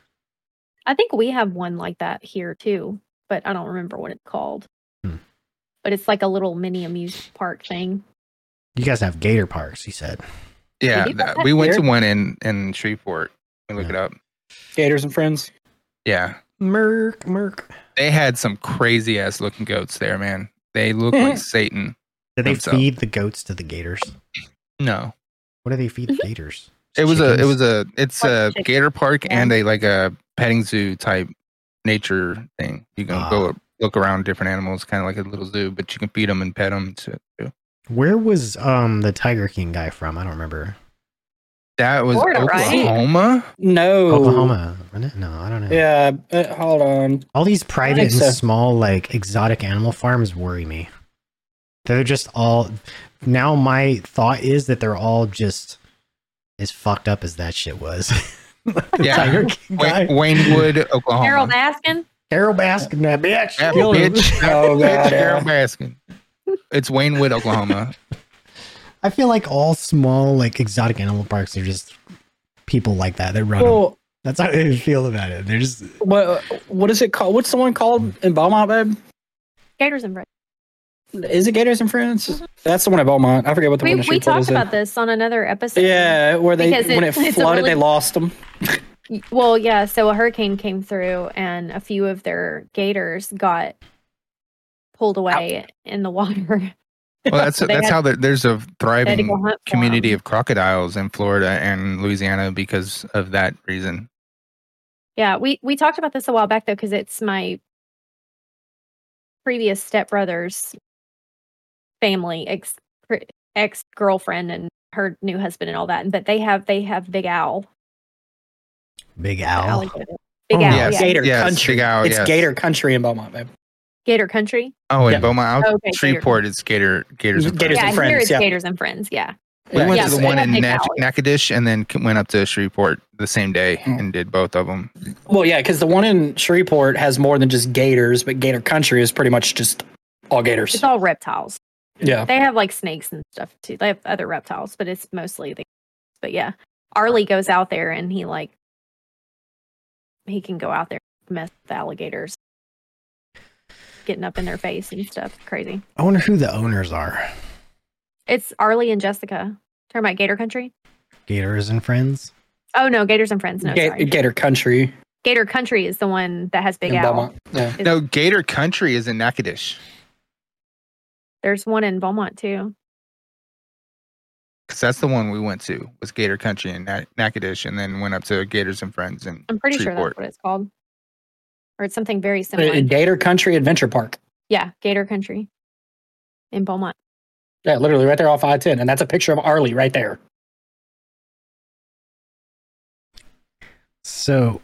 Speaker 4: I think we have one like that here too, but I don't remember what it's called.
Speaker 1: Hmm.
Speaker 4: but it's like a little mini amusement park thing.
Speaker 1: You guys have gator parks, he said.
Speaker 3: Yeah,
Speaker 4: Did you
Speaker 3: that-
Speaker 4: go
Speaker 3: we
Speaker 4: back
Speaker 3: went
Speaker 2: there?
Speaker 3: to one in in Shreveport. We look it up.
Speaker 2: Gators and friends.
Speaker 3: Yeah,
Speaker 1: Merk, merk.
Speaker 3: they had some crazy ass looking goats there, man. They look like Satan.
Speaker 1: Did they
Speaker 3: Hope so.
Speaker 1: feed the goats to the gators?
Speaker 3: No,
Speaker 1: What do they feed the
Speaker 4: Mm-hmm.
Speaker 1: gators?
Speaker 3: it was a it
Speaker 1: Chickens?
Speaker 3: was a it's a
Speaker 4: Like chicken,
Speaker 3: gator park
Speaker 4: yeah.
Speaker 3: and a like a petting zoo type nature thing. You can
Speaker 1: Ah.
Speaker 3: go look around different animals, kind of like a little zoo, but you can feed them and pet them too.
Speaker 1: Where was um the Tiger King guy from? I don't remember.
Speaker 3: That was
Speaker 4: Florida, right?
Speaker 3: Oklahoma.
Speaker 2: No.
Speaker 1: Oklahoma. wasn't it? No, I don't know.
Speaker 2: Yeah. But hold on.
Speaker 1: All these private and
Speaker 2: think so.
Speaker 1: small, like exotic animal farms worry me. They're just all. Now my thought is that they're all just as fucked up as that shit was. The
Speaker 3: Yeah.
Speaker 1: Tiger King guy.
Speaker 3: Wayne, Waynewood, Oklahoma.
Speaker 4: Harold Baskin.
Speaker 1: Carol Baskin, that bitch.
Speaker 3: Yeah,
Speaker 1: Kill her.
Speaker 3: bitch.
Speaker 2: Oh, God,
Speaker 3: Harold
Speaker 2: yeah.
Speaker 3: Baskin. It's Waynewood, Oklahoma.
Speaker 1: I feel like all small, like exotic animal parks are just people like that that run 'em.
Speaker 2: Well,
Speaker 1: That's how I feel about it. They're just
Speaker 2: what what is it called? What's the one called in Belmont, babe?
Speaker 4: Gators and Friends.
Speaker 2: Is it Gators and Friends? That's the one at Belmont. I forget what the
Speaker 4: We,
Speaker 2: one. in
Speaker 4: we
Speaker 2: Shreveport
Speaker 4: talked
Speaker 2: is
Speaker 4: about this on another episode.
Speaker 2: Yeah, where they
Speaker 4: Because
Speaker 2: when
Speaker 4: it-
Speaker 2: it
Speaker 4: it's a
Speaker 2: flooded,
Speaker 4: really-
Speaker 2: they lost them.
Speaker 4: Well, yeah. So a hurricane came through, and a few of their gators got pulled away in the water.
Speaker 3: Well, that's
Speaker 4: They
Speaker 3: that's
Speaker 4: had-
Speaker 3: how there, there's a
Speaker 4: They had to go
Speaker 3: thriving
Speaker 4: hunt for
Speaker 3: community
Speaker 4: 'em.
Speaker 3: of crocodiles in Florida and Louisiana because of that reason.
Speaker 4: Yeah, we we talked about this a while back though, because it's my previous stepbrother's family ex ex girlfriend and her new husband and all that. But they have they have Big Owl,
Speaker 1: big
Speaker 4: the
Speaker 1: owl.
Speaker 4: alligator. Big
Speaker 1: Oh,
Speaker 4: Owl,
Speaker 3: yes.
Speaker 4: yeah.
Speaker 2: Gator
Speaker 3: Yes,
Speaker 2: country.
Speaker 3: Big Owl,
Speaker 2: it's
Speaker 3: yes.
Speaker 2: Gator country in Belmont, babe.
Speaker 4: Gator Country.
Speaker 3: Oh, and
Speaker 2: Yeah.
Speaker 3: Beaumont,
Speaker 4: Oh, okay,
Speaker 3: Shreveport, it's Gator Gators. and
Speaker 2: Gators
Speaker 4: yeah,
Speaker 2: and
Speaker 3: Friends.
Speaker 4: here
Speaker 2: Friends,
Speaker 4: it's
Speaker 2: yeah.
Speaker 4: Gators and Friends. Yeah,
Speaker 3: We went
Speaker 4: Yeah,
Speaker 3: to the
Speaker 4: so
Speaker 3: one
Speaker 4: they
Speaker 3: in
Speaker 4: have
Speaker 3: Nat-
Speaker 4: Big
Speaker 3: Natchitoches and then c- went up to Shreveport the same day and did both of them.
Speaker 2: Well, yeah, because the one in Shreveport has more than just gators, but Gator Country is pretty much just all gators.
Speaker 4: it's all reptiles.
Speaker 2: yeah,
Speaker 4: They have like snakes and stuff too. They have other reptiles, but it's mostly the. But yeah, Arlie goes out there and he like he can go out there and mess with alligators, getting up in their face and stuff. Crazy.
Speaker 1: I wonder who the owners are.
Speaker 4: It's Arlie and Jessica. Talking about Gator Country.
Speaker 1: Gators and friends.
Speaker 4: Oh no, Gators and Friends. No,
Speaker 2: Ga-
Speaker 4: sorry.
Speaker 2: Gator Country
Speaker 4: Gator Country is the one that has Big
Speaker 2: in
Speaker 4: Owl.
Speaker 2: Belmont. Yeah.
Speaker 4: It's-
Speaker 3: No, Gator Country is in Natchitoches.
Speaker 4: There's one in Beaumont too.
Speaker 3: Because that's the one we went to was Gator Country in Nat- Natchitoches, and then went up to Gators and Friends. And
Speaker 4: I'm pretty sure
Speaker 3: Shreveport.
Speaker 4: that's what it's called, or it's something very similar.
Speaker 2: Uh, Gator Country Adventure Park.
Speaker 4: yeah, Gator Country in Beaumont.
Speaker 2: Yeah, literally right there off I ten, and that's a picture of Arlie right there.
Speaker 1: So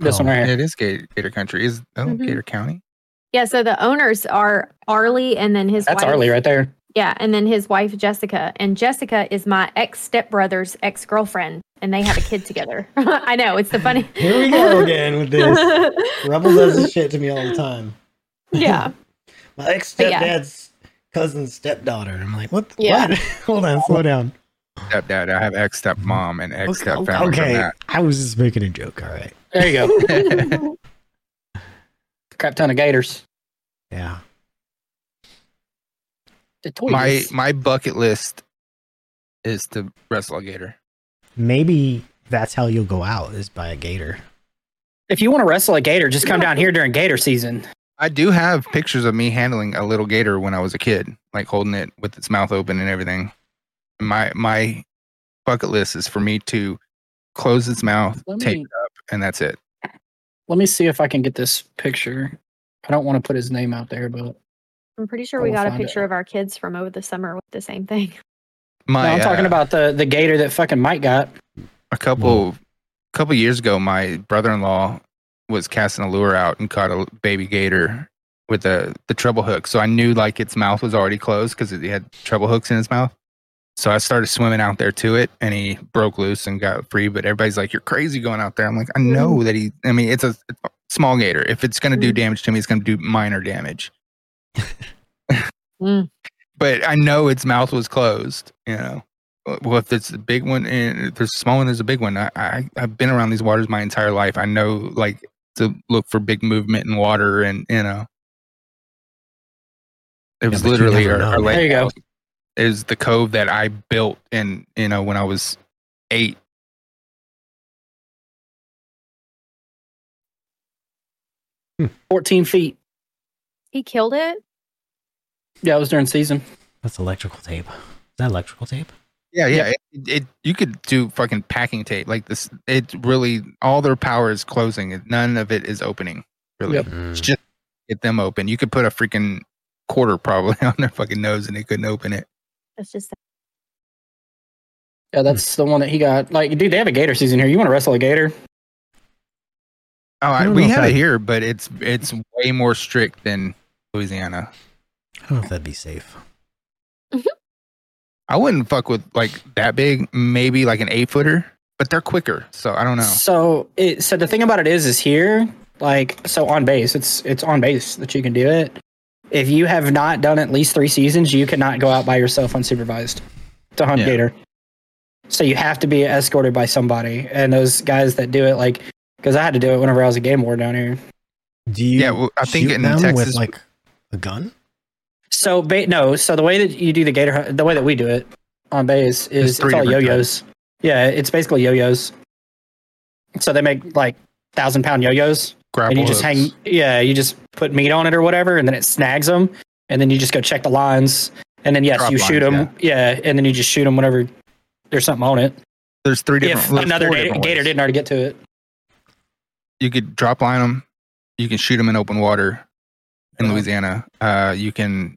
Speaker 2: This
Speaker 1: Oh,
Speaker 2: one right here.
Speaker 3: it is Gator, Gator Country. Is oh,
Speaker 4: Mhm.
Speaker 3: Gator County?
Speaker 4: Yeah, so the owners are Arlie and then his
Speaker 2: That's
Speaker 4: wife.
Speaker 2: Arlie right there.
Speaker 4: Yeah, and then his wife Jessica. And Jessica is my ex stepbrother's ex girlfriend, and they have a kid together. I know, it's the funny.
Speaker 1: here we go again with this. Rebel does this shit to me all the time.
Speaker 4: yeah.
Speaker 1: My ex
Speaker 4: But yeah.
Speaker 1: stepdad's cousin's stepdaughter. I'm like, what? the-
Speaker 4: Yeah.
Speaker 1: What? Hold on, slow down.
Speaker 3: Stepdad. I have ex stepmom and ex
Speaker 1: Okay,
Speaker 3: stepfamily from
Speaker 1: okay.
Speaker 3: that.
Speaker 1: I was just making a joke. All right.
Speaker 2: There you go.
Speaker 4: oh,
Speaker 2: Crap ton of gators.
Speaker 1: Yeah.
Speaker 2: The toys.
Speaker 3: my my bucket list is to wrestle a gator.
Speaker 1: Maybe that's how you'll go out is by a gator.
Speaker 2: if you want to wrestle a gator, just come down here during gator season.
Speaker 3: I do have pictures of me handling a little gator when I was a kid, like holding it with its mouth open and everything. My my bucket list is for me to close its mouth,
Speaker 2: Let
Speaker 3: tape
Speaker 2: me-
Speaker 3: it up, and that's it.
Speaker 2: Let me see if I can get this picture. I don't want to put his name out there, but
Speaker 4: I'm pretty
Speaker 2: I
Speaker 4: sure we
Speaker 2: will
Speaker 4: got a
Speaker 2: find it.
Speaker 4: picture of our kids from over the summer with the same thing.
Speaker 3: My
Speaker 2: No, I'm talking
Speaker 3: uh,
Speaker 2: about the the gator that fucking Mike got.
Speaker 3: a couple couple years ago, my brother in law was casting a lure out and caught a baby gator with a the treble hook. So I knew like its mouth was already closed because it had treble hooks in its mouth. So I started swimming out there to it, and he broke loose and got free. But everybody's like, "You're crazy going out there." I'm like, "I know that he. I mean, it's a small gator. If it's going to do damage to me, it's going to do minor damage."
Speaker 4: Mm.
Speaker 3: But I know its mouth was closed. You know, well, if it's a big one and if there's a small one, there's a big one. I, I I've been around these waters my entire life. I know like to look for big movement in water, and you know, It was
Speaker 1: but you
Speaker 3: literally
Speaker 1: never
Speaker 3: our, our
Speaker 1: know,
Speaker 2: man. There you go.
Speaker 3: lighthouse. It was the cove that I built, and you know when I was eight.
Speaker 2: Fourteen feet.
Speaker 4: He killed it.
Speaker 2: Yeah, it was during season.
Speaker 1: That's electrical tape. Is that electrical tape?
Speaker 3: Yeah, yeah. It, it you could do fucking packing tape like this. It really all their power is closing. and None of it is opening. Really,
Speaker 2: Yep.
Speaker 1: Mm.
Speaker 3: It's just get them open. You could put a freaking quarter probably on their fucking nose, and they couldn't open it.
Speaker 4: That's just
Speaker 2: Yeah, that's the one that he got. Like, dude, they have a gator season here. You want to wrestle a gator?
Speaker 3: Oh,
Speaker 1: I
Speaker 3: I,
Speaker 1: don't
Speaker 3: we
Speaker 1: know if
Speaker 3: have
Speaker 1: I-
Speaker 3: it here, but it's it's way more strict than Louisiana.
Speaker 1: I don't know if that'd be safe.
Speaker 3: I wouldn't fuck with like that big, maybe like an eight footer, but they're quicker. So I don't know.
Speaker 2: So it so the thing about it is is here like so on base it's it's on base that you can do it. If you have not done at least three seasons, you cannot go out by yourself unsupervised to hunt
Speaker 3: Yeah.
Speaker 2: gator. So you have to be escorted by somebody, and those guys that do it like because I had to do it whenever I was a game ward down here.
Speaker 1: Do you?
Speaker 3: Yeah, well, I think
Speaker 1: shoot
Speaker 3: in
Speaker 1: them with
Speaker 3: Texas-
Speaker 1: like a gun.
Speaker 2: So ba- no, so the way that you do the gator, hunt, the way that we do it on base
Speaker 3: There's
Speaker 2: is it's
Speaker 3: three
Speaker 2: all
Speaker 3: different
Speaker 2: yo-yos. Yeah, it's basically yo-yos. So they make like thousand pound yo-yos.
Speaker 3: Grapple
Speaker 2: and you just hang
Speaker 3: hooks.
Speaker 2: yeah you just put meat on it or whatever and then it snags them and then you just go check the lines and then yes
Speaker 3: Drop
Speaker 2: you shoot
Speaker 3: lines,
Speaker 2: them yeah. and then you just shoot them whenever there's something on it
Speaker 3: There's three different.
Speaker 2: if
Speaker 3: there's
Speaker 2: another
Speaker 3: four
Speaker 2: gator,
Speaker 3: different
Speaker 2: gator
Speaker 3: ways.
Speaker 2: didn't already get to it
Speaker 3: You could drop line them. You can shoot them in open water in
Speaker 2: Uh-huh.
Speaker 3: Louisiana. Uh, you can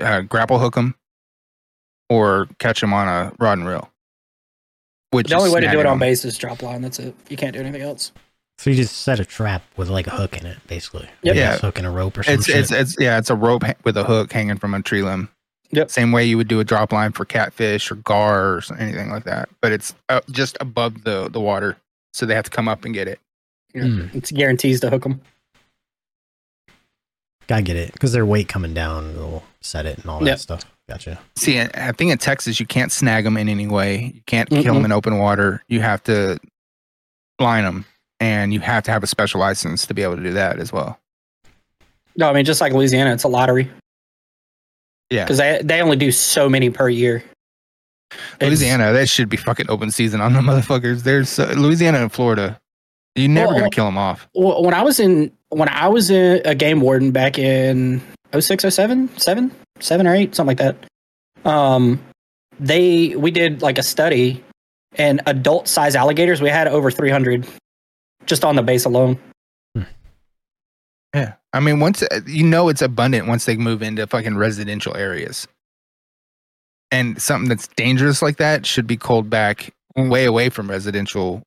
Speaker 3: uh, grapple hook them or catch them on a rod and reel. Which
Speaker 2: the only
Speaker 3: is
Speaker 2: way to do it
Speaker 3: snagging
Speaker 2: on
Speaker 3: 'em.
Speaker 2: base is drop line that's it you can't do anything else
Speaker 1: So you just set a trap with like a hook in it, basically. Like
Speaker 2: Yep.
Speaker 1: a
Speaker 3: Yeah.
Speaker 1: hook and a rope or something.
Speaker 3: It's it's it's yeah, it's a rope ha- with a hook hanging from a tree limb.
Speaker 2: Yep.
Speaker 3: Same way you would do a drop line for catfish or gar or s- anything like that, but it's uh, just above the the water, so they have to come up and get it.
Speaker 1: Mm.
Speaker 3: Hmm.
Speaker 2: it's guarantees to hook them
Speaker 1: I get it because their weight coming down will set it and all that
Speaker 2: Yep.
Speaker 1: stuff. Gotcha.
Speaker 3: See, I I think in Texas you can't snag them in any way. You can't kill 'em kill
Speaker 2: Mm-mm.
Speaker 3: them in open water. You have to line them, and you have to have a special license to be able to do that as well.
Speaker 2: no i mean just like louisiana it's a lottery
Speaker 3: Yeah,
Speaker 2: because they, they only do so many per year It's-
Speaker 3: Louisiana, that should be fucking open season on the motherfuckers. There's so, Louisiana and Florida. You're never
Speaker 2: Well,
Speaker 3: gonna kill them off.
Speaker 2: Well, when I was in when I was in a game warden back in 06, 07, 7, 7 or 8, something like that. Um they we did like a study and adult size alligators we had over 300 just on the base alone.
Speaker 3: Yeah. I mean, once uh, you know it's abundant once they move into fucking residential areas. And something that's dangerous like that should be called back way away from residential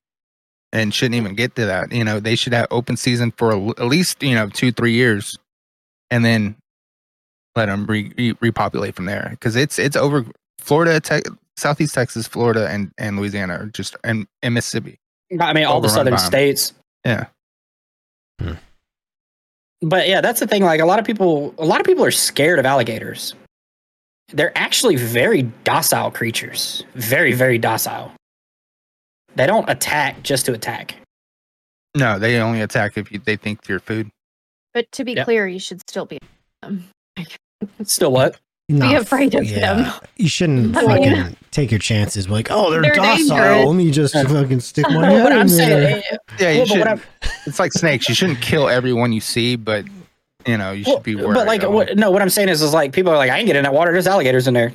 Speaker 3: and shouldn't even get to that. You know, they should have open season for a- at least, you know, two, three years and then let them re- re- repopulate from there. Cause it's, it's over Florida, Tech Southeast Texas, Florida, and, and Louisiana are just, and, and Mississippi.
Speaker 2: I mean all the
Speaker 3: Overrun
Speaker 2: southern
Speaker 3: by 'em.
Speaker 2: states.
Speaker 3: Yeah.
Speaker 1: Hmm.
Speaker 2: But yeah, that's the thing like a lot of people a lot of people are scared of alligators. They're actually very docile creatures. Very very docile. They don't attack just to attack.
Speaker 3: No, they only attack if you, they think you're food.
Speaker 4: But to be
Speaker 2: Yep.
Speaker 4: clear, you should still be. Um,
Speaker 2: Still what?
Speaker 4: Be
Speaker 1: Nah,
Speaker 4: afraid of them.
Speaker 1: You shouldn't
Speaker 4: I
Speaker 1: fucking
Speaker 4: mean-
Speaker 1: take your chances. Be Like, oh, they're,
Speaker 4: They're
Speaker 1: docile.
Speaker 4: dangerous.
Speaker 1: Let me just fucking stick my
Speaker 2: Well,
Speaker 1: head
Speaker 2: what
Speaker 1: in
Speaker 2: I'm
Speaker 1: there.
Speaker 2: saying,
Speaker 3: Yeah,
Speaker 2: well,
Speaker 3: you
Speaker 2: but what I'm,
Speaker 3: should. It's like snakes. You shouldn't kill everyone you see, but you know you should
Speaker 2: well,
Speaker 3: be worried.
Speaker 2: but like,
Speaker 3: of
Speaker 2: what,
Speaker 3: them.
Speaker 2: no, what I'm saying is, is like people are like, I ain't getting that water. There's alligators in there.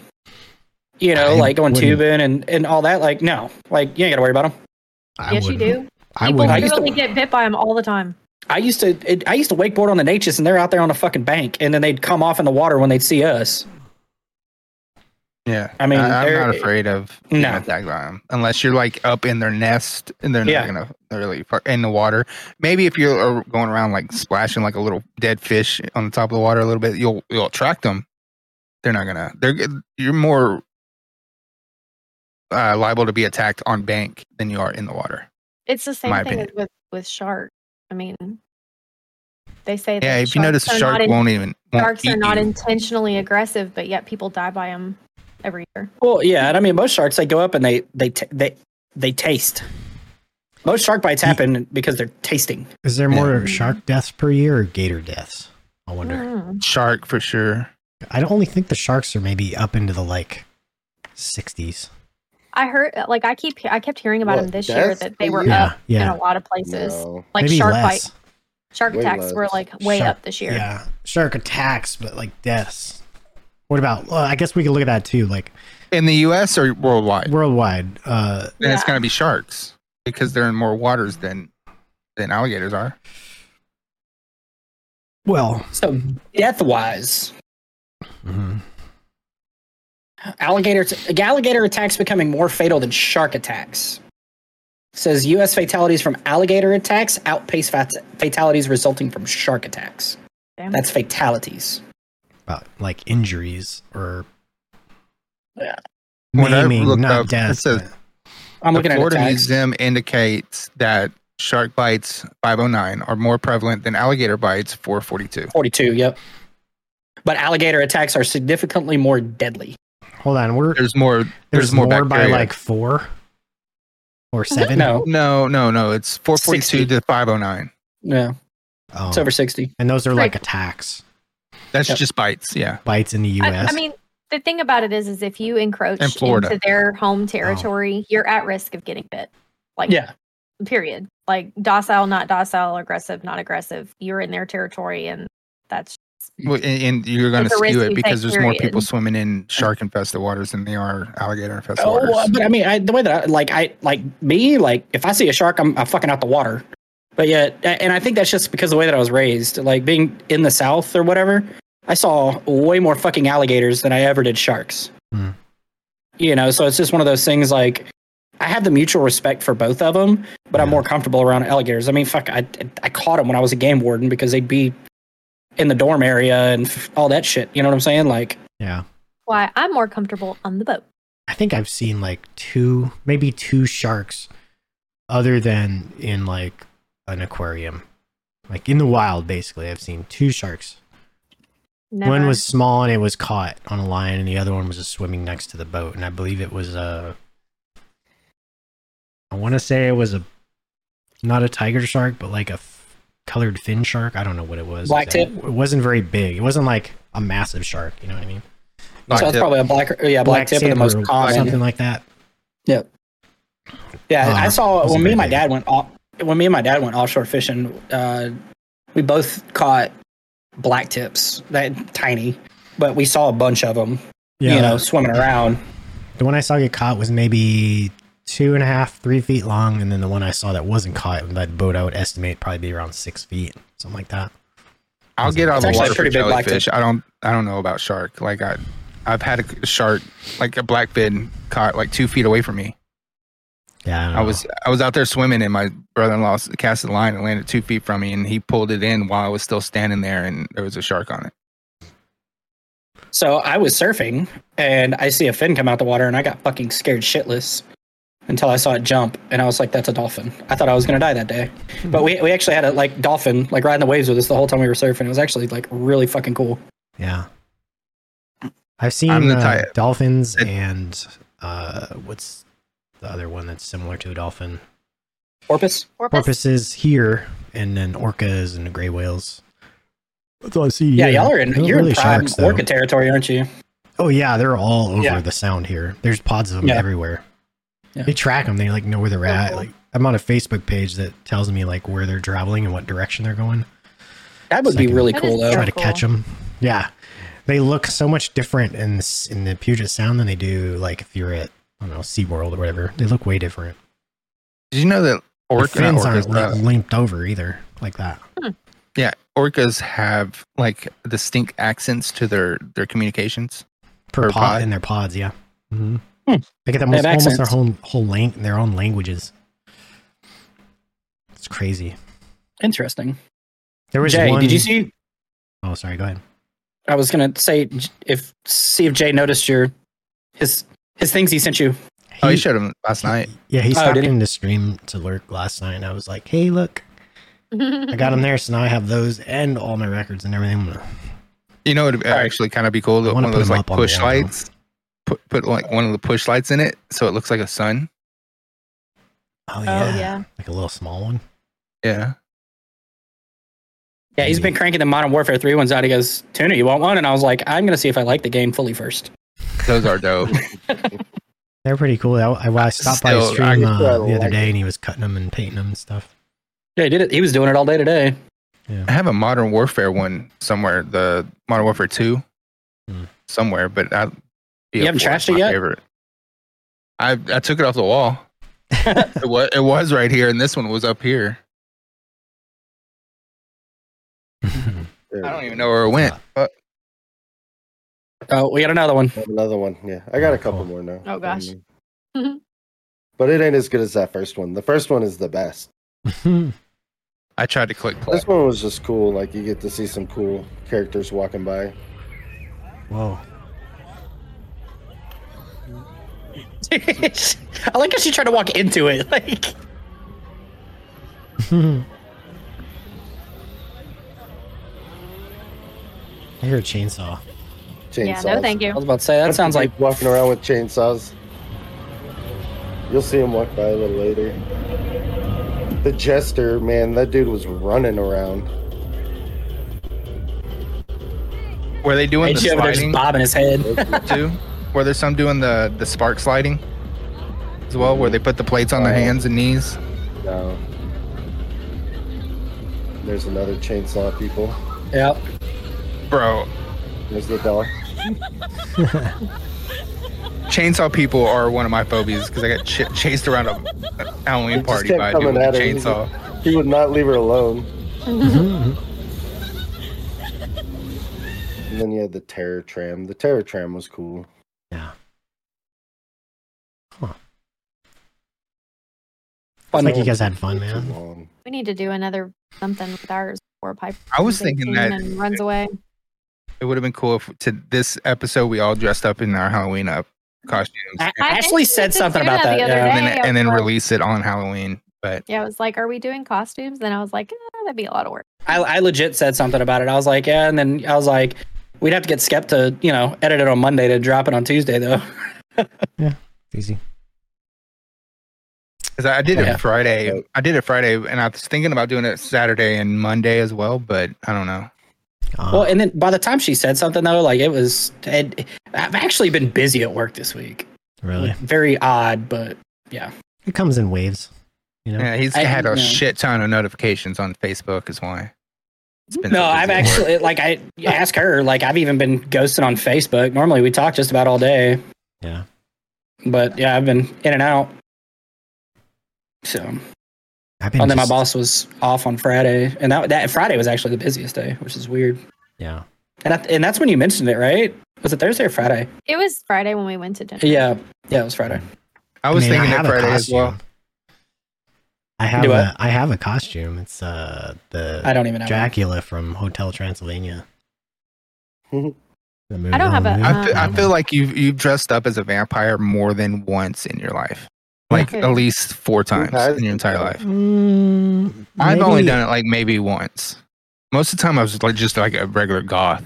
Speaker 2: You know,
Speaker 1: I
Speaker 2: like going
Speaker 1: wouldn't.
Speaker 2: tubing and and all that. Like, no, like you ain't got to worry about them.
Speaker 1: I
Speaker 4: yes, you
Speaker 1: wouldn't.
Speaker 4: do.
Speaker 1: I
Speaker 4: People
Speaker 1: would.
Speaker 2: I used to-
Speaker 4: literally get bit by them all the time.
Speaker 2: I used to, it, I used to wakeboard on the Natchez, and they're out there on the fucking bank, and then they'd come off in the water when they'd see us.
Speaker 3: Yeah,
Speaker 2: I mean,
Speaker 3: I, am
Speaker 2: they're-
Speaker 3: not afraid of
Speaker 2: No.
Speaker 3: being attacked by them unless you're like up in their nest and they're not
Speaker 2: Yeah.
Speaker 3: gonna really fuck in the water. Maybe if you're uh, going around like splashing like a little dead fish on the top of the water a little bit, you'll you'll attract them. They're not gonna. They're you're more uh, liable to be attacked on bank than you are in the water.
Speaker 4: It's the same
Speaker 3: My
Speaker 4: thing
Speaker 3: opinion.
Speaker 4: as with with shark. I mean, they say that
Speaker 3: Yeah, if you notice, a
Speaker 4: sharks are
Speaker 3: shark
Speaker 4: not in-
Speaker 3: won't even. Won't
Speaker 4: sharks are
Speaker 3: eat
Speaker 4: not
Speaker 3: you.
Speaker 4: intentionally aggressive, but yet people die by them every year.
Speaker 2: Well, yeah, and I mean, most sharks they go up and they they t- they they taste. Most shark bites happen because they're tasting.
Speaker 1: Is there
Speaker 3: Yeah.
Speaker 1: more shark deaths per year or gator deaths? I wonder.
Speaker 4: Mm.
Speaker 3: shark for sure.
Speaker 1: I don't only think the sharks are maybe up into the like 60s.
Speaker 4: I heard, uh, like, I keep, I kept hearing about
Speaker 7: What,
Speaker 4: them this year
Speaker 7: deaths
Speaker 4: that they
Speaker 7: a
Speaker 4: were
Speaker 7: year?
Speaker 1: Yeah,
Speaker 4: up in
Speaker 1: yeah.
Speaker 4: a lot of places.
Speaker 7: No.
Speaker 4: Like
Speaker 1: maybe
Speaker 4: shark
Speaker 1: less.
Speaker 4: bite, shark
Speaker 7: Way
Speaker 4: attacks were
Speaker 7: less.
Speaker 4: like way
Speaker 1: Shark-
Speaker 4: up this year.
Speaker 1: Yeah, shark attacks, but like deaths. What about? Well, I guess we could look at that too. Like
Speaker 3: in the U.S. or worldwide.
Speaker 1: worldwide, uh,
Speaker 3: Then it's
Speaker 4: Yeah.
Speaker 3: going to be sharks because they're in more waters than than alligators are.
Speaker 1: well,
Speaker 2: So death wise, alligator alligator attacks becoming more fatal than shark attacks. Says U.S. fatalities from alligator attacks outpace fat- fatalities resulting from shark attacks.
Speaker 4: Damn.
Speaker 2: That's fatalities.
Speaker 1: about like injuries or
Speaker 2: Yeah.
Speaker 3: When I
Speaker 1: maiming,
Speaker 3: looked
Speaker 1: not
Speaker 3: up, it
Speaker 1: death.
Speaker 3: says-
Speaker 1: but-
Speaker 2: I'm looking
Speaker 3: the
Speaker 2: at
Speaker 3: Florida
Speaker 2: attacks.
Speaker 3: Museum indicates that shark bites 509 are more prevalent than alligator bites 442.
Speaker 2: 42. Yep. But alligator attacks are significantly more deadly.
Speaker 1: hold on, we're there's,
Speaker 3: There's more. There's, more,
Speaker 1: more, by
Speaker 3: bacteria.
Speaker 1: like four or seven.
Speaker 2: Mm-hmm. No,
Speaker 3: No, no, no. It's 442
Speaker 2: 60.
Speaker 3: to 509.
Speaker 2: no,
Speaker 1: Oh.
Speaker 2: it's over 60.
Speaker 1: and those are
Speaker 4: Right.
Speaker 1: like attacks,
Speaker 3: That's
Speaker 2: Yep.
Speaker 3: just bites. Yeah.
Speaker 1: bites in the
Speaker 4: I,
Speaker 1: U.S.
Speaker 4: I mean, the thing about it is, is if you encroach
Speaker 3: And Florida. Oh.
Speaker 4: into their home territory, you're at risk of getting bit. Like,
Speaker 2: Yeah.
Speaker 4: period. Like docile, not docile, aggressive, not aggressive. You're in their territory, and that's
Speaker 3: Well, and, and you're going to
Speaker 4: It's a
Speaker 3: skew
Speaker 4: risky
Speaker 3: it because there's more
Speaker 4: bacteria.
Speaker 3: people swimming in shark infested waters than they are alligator infested
Speaker 2: Oh,
Speaker 3: waters.
Speaker 2: well, but I mean, I, the way that I, like I like me, like if I see a shark, I'm, I'm fucking out the water. But yet, a- and I think that's just because of the way that I was raised, like being in the South or whatever. I saw way more fucking alligators than I ever did sharks.
Speaker 1: Hmm.
Speaker 2: You know, so it's just one of those things. Like I have the mutual respect for both of them, but I'm
Speaker 1: Yeah.
Speaker 2: more comfortable around alligators. I mean, fuck, I I caught them when I was a game warden because they'd be in the dorm area and f- all that shit. You know what I'm saying? Like,
Speaker 1: yeah,
Speaker 4: why I'm more comfortable on the boat.
Speaker 1: I think I've seen like two, maybe two sharks, other than in like an aquarium, like in the wild. Basically, I've seen two sharks.
Speaker 4: Never.
Speaker 1: One was small and it was caught on a line, and the other one was just swimming next to the boat. And I believe it was a. I want to say it was a, not a tiger shark, but like a f- colored fin shark. I don't know what it was.
Speaker 2: Black
Speaker 1: exactly. It wasn't very big. It wasn't like a massive shark. You know what I mean?
Speaker 3: Black
Speaker 2: so it's
Speaker 3: tip.
Speaker 2: probably a black, yeah, black, tip, are the
Speaker 1: sand
Speaker 2: most
Speaker 1: or
Speaker 2: common.
Speaker 1: something like that.
Speaker 2: Yeah,
Speaker 1: Uh,
Speaker 2: I saw
Speaker 1: that's
Speaker 2: when
Speaker 1: a
Speaker 2: me
Speaker 1: great
Speaker 2: and my
Speaker 1: idea.
Speaker 2: dad went off, when me and my dad went offshore fishing. Uh, we both caught black tips, that tiny, but we saw a bunch of them. you know, swimming around.
Speaker 1: The one I saw get caught was maybe two and a half, three feet long, and then the one I saw that wasn't caught in that boat, I would estimate probably be around six feet, something like that.
Speaker 3: I'll get out
Speaker 1: It's
Speaker 3: of the
Speaker 1: actually a
Speaker 3: water for
Speaker 2: pretty big black
Speaker 3: jellyfish. I don't. I don't know about shark. Like I, I've had a shark, like a blackfin, caught like two feet away from me.
Speaker 1: Yeah, don't
Speaker 3: I
Speaker 1: know.
Speaker 3: was I was out there swimming, and my brother-in-law cast a line and landed two feet from me, and he pulled it in while I was still standing there, and there was a shark on it.
Speaker 2: So I was surfing and I see a fin come out the water and I got fucking scared shitless until I saw it jump and I was like, that's a dolphin. I thought I was gonna die that day.
Speaker 1: Hmm.
Speaker 2: But we, we actually had a like dolphin like riding the waves with us the whole time we were surfing. It was actually like really fucking cool.
Speaker 1: Yeah. I've seen
Speaker 3: I'm the
Speaker 1: uh,
Speaker 3: type-
Speaker 1: dolphins
Speaker 3: it-
Speaker 1: and uh, what's the other one that's similar to a dolphin?
Speaker 2: Porpoise?
Speaker 4: Porpoise?
Speaker 1: Porpoises here, and then orcas and gray whales. That's all I see.
Speaker 2: Yeah, y'all are in
Speaker 1: They're not
Speaker 2: you're
Speaker 1: really
Speaker 2: in prime
Speaker 1: sharks, though.
Speaker 2: orca territory, aren't you?
Speaker 1: Oh yeah, they're all over
Speaker 2: Yeah.
Speaker 1: the sound here. There's pods of them
Speaker 2: Yeah.
Speaker 1: everywhere.
Speaker 2: Yeah. Oh.
Speaker 1: They track them. They like know where they're at.
Speaker 2: cool.
Speaker 1: Like I'm on a Facebook page that tells me like where they're traveling and what direction they're going.
Speaker 2: That would
Speaker 1: Second.
Speaker 2: be really
Speaker 4: That
Speaker 2: cool
Speaker 4: is
Speaker 2: though.
Speaker 4: true.
Speaker 1: Try to
Speaker 4: cool.
Speaker 1: catch them. Yeah, they look so much different in s- in the Puget Sound than they do like if you're at I don't know SeaWorld or whatever. They look way different.
Speaker 3: Did you know that
Speaker 1: Their
Speaker 3: orca,
Speaker 1: fins
Speaker 3: not
Speaker 1: aren't
Speaker 3: orcas,
Speaker 1: li-
Speaker 3: uh,
Speaker 1: linked over either like that.
Speaker 3: yeah, orcas have like distinct accents to their their communications?
Speaker 1: Per,
Speaker 3: Per
Speaker 1: pod,
Speaker 3: pod? Mm-hmm.
Speaker 1: in their pods, yeah. hmm
Speaker 2: Hmm.
Speaker 1: They get them
Speaker 2: They
Speaker 1: almost,
Speaker 2: have
Speaker 1: almost their
Speaker 2: accents.
Speaker 1: whole whole lang- their own languages. It's crazy.
Speaker 2: Interesting.
Speaker 1: There was
Speaker 2: Jay,
Speaker 1: one.
Speaker 2: did you see
Speaker 1: Oh, sorry. Go ahead.
Speaker 2: I was gonna say j- if see if Jay noticed your his his things he sent you.
Speaker 3: oh, you
Speaker 1: He-
Speaker 3: showed them last night.
Speaker 1: Yeah, he
Speaker 2: Oh,
Speaker 1: stopped
Speaker 2: did he?
Speaker 1: in to stream to lurk last night, and I was like, "Hey, look, I got him
Speaker 2: Mm-hmm.
Speaker 1: there, so now I have those and all my records and everything." I'm gonna-
Speaker 3: You know, it'd actually kind of be cool. that
Speaker 1: wanna
Speaker 3: One of
Speaker 1: put
Speaker 3: those
Speaker 1: 'em
Speaker 3: like
Speaker 1: up on the
Speaker 3: push
Speaker 1: wall, though.
Speaker 3: lights. Put put like one of the push lights in it, so it looks like a sun.
Speaker 1: Oh
Speaker 4: yeah. Oh,
Speaker 1: yeah. like a little small one.
Speaker 3: Yeah.
Speaker 2: Yeah, he's
Speaker 1: Hmm.
Speaker 2: been cranking the Modern Warfare 3 ones out. He goes, Tuna, you want one? And I was like, I'm going to see if I like the game fully first.
Speaker 3: Those are dope.
Speaker 1: They're pretty cool. I, I, I stopped by his
Speaker 3: Still, I
Speaker 1: stream
Speaker 7: can
Speaker 1: uh,
Speaker 7: still
Speaker 1: the other
Speaker 7: like
Speaker 1: day
Speaker 7: it.
Speaker 1: and he was cutting them and painting them and stuff.
Speaker 2: Yeah, he did it. He was doing it all day today.
Speaker 3: I have a Modern Warfare one somewhere. The Modern Warfare Two,
Speaker 1: Hmm.
Speaker 3: somewhere. But I,
Speaker 2: You haven't
Speaker 3: BF4 is
Speaker 2: trashed it
Speaker 3: my
Speaker 2: yet?
Speaker 3: Favorite. I I took it off the wall. it was it was right here, and this one was up here. I don't even know where it went. But
Speaker 2: Oh, we got another one.
Speaker 7: Another one. Yeah, I got a couple
Speaker 1: Cool.
Speaker 7: more now.
Speaker 4: Oh, gosh.
Speaker 7: Um, but it ain't as good as that first one. The first one is the best.
Speaker 3: I tried to click play.
Speaker 7: This one was just cool. Like you get to see some cool characters walking by.
Speaker 1: Whoa.
Speaker 2: I like how she tried to walk into it. Like,
Speaker 1: I hear a chainsaw.
Speaker 4: Yeah,
Speaker 7: Chainsaws.
Speaker 4: no, thank
Speaker 2: I
Speaker 4: you.
Speaker 2: was about to say, that sounds like.
Speaker 7: walking around with chainsaws. You'll see him walk by a little later. The jester, man, that dude was running around.
Speaker 3: Were they doing
Speaker 2: Ain't
Speaker 3: the
Speaker 2: she over there just
Speaker 3: sliding
Speaker 2: bobbing his head?
Speaker 3: too? Were there some doing the the spark sliding as well, where they put the plates on the hands and knees?
Speaker 7: No. There's another chainsaw, people.
Speaker 2: yep.
Speaker 3: Bro,
Speaker 7: There's the dog.
Speaker 3: chainsaw people are one of my phobies because I got ch- chased around a a Halloween
Speaker 7: It just
Speaker 3: party
Speaker 7: kept
Speaker 3: by a dude
Speaker 7: coming
Speaker 3: with a
Speaker 7: at her. He was
Speaker 3: chainsaw.
Speaker 7: He would not leave her alone. And then you had the terror tram. The terror tram was cool.
Speaker 1: Sounds
Speaker 2: Fun.
Speaker 1: like you guys had fun,
Speaker 7: Too
Speaker 1: man.
Speaker 7: long.
Speaker 4: We need to do another something with ours before Piper.
Speaker 3: I was
Speaker 4: comes in
Speaker 3: thinking
Speaker 4: soon
Speaker 3: that-
Speaker 4: and runs away.
Speaker 3: It would have been cool if to this episode we all dressed up in our Halloween up costumes
Speaker 2: A-
Speaker 4: I
Speaker 2: Ashley
Speaker 4: mentioned
Speaker 2: said
Speaker 4: this to
Speaker 2: something about that.
Speaker 4: Tuna the other
Speaker 2: Yeah.
Speaker 4: day.
Speaker 3: um, and then,
Speaker 4: I
Speaker 3: and then
Speaker 4: was like-
Speaker 3: release it on Halloween. But
Speaker 4: Yeah, I was like, "Are we doing costumes?" Then I was like, "Ah, "That'd be a lot of work."
Speaker 2: I, I legit said something about it. I was like, yeah. And then I was like, we'd have to get Skep to, you know, edit it on Monday to drop it on Tuesday, though.
Speaker 1: Easy.
Speaker 3: because I did
Speaker 2: Yeah.
Speaker 3: it Friday, I did it Friday, and I was thinking about doing it Saturday and Monday as well. But I don't know.
Speaker 1: Uh,
Speaker 2: Well, and then by the time she said something though, like it was, it, I've actually been busy at work this week.
Speaker 1: really?
Speaker 2: Very odd, but
Speaker 1: It comes in waves. You know?
Speaker 3: Yeah, he's
Speaker 2: I-
Speaker 3: had a
Speaker 2: no.
Speaker 3: shit ton of notifications on Facebook, is why. It's been
Speaker 2: no,
Speaker 3: so
Speaker 2: I've
Speaker 3: busy at work.
Speaker 2: actually like I ask her, like I've even been ghosted on Facebook. Normally we talk just about all day,
Speaker 1: Yeah.
Speaker 2: but yeah, I've been in and out. So, and
Speaker 1: I've
Speaker 3: Oh,
Speaker 1: been
Speaker 2: then my
Speaker 1: just-
Speaker 2: boss was off on Friday, and that that Friday was actually the busiest day, which is weird.
Speaker 1: Yeah.
Speaker 2: And that, and that's when you mentioned it, right? Was it Thursday or Friday?
Speaker 4: It was Friday when we went to dinner.
Speaker 2: Yeah, yeah, it was Friday.
Speaker 3: I was
Speaker 1: mean,
Speaker 3: thinking
Speaker 1: have
Speaker 3: that
Speaker 1: a
Speaker 3: Friday as well.
Speaker 1: costume. I have
Speaker 2: Do what?
Speaker 1: a, I have a costume. It's uh the
Speaker 2: I don't even know.
Speaker 1: Dracula from Hotel Transylvania.
Speaker 7: Mhm.
Speaker 1: The movie-
Speaker 4: I don't have a- uh,
Speaker 1: movie.
Speaker 4: I
Speaker 3: I, fe- I feel like you've you've dressed up as a vampire more than once in your life, like
Speaker 4: Okay.
Speaker 3: at least four times
Speaker 7: has?
Speaker 3: in your entire life.
Speaker 1: Mm,
Speaker 3: I've only
Speaker 1: maybe-
Speaker 3: done it like maybe once. Most of the time, I was like just like a regular goth.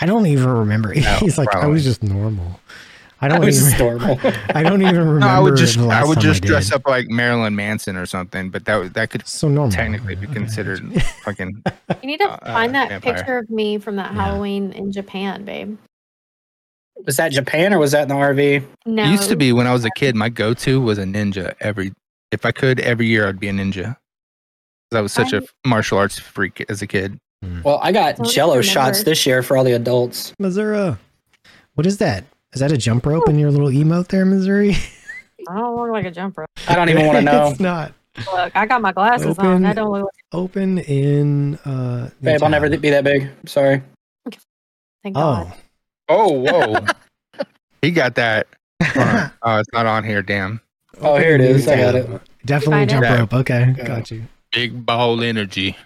Speaker 1: I don't even remember. He's like, I
Speaker 3: probably.
Speaker 1: was just normal. I
Speaker 2: I
Speaker 1: don't
Speaker 2: was
Speaker 1: even.
Speaker 2: just normal.
Speaker 1: I don't even remember.
Speaker 3: No, I would just
Speaker 1: the
Speaker 3: I
Speaker 1: last
Speaker 3: would
Speaker 1: time
Speaker 3: just dress
Speaker 1: did.
Speaker 3: up like Marilyn Manson or something. But that was- that could
Speaker 1: So normal.
Speaker 3: technically be
Speaker 1: Okay.
Speaker 3: considered fucking.
Speaker 4: You need to
Speaker 3: Uh, uh,
Speaker 4: find that
Speaker 3: vampire.
Speaker 4: picture of me from that
Speaker 1: Yeah.
Speaker 4: Halloween in Japan, babe.
Speaker 2: was that Japan or was that in the RV?
Speaker 4: No,
Speaker 3: It used to be when I was a kid. My go to was a ninja. Every if I could every year, I'd be a ninja. 'Cause I was such a
Speaker 4: I-
Speaker 3: martial arts freak as a kid.
Speaker 2: Well, I got
Speaker 4: Don't
Speaker 2: Jello
Speaker 4: remember.
Speaker 2: shots this year for all the adults.
Speaker 1: Missouri. What is that? Is that a jump rope in your little emote there, Missouri?
Speaker 4: I don't look like a jumper.
Speaker 2: I don't even want to know.
Speaker 1: it's not
Speaker 4: Look, I got my glasses
Speaker 1: Open.
Speaker 4: on. I don't look. like-
Speaker 1: open in. uh
Speaker 2: Babe, I'll never
Speaker 1: Newtown.
Speaker 2: be that big. I'm sorry.
Speaker 4: Thank
Speaker 1: Oh,
Speaker 4: God.
Speaker 3: Oh whoa, he got that. Hold on. Oh, it's not on here. Damn,
Speaker 2: Oh, here it is. I got it.
Speaker 1: Definitely
Speaker 4: Find it.
Speaker 1: jump
Speaker 3: Yeah.
Speaker 1: rope. Okay,
Speaker 2: Yeah.
Speaker 1: got you.
Speaker 3: big ball energy.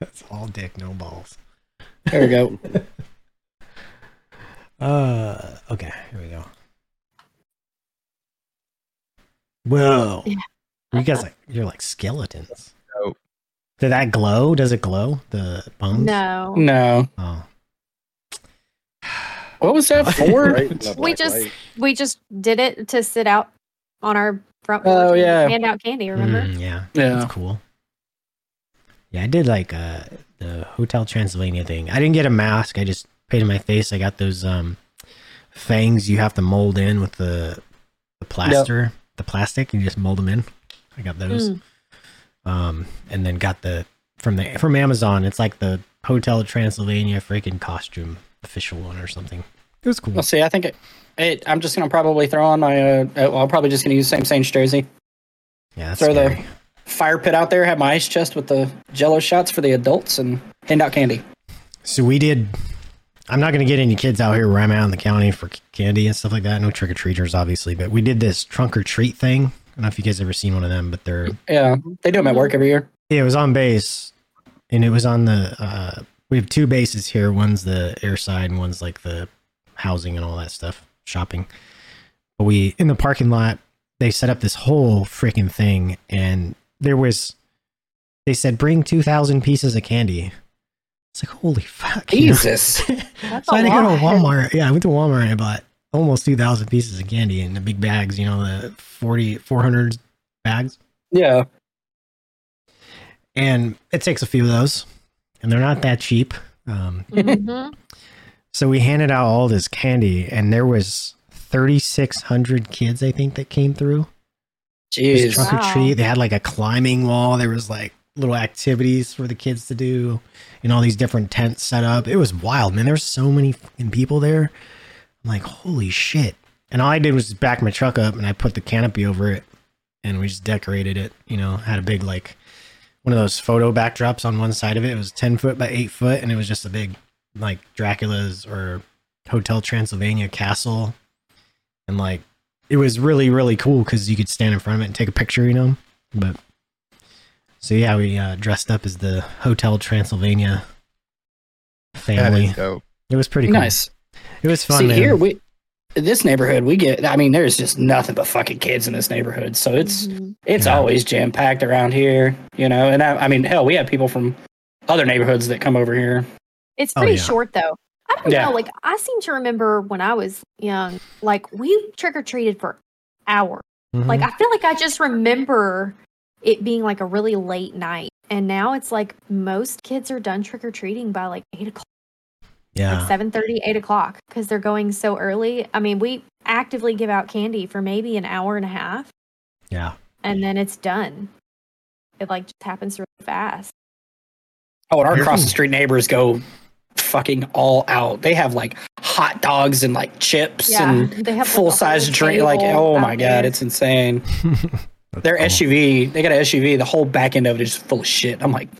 Speaker 1: That's all dick, no balls.
Speaker 2: There we go.
Speaker 1: Uh, okay, here we go. Whoa,
Speaker 4: Yeah.
Speaker 1: you guys like you're like skeletons.
Speaker 3: Dope.
Speaker 1: Did that glow? Does it glow? The bones?
Speaker 4: No,
Speaker 2: No.
Speaker 1: Oh,
Speaker 2: What was that for?
Speaker 7: Right in the
Speaker 4: We
Speaker 7: black
Speaker 4: just-
Speaker 7: light.
Speaker 2: Hmm.
Speaker 4: we just did it to sit out on our front
Speaker 2: Oh,
Speaker 4: porch and
Speaker 2: yeah.
Speaker 4: hand out candy. Remember?
Speaker 1: Mm, yeah,
Speaker 2: yeah.
Speaker 1: that's cool. Yeah, I did like uh, the Hotel Transylvania thing. I didn't get a mask. I just painted my face. I got those um, fangs you have to mold in with the the plaster, the plastic. You just mold them in. I got those. Um, and then got the from the from Amazon. It's like the Hotel Transylvania freaking costume, official one or something. It was cool.
Speaker 2: Let's see. I think it, it. I'm just gonna probably throw on my. Uh, uh, I'm probably just gonna use Sam Saints jersey.
Speaker 1: Yeah, that's
Speaker 2: throw the-
Speaker 1: scary.
Speaker 2: Fire pit out there. Have my ice chest with the Jello shots for the adults and hand out candy.
Speaker 1: So we did. I'm not going to get any kids out here where I'm at in the county for c- candy and stuff like that. No trick or treaters, obviously, but we did this trunk or treat thing. I don't know if you guys ever seen one of them, but they're
Speaker 2: Yeah, they do them at work every year.
Speaker 1: yeah, it was on base, and it was on the. Uh, we have two bases here. One's the air side, and one's like the housing and all that stuff, shopping. But we in the parking lot, they set up this whole freaking thing, and there was. They said, "Bring two thousand pieces of candy." It's like holy fuck! you know?
Speaker 2: Jesus.
Speaker 4: That's
Speaker 1: so I had
Speaker 4: a
Speaker 1: to go to
Speaker 4: lot.
Speaker 1: Walmart. Yeah, I went to Walmart and I bought almost 2,000 pieces of candy in the big bags, you know, the 40, 400 bags.
Speaker 2: yeah.
Speaker 1: And it takes a few of those, and they're not that cheap. Um,
Speaker 2: Hmm.
Speaker 4: Mhm.
Speaker 1: so we handed out all this candy, and there was 3,600 kids, I think, that came through. It was
Speaker 2: Jeez.
Speaker 1: trunk or
Speaker 4: Wow.
Speaker 1: treat. They had like a climbing wall. There was like little activities for the kids to do, and all these different tents set up. It was wild, man. There were so many fucking people there. I'm like, holy shit! And all I did was back my truck up and I put the canopy over it, and we just decorated it. You know, had a big like one of those photo backdrops on one side of it. It was ten foot by eight foot, and it was just a big like Dracula's or Hotel Transylvania castle, and like it was really really cool because you could stand in front of it and take a picture you know but so yeah we uh, dressed up as the hotel transylvania
Speaker 3: That
Speaker 1: family
Speaker 3: is dope.
Speaker 1: it was pretty cool.
Speaker 2: Nice.
Speaker 1: it was fun
Speaker 2: See
Speaker 1: man.
Speaker 2: here we. in This neighborhood, we get. I mean, there's just nothing but fucking kids in this neighborhood. So it's
Speaker 1: Oh,
Speaker 4: Mhm.
Speaker 2: it's
Speaker 1: Yeah.
Speaker 2: always jam packed around here, you know. And I, I mean, hell, we have people from other neighborhoods that come over here.
Speaker 4: It's
Speaker 1: Oh,
Speaker 4: pretty
Speaker 1: yeah.
Speaker 4: short though. I don't
Speaker 2: Yeah.
Speaker 4: know. Like I seem to remember when I was young, like we trick or treated for hours.
Speaker 1: Mhm.
Speaker 4: Like I feel like I just remember it being like a really late night, and now it's like most kids are done trick or treating by like eight o'clock, like
Speaker 1: yeah
Speaker 4: seven thirty, eight o'clock, because they're going so early. I mean, we actively give out candy for maybe an hour and a half,
Speaker 1: yeah
Speaker 4: and then it's done. It like just happens really fast.
Speaker 2: Oh, and our
Speaker 1: Here-
Speaker 2: across the street neighbors go fucking all out. They have like hot dogs and like chips and
Speaker 4: they have like, a
Speaker 2: full size
Speaker 4: whole
Speaker 2: drink. Like,
Speaker 4: table
Speaker 2: oh
Speaker 4: out
Speaker 2: my
Speaker 4: there.
Speaker 2: god, it's insane.
Speaker 1: That's
Speaker 2: Their
Speaker 1: cool.
Speaker 2: SUV, they got an SUV. The whole back end of it is full of shit. I'm like,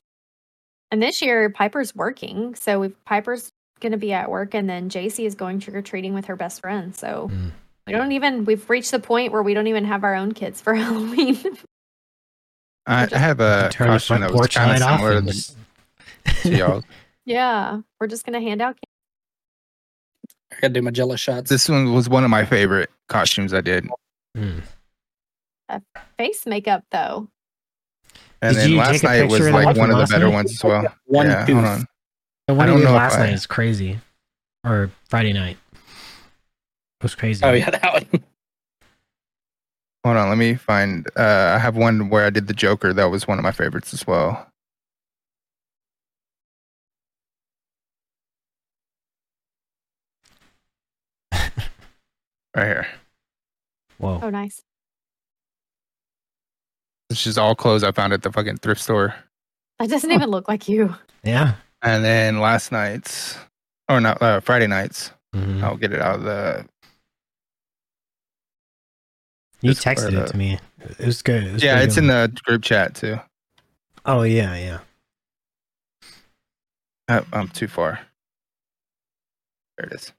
Speaker 4: And this year, Piper's working, so we Piper's going to be at work, and then JC is going trick or treating with her best friend. So
Speaker 1: Mm.
Speaker 4: we don't even we've reached the point where we don't even have our own kids for Halloween.
Speaker 3: I, I have a
Speaker 1: turn the
Speaker 3: uh, costume
Speaker 1: front
Speaker 3: that was
Speaker 1: porch
Speaker 3: kind of
Speaker 1: light off
Speaker 3: similar
Speaker 1: and
Speaker 3: to
Speaker 1: just-
Speaker 3: y'all.
Speaker 4: yeah, we're just going to hand out.
Speaker 2: I gotta do my jello shots.
Speaker 3: This one was one of my favorite costumes I did.
Speaker 1: Mm.
Speaker 4: Candy. Face makeup though.
Speaker 3: And
Speaker 1: Did
Speaker 3: then
Speaker 1: you
Speaker 3: last
Speaker 1: take a
Speaker 3: night was
Speaker 1: picture of the one
Speaker 3: like
Speaker 1: from
Speaker 3: one of the
Speaker 1: last
Speaker 3: better
Speaker 1: night?
Speaker 3: ones as well.
Speaker 2: One
Speaker 3: yeah,
Speaker 2: booth.
Speaker 3: hold on.
Speaker 1: the one
Speaker 3: I
Speaker 1: I
Speaker 3: don't
Speaker 1: did
Speaker 3: know if
Speaker 1: last
Speaker 3: I-
Speaker 1: night is crazy or friday night it was crazy
Speaker 2: Oh yeah, that one.
Speaker 3: Hold on, let me find. Uh, I have one where I did the Joker. That was one of my favorites as well. right here.
Speaker 1: whoa
Speaker 4: Oh, nice.
Speaker 3: This is all clothes I found at the fucking thrift store.
Speaker 4: That doesn't even look like you.
Speaker 1: yeah
Speaker 3: And then last night's, or not uh, Friday night's.
Speaker 1: Mhm.
Speaker 3: I'll get it out of the.
Speaker 1: you
Speaker 3: Discord,
Speaker 1: texted
Speaker 3: uh,
Speaker 1: it to me it was good It was
Speaker 3: Yeah,
Speaker 1: pretty
Speaker 3: it's
Speaker 1: good.
Speaker 3: in the group chat too.
Speaker 1: oh yeah yeah
Speaker 3: Uh, I'm too far. There it is.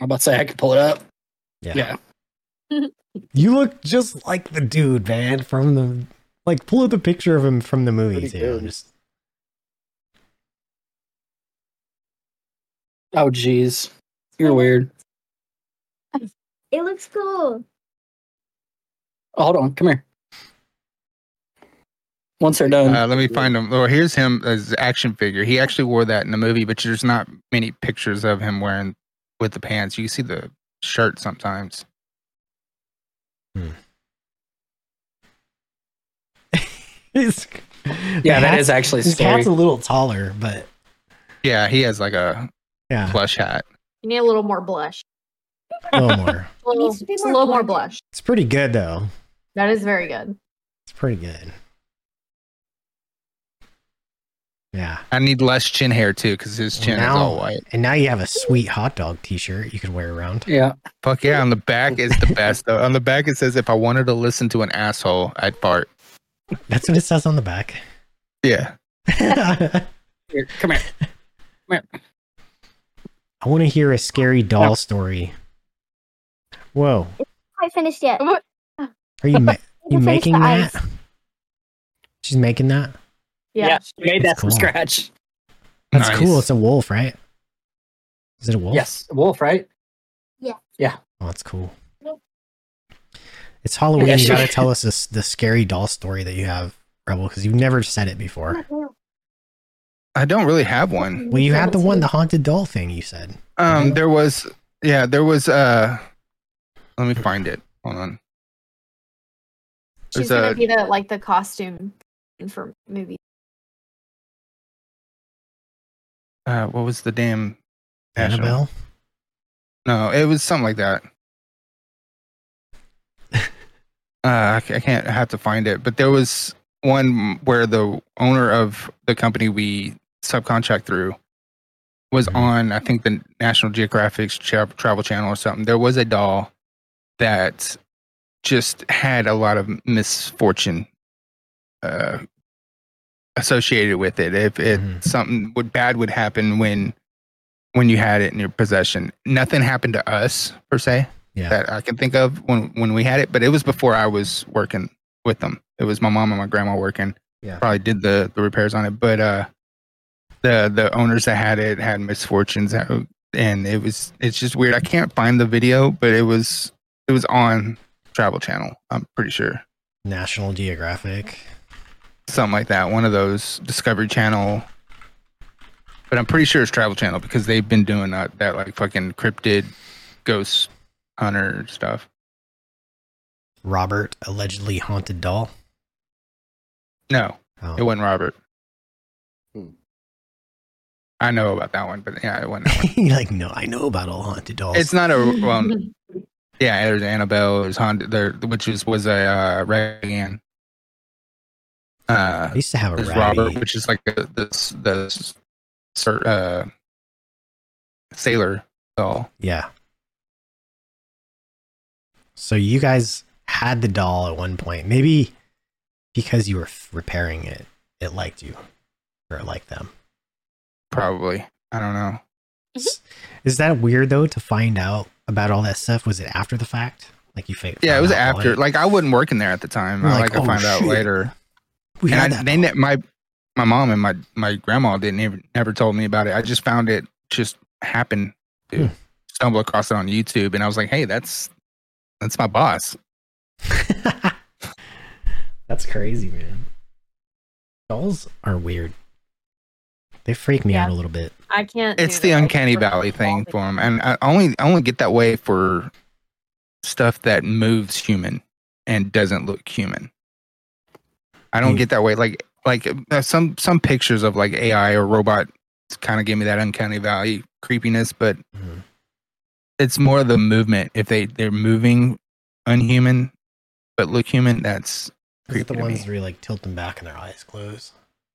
Speaker 2: I'm about to say I can pull it up.
Speaker 1: Yeah.
Speaker 2: Yeah.
Speaker 1: You look just like the dude, man, from the like pull up a picture of him from the movies.
Speaker 7: Pretty
Speaker 1: You know,
Speaker 7: good.
Speaker 1: just
Speaker 2: Oh jeez, you're weird.
Speaker 8: It looks cool.
Speaker 2: Oh, hold on, come here. Once they're done,
Speaker 3: Uh, let me find him. Or here's him as action figure. He actually wore that in the movie, but there's not many pictures of him wearing with the pants. You see the shirt sometimes.
Speaker 1: it's
Speaker 2: Yeah, that
Speaker 1: Pat's-
Speaker 2: is actually
Speaker 1: His
Speaker 2: scary.
Speaker 1: cat's a little taller, but
Speaker 3: Yeah, he has like a
Speaker 1: yeah,
Speaker 3: plush hat.
Speaker 10: You need a little more blush.
Speaker 1: a little
Speaker 10: A
Speaker 1: more.
Speaker 10: little,
Speaker 8: needs to be
Speaker 10: just
Speaker 8: more
Speaker 10: a little more
Speaker 8: blended.
Speaker 10: blush.
Speaker 1: It's pretty good though.
Speaker 10: That is very good.
Speaker 1: It's pretty good. Yeah.
Speaker 3: I need less chin hair too, because his chin
Speaker 1: Now-
Speaker 3: is all white.
Speaker 1: And now you have a sweet hot dog T-shirt you can wear around.
Speaker 2: Yeah.
Speaker 3: Fuck yeah! On the back is the best though. On the back it says, "If I wanted to listen to an asshole, I'd fart."
Speaker 1: That's what it says on the back.
Speaker 3: Yeah.
Speaker 1: I
Speaker 2: Here, come here.
Speaker 1: want to hear a scary doll story. Whoa,
Speaker 8: I finished yet.
Speaker 1: are you ma-
Speaker 8: I
Speaker 1: you
Speaker 8: finished
Speaker 1: making
Speaker 8: the
Speaker 1: that?
Speaker 8: ice.
Speaker 1: She's making that.
Speaker 10: Yeah.
Speaker 2: she made
Speaker 1: That's
Speaker 2: that from
Speaker 1: cool.
Speaker 2: scratch.
Speaker 1: That's
Speaker 3: Nice.
Speaker 1: cool. It's a wolf, right? Is it a wolf?
Speaker 2: Yes, wolf, right?
Speaker 1: Oh, that's cool. It's Halloween.
Speaker 2: Yeah,
Speaker 1: you
Speaker 2: sure.
Speaker 1: gotta tell us this the scary doll story that you have, Rebel, because you've never said it before.
Speaker 3: I don't really have one.
Speaker 1: Well, you had the one, the haunted doll thing. You said. Mm-hmm.
Speaker 3: Um, there was, yeah, there was. Uh, let me find it. Hold on.
Speaker 10: She's
Speaker 3: There's
Speaker 10: gonna
Speaker 3: a-
Speaker 10: be the like the costume for movies.
Speaker 3: Uh, what was the damn national-
Speaker 1: Annabelle.
Speaker 3: No, it was something like that. uh, I, ca- I can't I have to find it, but there was one where the owner of the company we subcontract through was
Speaker 1: Mhm.
Speaker 3: on, I think, the National Geographic's tra- Travel Channel or something. There was a doll that just had a lot of misfortune uh, associated with it. If it
Speaker 1: Mhm.
Speaker 3: something would bad would happen when when you had it in your possession. Nothing happened to us per se
Speaker 1: Yeah.
Speaker 3: that I can think of when when we had it, but it was before I was working with them. It was my mom and my grandma working.
Speaker 1: Yeah.
Speaker 3: Probably did the the repairs on it, but uh the the owners that had it had misfortunes that- and it was it's just weird. I can't find the video, but it was it was on Travel Channel, I'm pretty sure.
Speaker 1: National Geographic.
Speaker 3: Something like that. One of those Discovery Channel but I'm pretty sure it's Travel Channel because they've been doing that, that like fucking cryptid ghost hunter stuff.
Speaker 1: Robert allegedly haunted doll.
Speaker 3: No,
Speaker 1: Oh.
Speaker 3: it wasn't Robert.
Speaker 7: Hmm.
Speaker 3: I know about that one, but yeah, it wasn't. That one.
Speaker 1: You're like, no, I know about all haunted dolls.
Speaker 3: it's not a well. Yeah, there's Annabelle, there's Honda, there, which is was a uh, Raggedy Ann. Uh,
Speaker 1: I used to have a
Speaker 3: there's
Speaker 1: rabbit.
Speaker 3: Robert, which is like the the, the sir- uh, sailor doll.
Speaker 1: Yeah. So you guys had the doll at one point. Maybe because you were f- repairing it, it liked you or it liked them.
Speaker 3: Probably, I don't know.
Speaker 1: Is that weird though to find out about all that stuff? Was it after the fact? Like you fa-
Speaker 3: Yeah, it
Speaker 1: found
Speaker 3: was
Speaker 1: out about
Speaker 3: after.
Speaker 1: it?
Speaker 3: Like I wasn't working there at the time.
Speaker 1: You're
Speaker 3: I
Speaker 1: like,
Speaker 3: like, I
Speaker 1: "Oh,
Speaker 3: found out
Speaker 1: shit."
Speaker 3: later.
Speaker 1: we had
Speaker 3: and I,
Speaker 1: that.
Speaker 3: they
Speaker 1: doll.
Speaker 3: ne- my my mom and my my grandma didn't even never told me about it. I just found it just happened to
Speaker 1: Hmm.
Speaker 3: stumble across it on YouTube, and I was like, "Hey, that's that's my boss."
Speaker 1: That's crazy, man. Dolls are weird. They freak me
Speaker 10: Yeah.
Speaker 1: out a little bit.
Speaker 10: I can't. do
Speaker 3: It's the
Speaker 10: that. I
Speaker 3: uncanny
Speaker 10: can't
Speaker 3: valley
Speaker 10: do
Speaker 3: thing
Speaker 10: that.
Speaker 3: for them, and I only I only get that way for stuff that moves human and doesn't look human. I don't
Speaker 1: You-
Speaker 3: get that way. Like like uh, some some pictures of like AI or robot kind of give me that uncanny valley creepiness, but
Speaker 1: Mhm.
Speaker 3: it's more the movement. If they they're moving unhuman but look human,
Speaker 1: Is
Speaker 3: that's
Speaker 1: it the
Speaker 3: creepy to
Speaker 1: ones
Speaker 3: me.
Speaker 1: where you like tilt them back and their eyes close?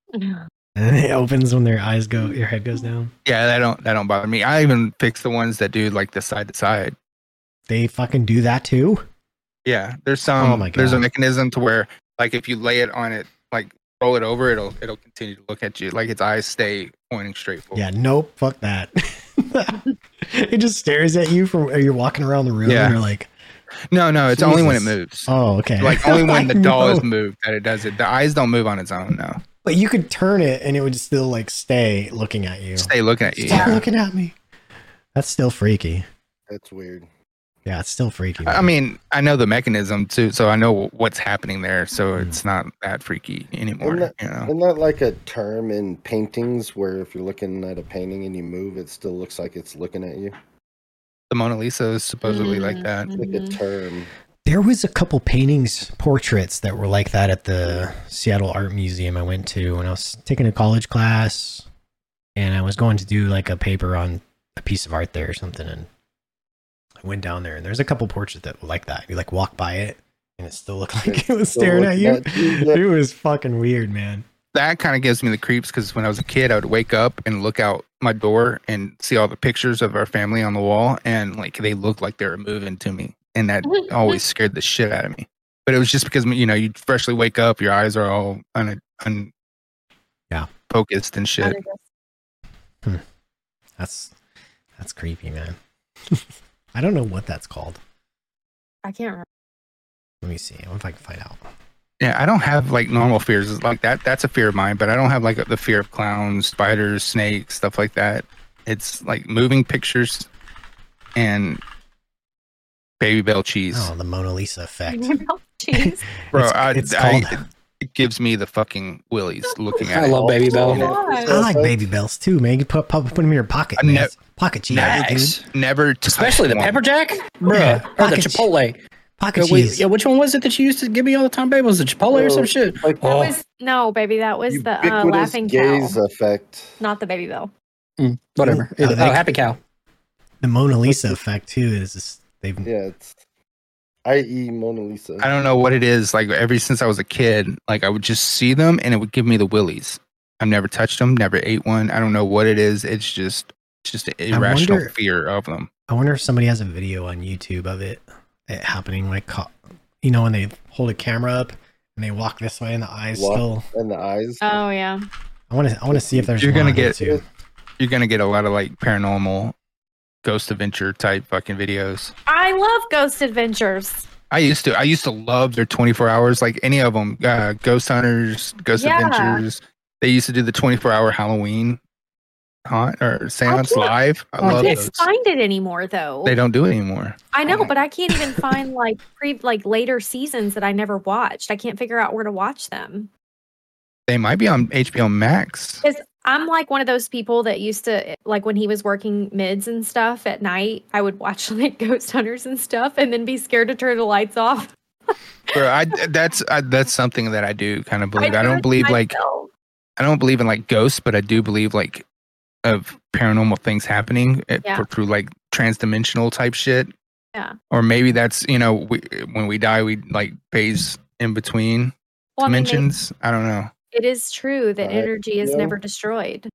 Speaker 1: And then it opens when their eyes go, your head goes down.
Speaker 3: yeah. That don't that don't bother me. I even fix the ones that do like the side to side.
Speaker 1: They fucking do that too?
Speaker 3: Yeah, there's some.
Speaker 1: Oh my
Speaker 3: There's a
Speaker 1: God.
Speaker 3: mechanism to where, like, if you lay it on it, like roll it over, it'll it'll continue to look at you. Like its eyes stay pointing straight forward.
Speaker 1: Yeah, nope, fuck that. it just stares at you from you're walking around the room
Speaker 3: Yeah.
Speaker 1: and you're like,
Speaker 3: No, no, it's only when it
Speaker 1: Jesus.
Speaker 3: moves.
Speaker 1: oh, okay.
Speaker 3: Like only when the
Speaker 1: I
Speaker 3: doll is
Speaker 1: know.
Speaker 3: moved that it does it. The eyes don't move on its own. No,
Speaker 1: But you could turn it and it would still like stay looking at you.
Speaker 3: stay looking at you.
Speaker 1: Stop
Speaker 3: Yeah.
Speaker 1: looking at me. That's still freaky.
Speaker 7: That's weird.
Speaker 1: Yeah, it's still freaky.
Speaker 3: I
Speaker 1: man.
Speaker 3: mean, I know the mechanism too, so I know what's happening there. So it's not that freaky anymore.
Speaker 7: Mm. And the-
Speaker 3: you know.
Speaker 7: Isn't that like a term in paintings where if you're looking at a painting and you move, it still looks like it's looking at you?
Speaker 4: Mm-hmm.
Speaker 7: Mm.
Speaker 3: The Mona Lisa is supposedly like that.
Speaker 7: Like a term.
Speaker 1: There was a couple paintings, portraits that were like that at the Seattle Art Museum I went to when I was taking a college class, and I was going to do like a paper on a piece of art there or something, and I went down there, and there's a couple portraits that were like that. You like walk by it, and it still looked like it was
Speaker 7: Still
Speaker 1: staring at
Speaker 7: looking
Speaker 1: you.
Speaker 7: at you, yeah.
Speaker 1: It was fucking weird, man.
Speaker 3: that kind of gives me the creeps because when I was a kid, I would wake up and look out my door and see all the pictures of our family on the wall, and like they looked like they were moving to me, and that always scared the shit out of me. But it was just because you know you freshly wake up, your eyes are all un, un
Speaker 1: Yeah.
Speaker 3: focused and shit.
Speaker 1: That's that's creepy, man. I don't know what that's called.
Speaker 10: I can't remember.
Speaker 1: Let me see if I can find out.
Speaker 3: Yeah, I don't have like normal fears It's like that. That's a fear of mine, but I don't have like the fear of clowns, spiders, snakes, stuff like that. It's like moving pictures and baby bell cheese.
Speaker 1: Oh, the Mona Lisa effect.
Speaker 4: Jeez.
Speaker 3: Bro,
Speaker 1: It's-
Speaker 3: I,
Speaker 1: it's
Speaker 3: I-
Speaker 1: called-
Speaker 3: it gives me the fucking willies looking at
Speaker 2: I
Speaker 3: it.
Speaker 2: love Baby Bell.
Speaker 1: I like baby bells too, man. You put pop, put them in your pocket,
Speaker 3: I
Speaker 1: man.
Speaker 3: nev-
Speaker 1: It's pocket cheese,
Speaker 3: never,
Speaker 1: dude.
Speaker 3: never touched
Speaker 2: Especially the
Speaker 3: one.
Speaker 2: pepper jack, bruh,
Speaker 1: Yeah,
Speaker 2: or the
Speaker 1: pocket-
Speaker 2: chipotle.
Speaker 1: Pocket
Speaker 2: Yeah, wait,
Speaker 1: cheese.
Speaker 2: yeah, which one was it that you used to give me all the time, babe? Was it chipotle or some shit?
Speaker 7: Like
Speaker 4: That
Speaker 2: Oh,
Speaker 4: was no, baby. That was the uh,
Speaker 7: ubiquitous
Speaker 4: laughing cow,
Speaker 7: gaze effect.
Speaker 4: not the baby bell.
Speaker 2: mm, whatever.
Speaker 1: I
Speaker 2: It- oh,
Speaker 1: think-
Speaker 2: happy cow.
Speaker 1: The Mona Lisa effect too is this, they've
Speaker 7: Yeah, it's i.e. Mona Lisa.
Speaker 3: I don't know what it is. Like ever since I was a kid, like I would just see them and it would give me the willies. I've never touched them, never ate one. I don't know what it is. It's just it's just an irrational
Speaker 1: wonder-
Speaker 3: fear of them.
Speaker 1: I wonder if somebody has a video on YouTube of it, it happening. Like, co- you know, when they hold a camera up and they walk this way, and the eyes
Speaker 7: Walk.
Speaker 1: still.
Speaker 7: And the eyes.
Speaker 4: Oh yeah,
Speaker 1: I want to. I want to see if there's.
Speaker 3: You're gonna
Speaker 1: one on
Speaker 3: get-
Speaker 1: YouTube.
Speaker 3: You're gonna get a lot of like paranormal ghost adventure type fucking videos.
Speaker 4: I love ghost adventures.
Speaker 3: I used to I used to love their 24 hours like any of them uh, ghost hunters, ghost
Speaker 4: Yeah.
Speaker 3: adventures. They used to do the 24 hour Halloween haunt or seance
Speaker 4: can't-
Speaker 3: live. I
Speaker 2: I
Speaker 4: I
Speaker 3: love
Speaker 4: can't
Speaker 3: those.
Speaker 4: find it anymore though.
Speaker 3: They don't do it anymore.
Speaker 4: I know, but I can't even find like pre like later seasons that I never watched. I can't figure out where to watch them.
Speaker 3: They might be on HBO Max.
Speaker 4: I'm like one of those people that used to eh, like when he was working mids and stuff at night, I would watch like ghost hunters and stuff and then be scared to turn the lights off.
Speaker 3: Bro, I that's I, that's something that I do kind of believe. I,
Speaker 4: do
Speaker 3: don't
Speaker 4: it
Speaker 3: believe like
Speaker 4: myself.
Speaker 3: I don't believe in like ghosts, but I do believe like of paranormal things happening eh,
Speaker 4: Yeah.
Speaker 3: for- through like transdimensional type shit.
Speaker 4: Yeah.
Speaker 3: Or maybe that's you know we, when we die we like phase in between
Speaker 4: Well, I mean, they-
Speaker 3: dimensions. I don't know.
Speaker 4: it is true that
Speaker 7: Uh,
Speaker 4: energy is
Speaker 7: yeah.
Speaker 4: never destroyed.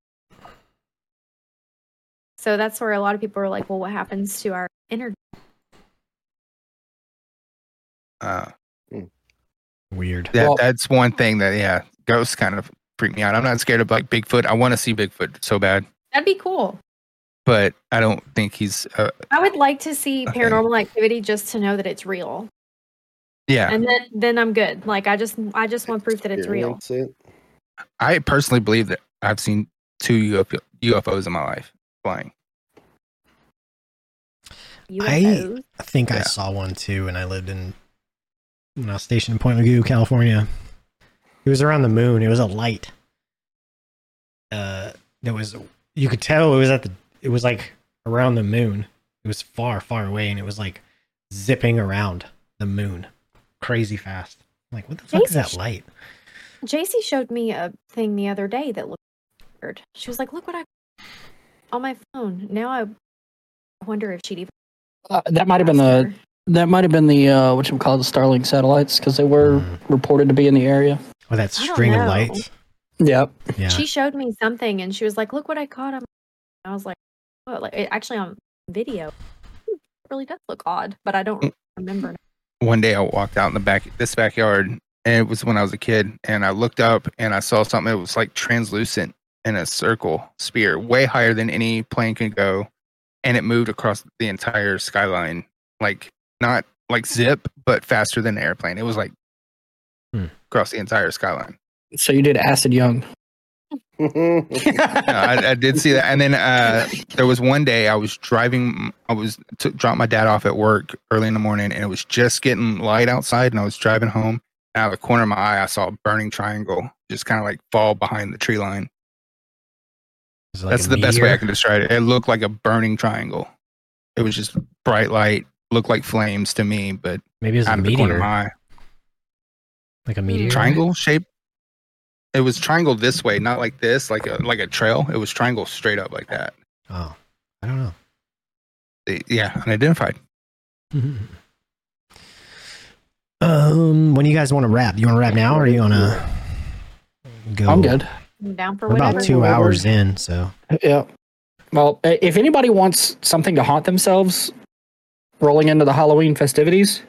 Speaker 4: So that's where a lot of people are like, well, what happens to our energy?
Speaker 3: Uh,
Speaker 1: weird.
Speaker 3: that
Speaker 2: Well-
Speaker 3: that's one thing that yeah ghosts kind of freak me out. I'm not scared of like Bigfoot. I want to see Bigfoot so bad,
Speaker 4: That'd be cool.
Speaker 3: but I don't think he's. Uh,
Speaker 4: I would like to see
Speaker 3: Okay.
Speaker 4: paranormal activity just to know that it's real.
Speaker 3: yeah,
Speaker 4: And then then I'm good. Like I just I just want proof that it's real.
Speaker 7: Experience it.
Speaker 3: I personally believe that I've seen two UFO, UFOs in my life flying.
Speaker 1: I-
Speaker 4: UFOs.
Speaker 1: I think I
Speaker 3: Yeah.
Speaker 1: saw one too, and I lived in when I was stationed in Point Magoo, California. It was around the moon. It was a light. Uh, that was you could tell it was at the. It was like around the moon. It was far, far away, and it was like zipping around the moon, crazy fast. like, what the fuck is that
Speaker 4: Jesus.
Speaker 1: light?
Speaker 4: JC showed me a thing the other day that looked weird. She was like, "Look what I on my phone." Now I wonder if she'd even.
Speaker 2: Uh, that might have been
Speaker 4: asked
Speaker 2: the
Speaker 4: her.
Speaker 2: that might have been the uh, what you call the Starlink satellites because they were
Speaker 1: Mm.
Speaker 2: reported to be in the area.
Speaker 1: With Oh, that
Speaker 4: I don't
Speaker 1: string of
Speaker 4: know.
Speaker 1: lights.
Speaker 2: Yep.
Speaker 1: Yeah.
Speaker 4: She showed me something, and she was like, "Look what I caught." On I was like, "What?" Like it, actually on video, hmm, it really does look odd, but I
Speaker 1: Mm.
Speaker 4: don't remember.
Speaker 3: One day I walked out in the back this backyard, and it was when I was a kid, and I looked up and I saw something that was like translucent in a circle sphere, way higher than any plane could go, and it moved across the entire skyline, like not like zip, but faster than an airplane. It was like
Speaker 1: Hmm.
Speaker 3: across the entire skyline.
Speaker 2: So you did Acid Young.
Speaker 3: No, I, I did see that. And then uh, there was one day I was driving. I was t- dropped my dad off at work early in the morning, and it was just getting light outside. And I was driving home. And out of the corner of my eye, I saw a burning triangle just kind of like fall behind the tree line.
Speaker 1: It was like
Speaker 3: That's
Speaker 1: a
Speaker 3: the best way I
Speaker 1: meteor.
Speaker 3: can describe it. It looked like a burning triangle. It was just bright light, look like flames to me, but
Speaker 1: Maybe it's a
Speaker 3: out of the corner of
Speaker 1: meteor.
Speaker 3: my eye.
Speaker 1: like
Speaker 4: Hmm.
Speaker 1: a meteor
Speaker 3: triangle shape. It was triangle this way, not like this, like a like a trail. It was triangle straight up like that.
Speaker 1: Oh, I don't know.
Speaker 3: It- yeah, unidentified.
Speaker 1: um, when you guys want to wrap, you want to wrap now, or do you want to go?
Speaker 2: I'm good.
Speaker 4: I'm down for
Speaker 1: We're
Speaker 4: whatever.
Speaker 1: about two hours in, so
Speaker 2: Yeah. Well, i- if anybody wants something to haunt themselves rolling into the Halloween festivities,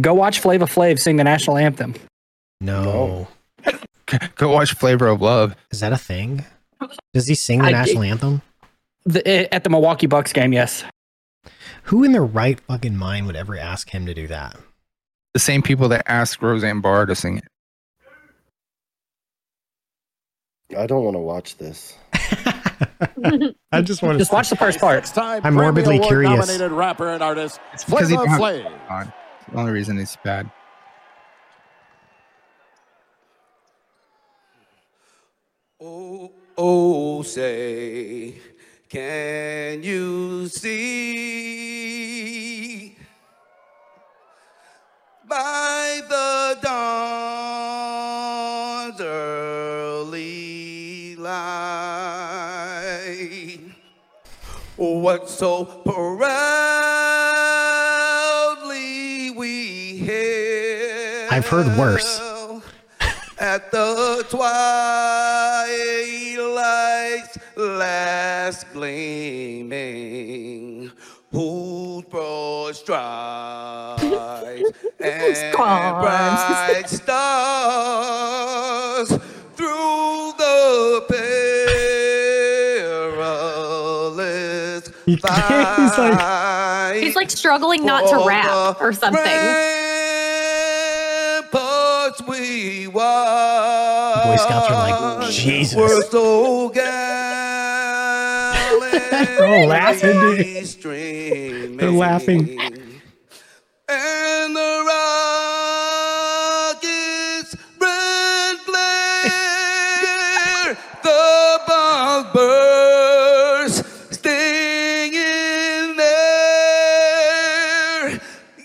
Speaker 2: go watch Flava Flav sing the national anthem.
Speaker 1: no.
Speaker 3: Go watch Flavor of Love.
Speaker 1: Is that a thing? Does he sing the
Speaker 2: I-
Speaker 1: national anthem?
Speaker 2: The, i- at the Milwaukee Bucks game, yes.
Speaker 1: Who in their right fucking mind would ever ask him to do that?
Speaker 3: The same people that asked Roseanne Barr to sing it.
Speaker 7: I don't want to watch this.
Speaker 1: I just want to.
Speaker 2: Just watch the first part.
Speaker 1: I'm morbidly curious.
Speaker 11: rapper and artist.
Speaker 3: It's because he
Speaker 11: Flavor
Speaker 3: don't have
Speaker 11: Flav.
Speaker 3: clothes on. It's The only reason it's bad.
Speaker 11: Oh, say, can you see by the dawn's early light what so proudly we hailed
Speaker 1: I've heard worse.
Speaker 11: at the twilight's last gleaming, whose broad stripes and bright stars through the perilous
Speaker 1: He's like,
Speaker 4: He's like struggling not to rap or something.
Speaker 11: ramparts we watched. Boy
Speaker 1: Scouts are like, Jesus.
Speaker 11: Were so gallantly
Speaker 1: Oh, laughing, dude.
Speaker 11: streaming.
Speaker 1: They're laughing.
Speaker 11: And the rockets red flare, the bombs burst, sting in air,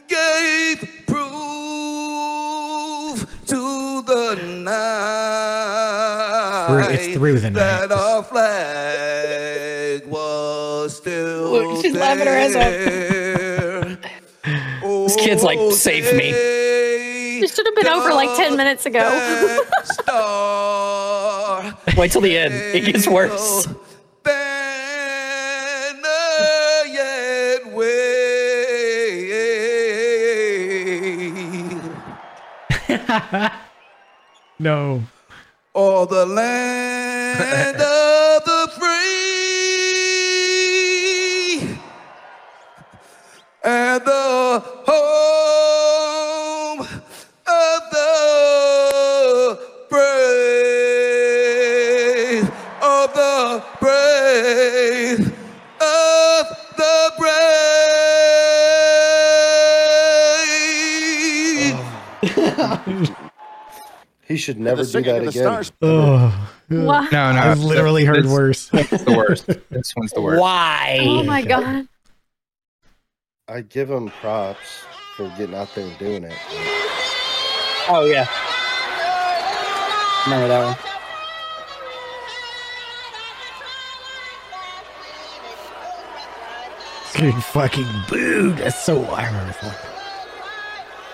Speaker 11: gave proof to the night
Speaker 1: it's through the night.
Speaker 11: that our flag was still
Speaker 6: Look, she's laughing her ass
Speaker 11: there.
Speaker 2: This kid's like,
Speaker 11: Oh,
Speaker 2: save me.
Speaker 4: This should have been over like ten minutes ago.
Speaker 11: Star
Speaker 2: Wait till the end. It gets worse.
Speaker 11: banner yet wave.
Speaker 1: no.
Speaker 11: Or the land of the free and the home of the brave, of the brave, of the brave.
Speaker 7: He should never do that again.
Speaker 1: Oh,
Speaker 4: Why?
Speaker 3: No, no.
Speaker 1: I've literally heard
Speaker 3: this-
Speaker 1: worse.
Speaker 3: It's the worst. This one's the worst.
Speaker 2: Why?
Speaker 4: Oh my god.
Speaker 7: I give him props for getting out there and doing it.
Speaker 2: Oh, yeah. Remember that one.
Speaker 1: Dude, fucking boo. That's so. I remember. fuck.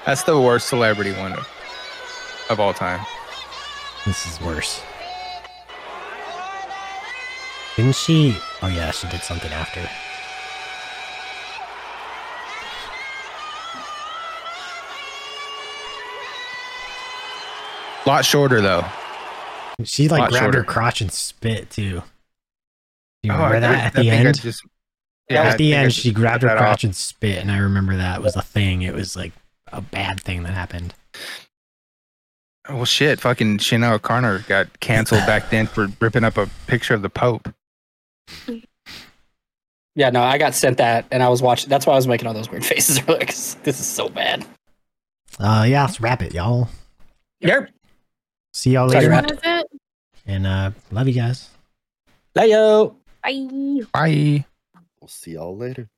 Speaker 3: That's the worst celebrity one of, of all time.
Speaker 1: This is worse. Didn't she? Oh yeah, she did something after.
Speaker 3: Lot shorter though.
Speaker 1: She like
Speaker 3: Lot
Speaker 1: grabbed
Speaker 3: shorter.
Speaker 1: her crotch and spit too. Do you
Speaker 3: Oh, I
Speaker 1: remember that
Speaker 3: think-
Speaker 1: at
Speaker 3: I
Speaker 1: the
Speaker 3: think I
Speaker 1: end?
Speaker 3: just-
Speaker 1: at
Speaker 3: I
Speaker 1: the
Speaker 3: think I
Speaker 1: end,
Speaker 3: just
Speaker 1: she grabbed her
Speaker 3: cut that off.
Speaker 1: crotch and spit, and I remember that was a thing. It was like a bad thing that happened.
Speaker 3: Oh, Well, shit, fucking Chanel O'Connor got canceled back then for ripping up a picture of the Pope.
Speaker 2: Yeah, no, I got sent that and I was watching. That's why I was making all those weird faces earlier 'cause this is so bad.
Speaker 1: Uh, yeah, let's wrap it, y'all.
Speaker 2: Yep.
Speaker 1: See y'all
Speaker 2: Sorry,
Speaker 1: later,
Speaker 2: Matt.
Speaker 4: What is it?
Speaker 1: and uh, love you guys.
Speaker 2: Layo.
Speaker 4: Bye.
Speaker 3: Bye.
Speaker 7: We'll see y'all later.